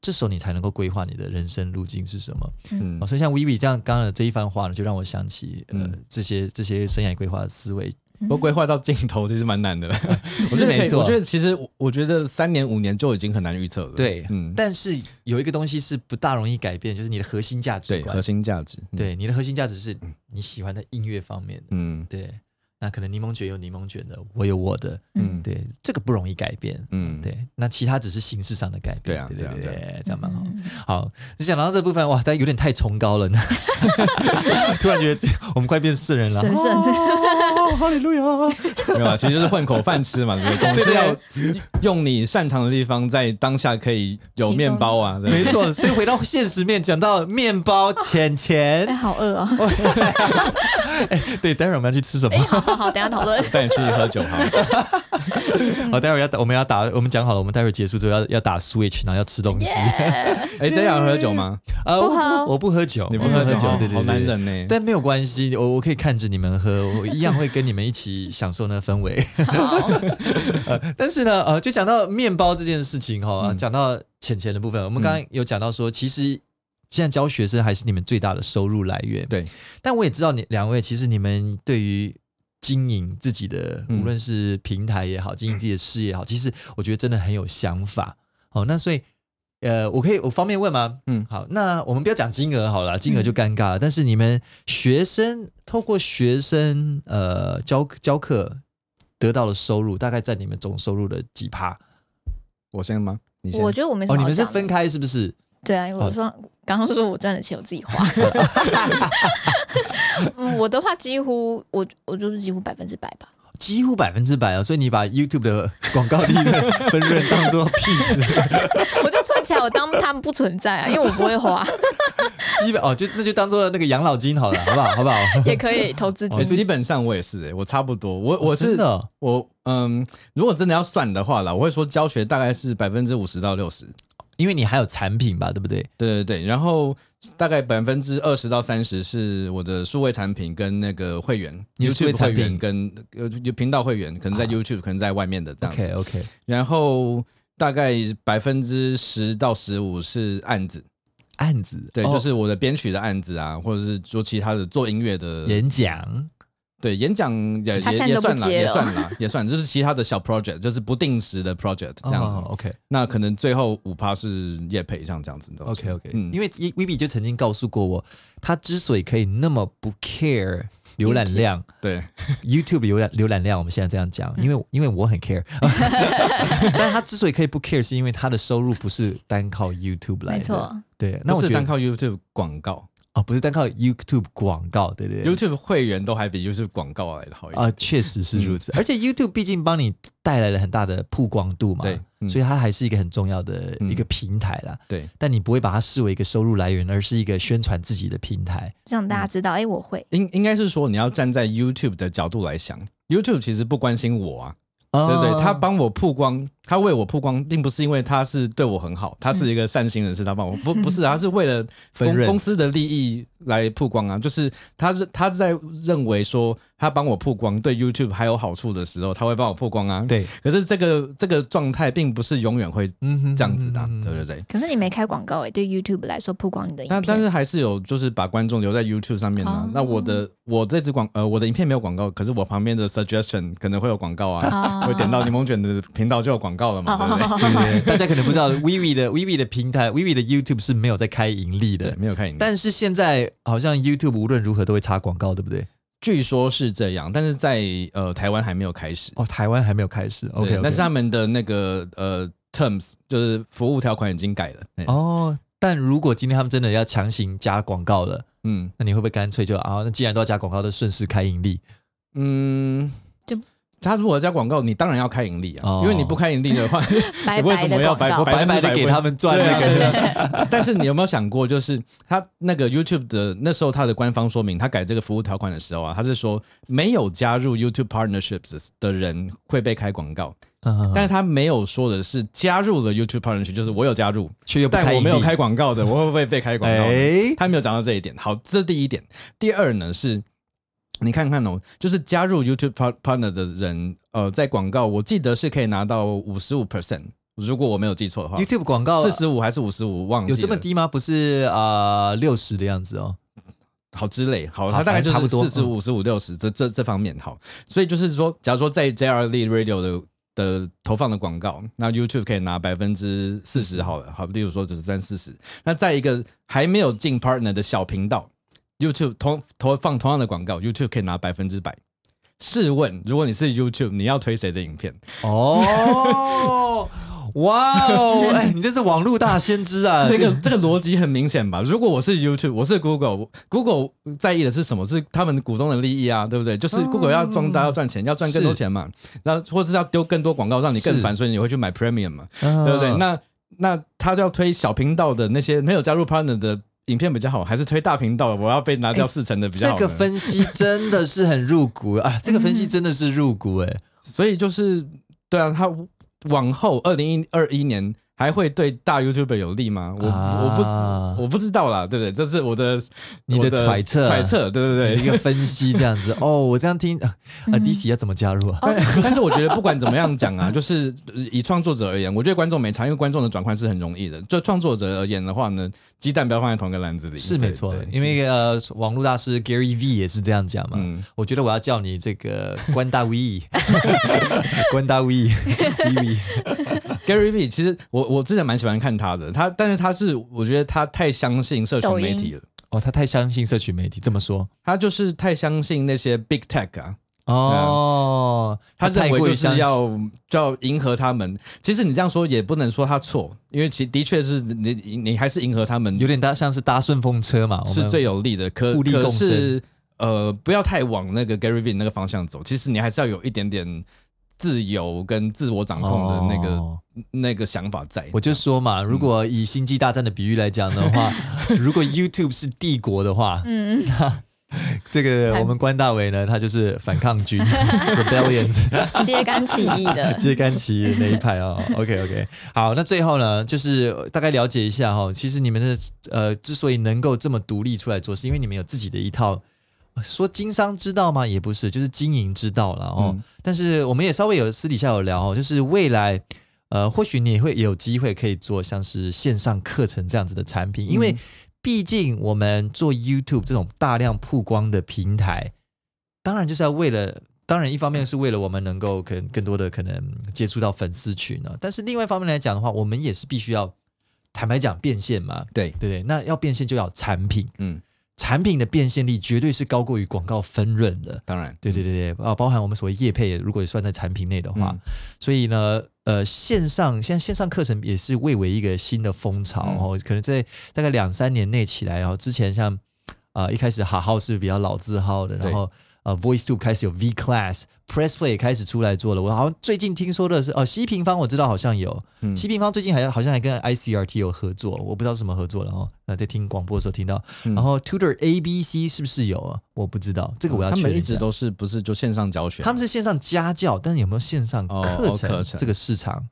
Speaker 1: 这时候你才能够规划你的人生路径是什么。
Speaker 3: 嗯
Speaker 1: 哦，所以像 Vivi 这样刚刚的这一番话呢，就让我想起呃、
Speaker 3: 嗯
Speaker 1: 这些这些生涯规划的思 维。
Speaker 3: 不过规划到尽头其实蛮难的，我
Speaker 1: 是
Speaker 3: 觉得可以
Speaker 1: 没错
Speaker 3: 我觉得其实我我觉得三年五年就已经很难预测了。
Speaker 1: 对，
Speaker 3: 嗯，
Speaker 1: 但是有一个东西是不大容易改变，就是你的核心价值
Speaker 3: 对，
Speaker 1: 观。
Speaker 3: 核心价值，嗯，
Speaker 1: 对，你的核心价值是你喜欢在音乐方面的。
Speaker 3: 嗯
Speaker 1: 对，那可能柠檬卷有柠檬卷的，我有我的，
Speaker 3: 嗯
Speaker 1: 对，这个不容易改变。
Speaker 3: 嗯，
Speaker 1: 对，那其他只是形式上的改变。
Speaker 3: 对啊
Speaker 1: 对对
Speaker 3: 对啊
Speaker 1: 对，这样蛮好。
Speaker 2: 嗯
Speaker 1: 好，你讲到这部分，哇，但有点太崇高了 呢，突然觉得自己我们快变圣人了。
Speaker 2: 神圣的，
Speaker 1: 哦，哈利路 亚！
Speaker 3: 没有啊，其实就是混口饭吃嘛，对不对？总是要用你擅长的地方，在当下可以有面包啊，对 不
Speaker 1: 没
Speaker 3: 对
Speaker 1: 错，所以回到现实面，讲到面包钱
Speaker 2: 哎，
Speaker 1: 钱，
Speaker 2: 好饿啊！
Speaker 1: 哦
Speaker 2: 哎
Speaker 1: 对，待会儿我们要去吃什么？
Speaker 3: 哎
Speaker 2: 好好好，等一下 讨论。
Speaker 3: 带你去喝酒哈。
Speaker 1: 好，待会儿要打，我们要打，我们讲好了，我们待会儿结束之后要要打 Switch，然后要吃东西。
Speaker 3: 哎，这样喝酒吗？
Speaker 1: 呃，我
Speaker 2: 不喝
Speaker 1: 我不喝酒，
Speaker 3: 你不
Speaker 1: 我
Speaker 3: 喝酒，
Speaker 1: 哦对对对，
Speaker 3: 好男
Speaker 1: 对
Speaker 3: 人呢。
Speaker 1: 但没有关系，我我可以看着你们喝，我一样会跟你们一起享受那氛围。
Speaker 2: 好，
Speaker 1: 但是呢，呃，就讲到面包这件事情哈、
Speaker 3: 嗯
Speaker 1: 讲到钱钱的部分，我们刚刚有讲到说，其实现在教学生还是你们最大的收入来源。
Speaker 3: 对，
Speaker 1: 但我也知道你两位，其实你们对于经营自己的，
Speaker 3: 嗯
Speaker 1: 无论是平台也好，经营自己的事业也好，其实我觉得真的很有想法。好，那所以。呃，我可以，我方便问吗？
Speaker 3: 嗯
Speaker 1: 好，那我们不要讲金额好了，金额就尴尬了。但是你们学生透过学生呃教教课得到的收入，大概在你们总收入的几趴？
Speaker 3: 我先吗？你先
Speaker 2: 我。觉得我没什
Speaker 1: 哦，
Speaker 2: 么
Speaker 1: 你
Speaker 2: 好
Speaker 1: 们是
Speaker 2: 讲的。
Speaker 1: 分开哦是不是？
Speaker 2: 对啊，因为我说刚刚说我赚的钱我自己 花。嗯，我的话几乎我我就是几乎百分之百吧。
Speaker 1: 几乎百分之百哦，所以你把 YouTube 的广告利润分润当做屁子，
Speaker 2: 我就存起来，我当他们不存在啊，因为我不会 花，
Speaker 1: 基本哦就那就当做那个养老金好了， 好不好？好不好？
Speaker 2: 也可以投资
Speaker 3: 哦
Speaker 2: 金。
Speaker 3: 基本上我也是、欸，我差不多，我我
Speaker 1: 真
Speaker 3: 是、
Speaker 1: 的哦
Speaker 3: 我嗯，如果真的要算的话啦，我会说教学大概是百分之五十到六十，
Speaker 1: 因为你还有产品吧，对不对？
Speaker 3: 对对对，然后大概百分之二十到三十是我的数位产品跟那个会员
Speaker 1: 你的数位
Speaker 3: ，YouTube 会
Speaker 1: 产品
Speaker 3: 员跟呃频道会员，可
Speaker 1: 啊
Speaker 3: 能在 YouTube，、可能在外面的这样子。
Speaker 1: OK OK，
Speaker 3: 然后大概百分之十到十五是案子，
Speaker 1: 案子
Speaker 3: 对，
Speaker 1: 哦
Speaker 3: 就是我的编曲的案子啊，或者是做其他的做音乐的，
Speaker 1: 演讲，
Speaker 3: 对，演讲也
Speaker 2: 他现
Speaker 3: 也
Speaker 2: 在
Speaker 3: 也
Speaker 2: 都不
Speaker 3: 算啦，
Speaker 2: 接
Speaker 3: 也
Speaker 2: 了
Speaker 3: 算啦， 也算，就是其他的小 project，就是不定时的 project 这样子。
Speaker 1: 哦、OK
Speaker 3: 那可能最后五趴是业配，像这样子的东西。
Speaker 1: OK OK，、
Speaker 3: 嗯
Speaker 1: 因为 Vivi 就曾经告诉过我，他之所以可以那么不 care 浏览量
Speaker 3: 对，
Speaker 1: ，YouTube 浏览浏览量，我们现在这样讲，因
Speaker 3: 嗯
Speaker 1: 为因为我很 care，但他之所以可以不 care，是因为他的收入不是单靠 YouTube 来的，
Speaker 2: 没错，
Speaker 1: 对。那我
Speaker 3: 不
Speaker 1: 觉
Speaker 3: 是
Speaker 1: 得
Speaker 3: 单靠 YouTube 广告
Speaker 1: 哦，不是单靠 YouTube 广告，对对对
Speaker 3: ，YouTube 会员都还比 YouTube 广告来的好一点。
Speaker 1: 啊，确实
Speaker 3: 嗯
Speaker 1: 是如此。而且 YouTube 毕竟帮你带来了很大的曝光度嘛，
Speaker 3: 对嗯
Speaker 1: 所以它还是一个很重要的一个平台啦。
Speaker 3: 对，
Speaker 1: 但你不会把它视为一个收入来源，而是一个宣传自己的平台。
Speaker 2: 让大家知道，哎，我会。
Speaker 3: 应应该是说你要站在 YouTube 的角度来想，YouTube 其实不关心我啊，
Speaker 1: 对
Speaker 3: 对对，他帮我曝光，他为我曝光，并不是因为他是对我很好，他是一个善心人士，他帮我 不不是，他是为了
Speaker 1: 分
Speaker 3: 公
Speaker 1: 润
Speaker 3: 公司的利益来曝光啊，就是他是他在认为说他帮我曝光对 YouTube 还有好处的时候，他会帮我曝光啊。，
Speaker 1: 对，
Speaker 3: 可是这个这个状态并不是永远会
Speaker 1: 嗯哼
Speaker 3: 这样子的啊、
Speaker 1: 嗯
Speaker 3: 对对对。
Speaker 2: 可是你没开广告哎、对 YouTube 来说曝光你的影
Speaker 3: 那
Speaker 2: 片，
Speaker 3: 但是还是有，就是把观众留在 YouTube 上面的啊、
Speaker 2: 哦
Speaker 3: 那我的我这支广呃我的影片没有广告，可是我旁边的 suggestion 可能会有广 告啊，
Speaker 2: 哦
Speaker 3: 会点到柠檬卷的频道就有广告了 嘛，对不对？
Speaker 1: 对对对 大家可能不知道，Vivi 的 Vivi 的平台，Vivi 的 YouTube 是没有在开盈利
Speaker 3: 对，
Speaker 1: 的。
Speaker 3: 没有看影片。
Speaker 1: 但是现在好像 YouTube 无论如何都会插广告，对不对？
Speaker 3: 据说是这样，但是在呃台湾还没有开始。
Speaker 1: 哦，台湾还没有开始。
Speaker 3: 对
Speaker 1: OK，
Speaker 3: 但是啊他们的那个呃 terms 就是服务条款已经改了。哦，
Speaker 1: 哦，但如果今天他们真的要强行加广告了，
Speaker 3: 嗯
Speaker 1: 那你会不会干脆就啊？那既然都要加广告，就顺势开盈利？
Speaker 3: 嗯，
Speaker 2: 就
Speaker 3: 他如果加广告，你当然要开盈利啊，
Speaker 1: 哦
Speaker 3: 因为你不开盈利 的话，
Speaker 2: 白
Speaker 3: 为
Speaker 2: 白
Speaker 3: 什么要
Speaker 2: 的
Speaker 3: 白
Speaker 2: 广告，
Speaker 1: 白白的给他们赚
Speaker 3: 对啊
Speaker 1: 那
Speaker 3: 对
Speaker 1: 个，
Speaker 3: 啊对啊但是你有没有想过，就是他那个 YouTube 的那时候他的官方说明，他改这个服务条款的时候啊，他是说没有加入 YouTube partnerships 的人会被开广告，
Speaker 1: 嗯
Speaker 3: 但是他没有说的是加入了 YouTube partnership，就是我有加入，
Speaker 1: 却又不开盈
Speaker 3: 但
Speaker 1: 利
Speaker 3: 我没有开广告的，我会不会被开广告呢？
Speaker 1: 哎
Speaker 3: 他没有讲到这一点。好，这是第一点。第二呢是，你看看哦，就是加入 YouTube par- Partner 的人，呃，在广告我记得是可以拿到五十五 percent，如果我没有记错的话。
Speaker 1: YouTube 广告啊
Speaker 3: 四十五还是五十五，忘记
Speaker 1: 有
Speaker 3: 了
Speaker 1: 这么？低吗？不是啊，六十的样子哦。
Speaker 3: 好之类，好，
Speaker 1: 好
Speaker 3: 它大概就是
Speaker 1: 反正差不多
Speaker 3: 四十五、十五、六十这这这方面好。所以就是说，假如说在 JRL Radio 的的投放的广告，那 YouTube 可以拿百分之四十好了，好，例如说只是占四十。那在一个还没有进 Partner 的小频道，YouTube 同投放同样的广告，YouTube 可以拿百分之百。试问，如果你是 YouTube，你要推谁的影片？
Speaker 1: 哦，哇哦，哎，你这是网络大先知啊！
Speaker 3: 这个这个逻辑很明显吧？如果我是 YouTube，我是 Google，Google 在意的是什么？是他们股东的利益啊，对不对？就是
Speaker 1: 嗯
Speaker 3: Google 要壮大，要赚钱，要赚更多钱嘛。那或是要丢更多广告，让你更
Speaker 1: 是
Speaker 3: 烦，所以你会去买 Premium 嘛，
Speaker 1: 嗯，
Speaker 3: 对不对？
Speaker 1: 那
Speaker 3: 那那他就要推小频道的那些没有加入 Partner 的影片比较好，还是推大频道？我要被拿掉四成的比较
Speaker 1: 这
Speaker 3: 好呢？
Speaker 1: 个分析真的是很入股啊！ 这个分析真的是入股哎。
Speaker 3: 所以就是对啊，他往后二零二一年还会对大 YouTuber 有利吗？我、
Speaker 1: 啊
Speaker 3: 我不我不知道啦，对不对？这是我的
Speaker 1: 你的
Speaker 3: 我
Speaker 1: 揣测
Speaker 3: 揣测，对不对
Speaker 1: 一
Speaker 3: 对。
Speaker 1: 个分析这样子哦，我这样听 啊啊
Speaker 2: 嗯
Speaker 1: 迪喜要怎么加入啊？
Speaker 3: 哦但但是我觉得不管怎么样讲啊， 就是呃以创作者而言，我觉得观众没差，因为观众的转换是很容易的。就创作者而言的话呢，鸡蛋不要放在同一个篮子里，
Speaker 1: 是
Speaker 3: 对
Speaker 1: 没错
Speaker 3: 嗯对，
Speaker 1: 因为呃，网络大师 Gary V 也是这样讲嘛。
Speaker 3: 嗯
Speaker 1: 我觉得我要叫你这个关大 V，关大 V V V，
Speaker 3: Gary V，其实我我之前蛮喜欢看他的，他但是他是我觉得他太相信社群
Speaker 2: 抖音
Speaker 3: 媒体了，
Speaker 1: 哦，他太相信社群媒体，这么说
Speaker 3: 他就是太相信那些 Big Tech 啊，
Speaker 1: 哦，
Speaker 3: 他认
Speaker 1: 太
Speaker 3: 为
Speaker 1: 过于
Speaker 3: 就
Speaker 1: 相
Speaker 3: 是
Speaker 1: 信
Speaker 3: 要就要迎合他们。其实你这样说也不能说他错，因为其的确是你你你还是迎合他们
Speaker 1: 有点搭像是搭顺风车嘛，我们
Speaker 3: 是最有利的。可
Speaker 1: 互利
Speaker 3: 可
Speaker 1: 共生
Speaker 3: 是呃，不要太往那个 Gary V 那个方向走。其实你还是要有一点点自由跟自我掌控的那个、嗯
Speaker 1: 哦
Speaker 3: 那个想法在。
Speaker 1: 我就说嘛，如果以《星际大战》的比喻来讲的 话，如果 YouTube 是帝国的话，
Speaker 2: 嗯，
Speaker 1: 这个
Speaker 2: 反
Speaker 1: 我们关大伟呢，他就是反抗 军 （rebellions），
Speaker 2: 嗯揭竿起义的
Speaker 1: 揭竿起义那一派啊、哦。OK OK，好，那最后呢，就是大概了解一下哈、哦，其实你们的呃之所以能够这么独立出来做，是因为你们有自己的一套。呃说经商之道吗？也不是，就是经营之道了哦。
Speaker 3: 嗯
Speaker 1: 但是我们也稍微有私底下有聊哦，就是未来，呃，或许你也会有机会可以做像是线上课程这样子的产品，因为
Speaker 3: 嗯
Speaker 1: 毕竟我们做 YouTube 这种大量曝光的平台，当然就是要为了，当然一方面是为了我们能够可能更多的可能接触到粉丝群啊，但是另外一方面来讲的话，我们也是必须要坦白讲变现嘛，
Speaker 3: 对，
Speaker 1: 对不对？那要变现就要有产品，
Speaker 3: 嗯，
Speaker 1: 产品的变现力绝对是高过于广告分润的。
Speaker 3: 当然，
Speaker 1: 对对对对，啊，包含我们所谓业配，如果也算在产品内的话，
Speaker 3: 嗯
Speaker 1: 所以呢，呃，线上现在线上课程也是蔚为一个新的风潮、
Speaker 3: 嗯
Speaker 1: 哦，可能在大概两三年内起来哦。之前像啊、呃一开始哈号是比较老字号的，
Speaker 3: 对
Speaker 1: 然后呃 Voice Two 开始有 V Class Press Play 也开始出来做了。我好像最近听说的是，哦，西平方我知道好像有，
Speaker 3: 嗯
Speaker 1: 西平方最近还好像还跟 ICRT 有合作，我不知道是什么合作了哦。那在听广播的时候听到，
Speaker 3: 嗯
Speaker 1: 然后 Tutor ABC 是不是有啊？我不知道，这个我要
Speaker 3: 嗯他
Speaker 1: 确
Speaker 3: 们
Speaker 1: 认
Speaker 3: 一
Speaker 1: 一下
Speaker 3: 直都是不是就线上教学，啊
Speaker 1: 他们是线上家教，但是有没有线上
Speaker 3: 哦
Speaker 1: 课
Speaker 3: 哦
Speaker 1: 程,、
Speaker 3: 课程
Speaker 1: 这个市场？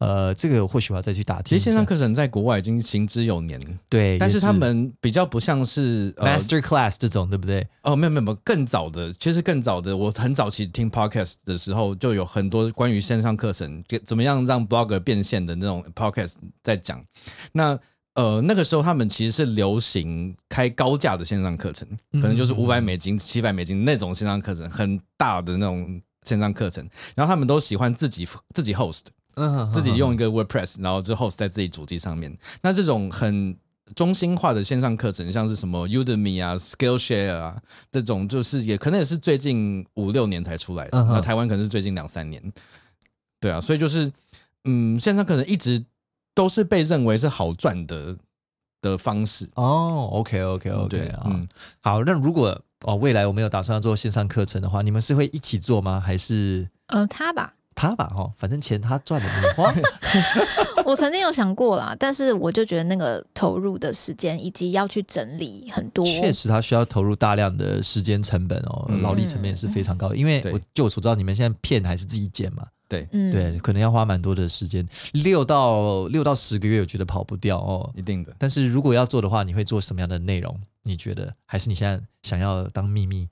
Speaker 1: 呃，这个或许我要再去打听
Speaker 3: 其
Speaker 1: 一下。
Speaker 3: 实线上课程在国外已经行之有年，
Speaker 1: 对，
Speaker 3: 但
Speaker 1: 也
Speaker 3: 是
Speaker 1: 是
Speaker 3: 他们比较不像是呃
Speaker 1: master class 这种，对不对？
Speaker 3: 哦，没有没有没有，更早的，其实更早的，我很早期听 podcast 的时候，就有很多关于线上课程给怎么样让 blogger 变现的那种 podcast 在讲。那呃，那个时候他们其实是流行开高价的线上课程，可能就是
Speaker 1: 嗯
Speaker 3: 五百美金、七百美金那种线上课程，很大的那种线上课程。然后他们都喜欢自己自己 host，
Speaker 1: 嗯，
Speaker 3: 自己用一个 WordPress，然后之后在自己主机上面。那这种很中心化的线上课程，像是什么 Udemy 啊、Skillshare 啊这种，就是也可能也是最近五六年才出来的，
Speaker 1: 嗯哼
Speaker 3: 那台湾可能是最近两三年。对啊，所以就是嗯，线上课程一直都是被认为是好赚的的方式。
Speaker 1: 哦，OK OK
Speaker 3: 对
Speaker 1: OK 啊、
Speaker 3: 嗯，
Speaker 1: 好，那如果哦未来我们有打算要做线上课程的话，你们是会一起做吗？还是
Speaker 2: 呃，他吧，
Speaker 1: 他吧？哦，反正钱他赚了你 花。
Speaker 2: 我曾经有想过啦，但是我就觉得那个投入的时间以及要去整理很多，
Speaker 1: 确实，它需要投入大量的时间成本哦，
Speaker 3: 嗯
Speaker 1: 劳力成本也是非常高的。因为
Speaker 3: 对
Speaker 1: 我就我所知道，你们现在片还是自己剪嘛，
Speaker 2: 嗯，
Speaker 1: 对，，可能要花蛮多的时间，六到六到十个月，我觉得跑不掉哦。
Speaker 3: 一定的。
Speaker 1: 但是如果要做的话，你会做什么样的内容？你觉得还是你现在想要当秘密？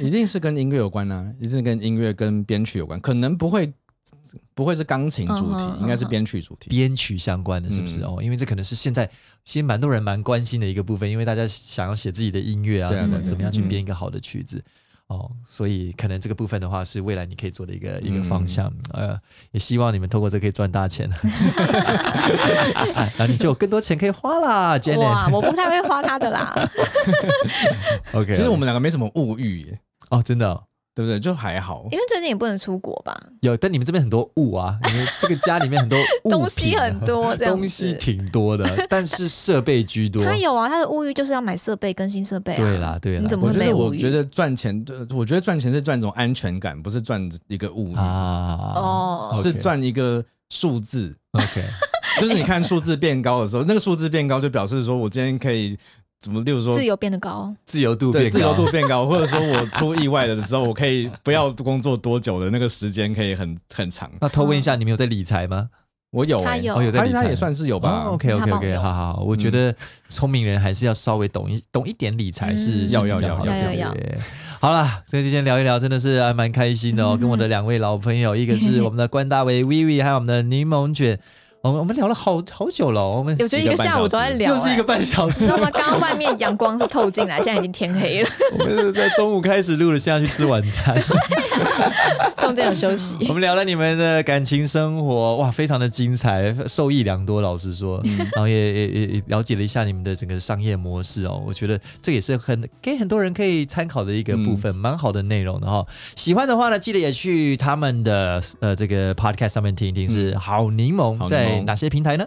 Speaker 3: 一定是跟音乐有关啊，一定是跟音乐跟编曲有关，可能不会不会是钢琴主题，
Speaker 2: 嗯哼
Speaker 3: 应该是
Speaker 2: 嗯哼
Speaker 3: 编曲主题。
Speaker 1: 编曲相关的，是不是、
Speaker 3: 嗯
Speaker 1: 哦？因为这可能是现在其实蛮多人蛮关心的一个部分，因为大家想要写自己的音乐啊，
Speaker 3: 对啊
Speaker 1: 什么
Speaker 2: 对啊
Speaker 1: 怎么样去
Speaker 3: 嗯
Speaker 1: 编一个好的曲子。哦，所以可能这个部分的话是未来你可以做的一个一个方向，
Speaker 2: 嗯
Speaker 1: 呃，也希望你们透过这可以赚大 钱， 然后你就有更多钱可以花啦
Speaker 2: 哇，
Speaker 1: ，Janet。
Speaker 2: 我不太会花他 的啦，
Speaker 1: OK，
Speaker 3: 其实我们两个没什么物欲耶，
Speaker 1: 哦，真的哦
Speaker 3: 对不对？就还好。
Speaker 2: 因为最近也不能出国吧，
Speaker 1: 有，但你们这边很多物啊，你们这个家里面 很多物
Speaker 2: 东西
Speaker 1: 品啊
Speaker 2: 很，多，这样子
Speaker 1: 东西挺多的， 但是设备居多。
Speaker 2: 他有啊，他的物欲就是要买设备、更新设备啊，
Speaker 1: 对啦，对啦，
Speaker 2: 你怎么
Speaker 3: 我
Speaker 2: 会
Speaker 3: 觉
Speaker 2: 没
Speaker 3: 得，
Speaker 2: 有
Speaker 3: 我
Speaker 2: 物欲
Speaker 3: 觉得赚钱，呃我觉得赚钱是赚一种安全感，不是赚一个物欲，
Speaker 1: 啊？
Speaker 2: 哦，
Speaker 1: OK
Speaker 3: 是赚一个数字。
Speaker 1: OK，
Speaker 3: 就是你看数字变高的时候，那个数字变高就表示说我今天可以怎么，例如说
Speaker 2: 自由变得高，
Speaker 1: 自由度
Speaker 3: 对
Speaker 1: 变
Speaker 3: 自由
Speaker 1: 高。
Speaker 3: 度变高，或者说我出意外的时候，我可以不要工作多久的那个时间可以很很长。
Speaker 1: 那偷问一下，你们有在理财吗？
Speaker 3: 我有、欸，
Speaker 2: 他有
Speaker 1: 哦有在
Speaker 3: 但
Speaker 1: 理
Speaker 3: 是他
Speaker 1: 财
Speaker 3: 也算是有吧。
Speaker 1: o k
Speaker 2: 他
Speaker 1: OK
Speaker 2: 嗯帮我
Speaker 1: OK，
Speaker 2: 用
Speaker 1: 哦好好，好我觉得聪明人还是要稍微懂一懂一点理财是是
Speaker 2: 嗯
Speaker 3: 要
Speaker 1: 比
Speaker 3: 要
Speaker 1: 较
Speaker 3: 要
Speaker 1: 好的
Speaker 2: 要
Speaker 1: 对
Speaker 2: 要
Speaker 1: 对对好啦，所以今天聊一聊，真的是还蛮开心
Speaker 2: 嗯
Speaker 1: 的哦。跟我的两位老朋友，一个是我们的关大为 Vivi，还有我们的柠檬卷，我们我们聊了好好久了哦，我们
Speaker 2: 我觉得一个下午都在聊、
Speaker 1: 又是一个
Speaker 2: 哎。
Speaker 1: 半小时
Speaker 2: 知道，吗？刚刚外面阳光是透进来，现在已经天黑了，
Speaker 1: 我们是在中午开始录了，现在去吃晚餐。
Speaker 2: 中间有休息。
Speaker 1: 我们聊了你们的感情生活，哇，非常的精彩，受益良多。老实说，然后也也也也了解了一下你们的整个商业模式哦，我觉得这也是很给很多人可以参考的一个部分，蛮好的内容的哈、哦。喜欢的话呢，记得也去他们的呃这个 podcast 上面听一听，是好柠檬
Speaker 3: 好柠檬
Speaker 1: 在哪些平台呢？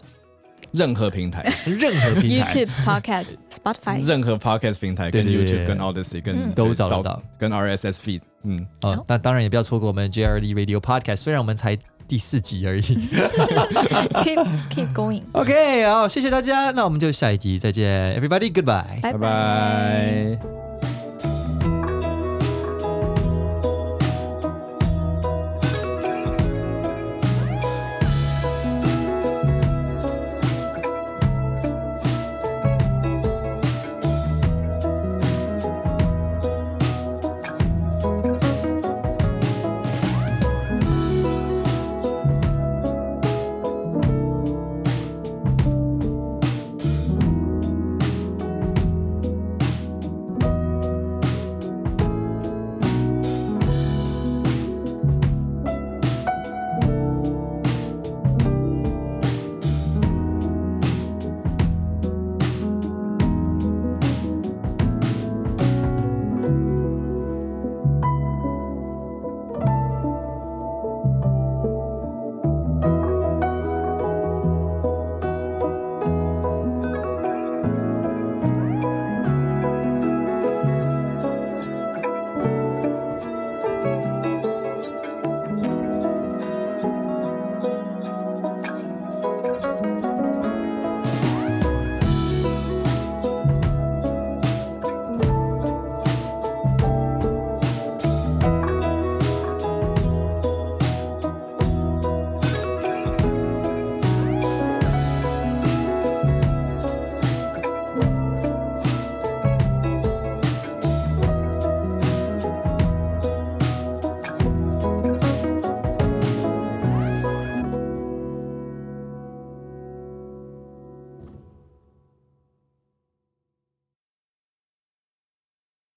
Speaker 3: 任何平台，
Speaker 1: 任何平台
Speaker 2: YouTube、Podcast、Spotify，
Speaker 3: 任何 podcast 平台，
Speaker 1: 对
Speaker 3: 跟
Speaker 1: 对对
Speaker 3: YouTube、跟 Odyssey、跟
Speaker 2: 嗯
Speaker 1: 都找得到，
Speaker 3: 跟 RSS feed，嗯，
Speaker 1: 哦。那当然也不要错过我们 JRD E Radio Podcast，虽然我们才第四集而 已。
Speaker 2: keep keep going，
Speaker 1: OK，好，谢谢大家，那我们就下一集再见，Everybody，Goodbye。
Speaker 3: 拜
Speaker 2: 拜拜。
Speaker 3: 拜。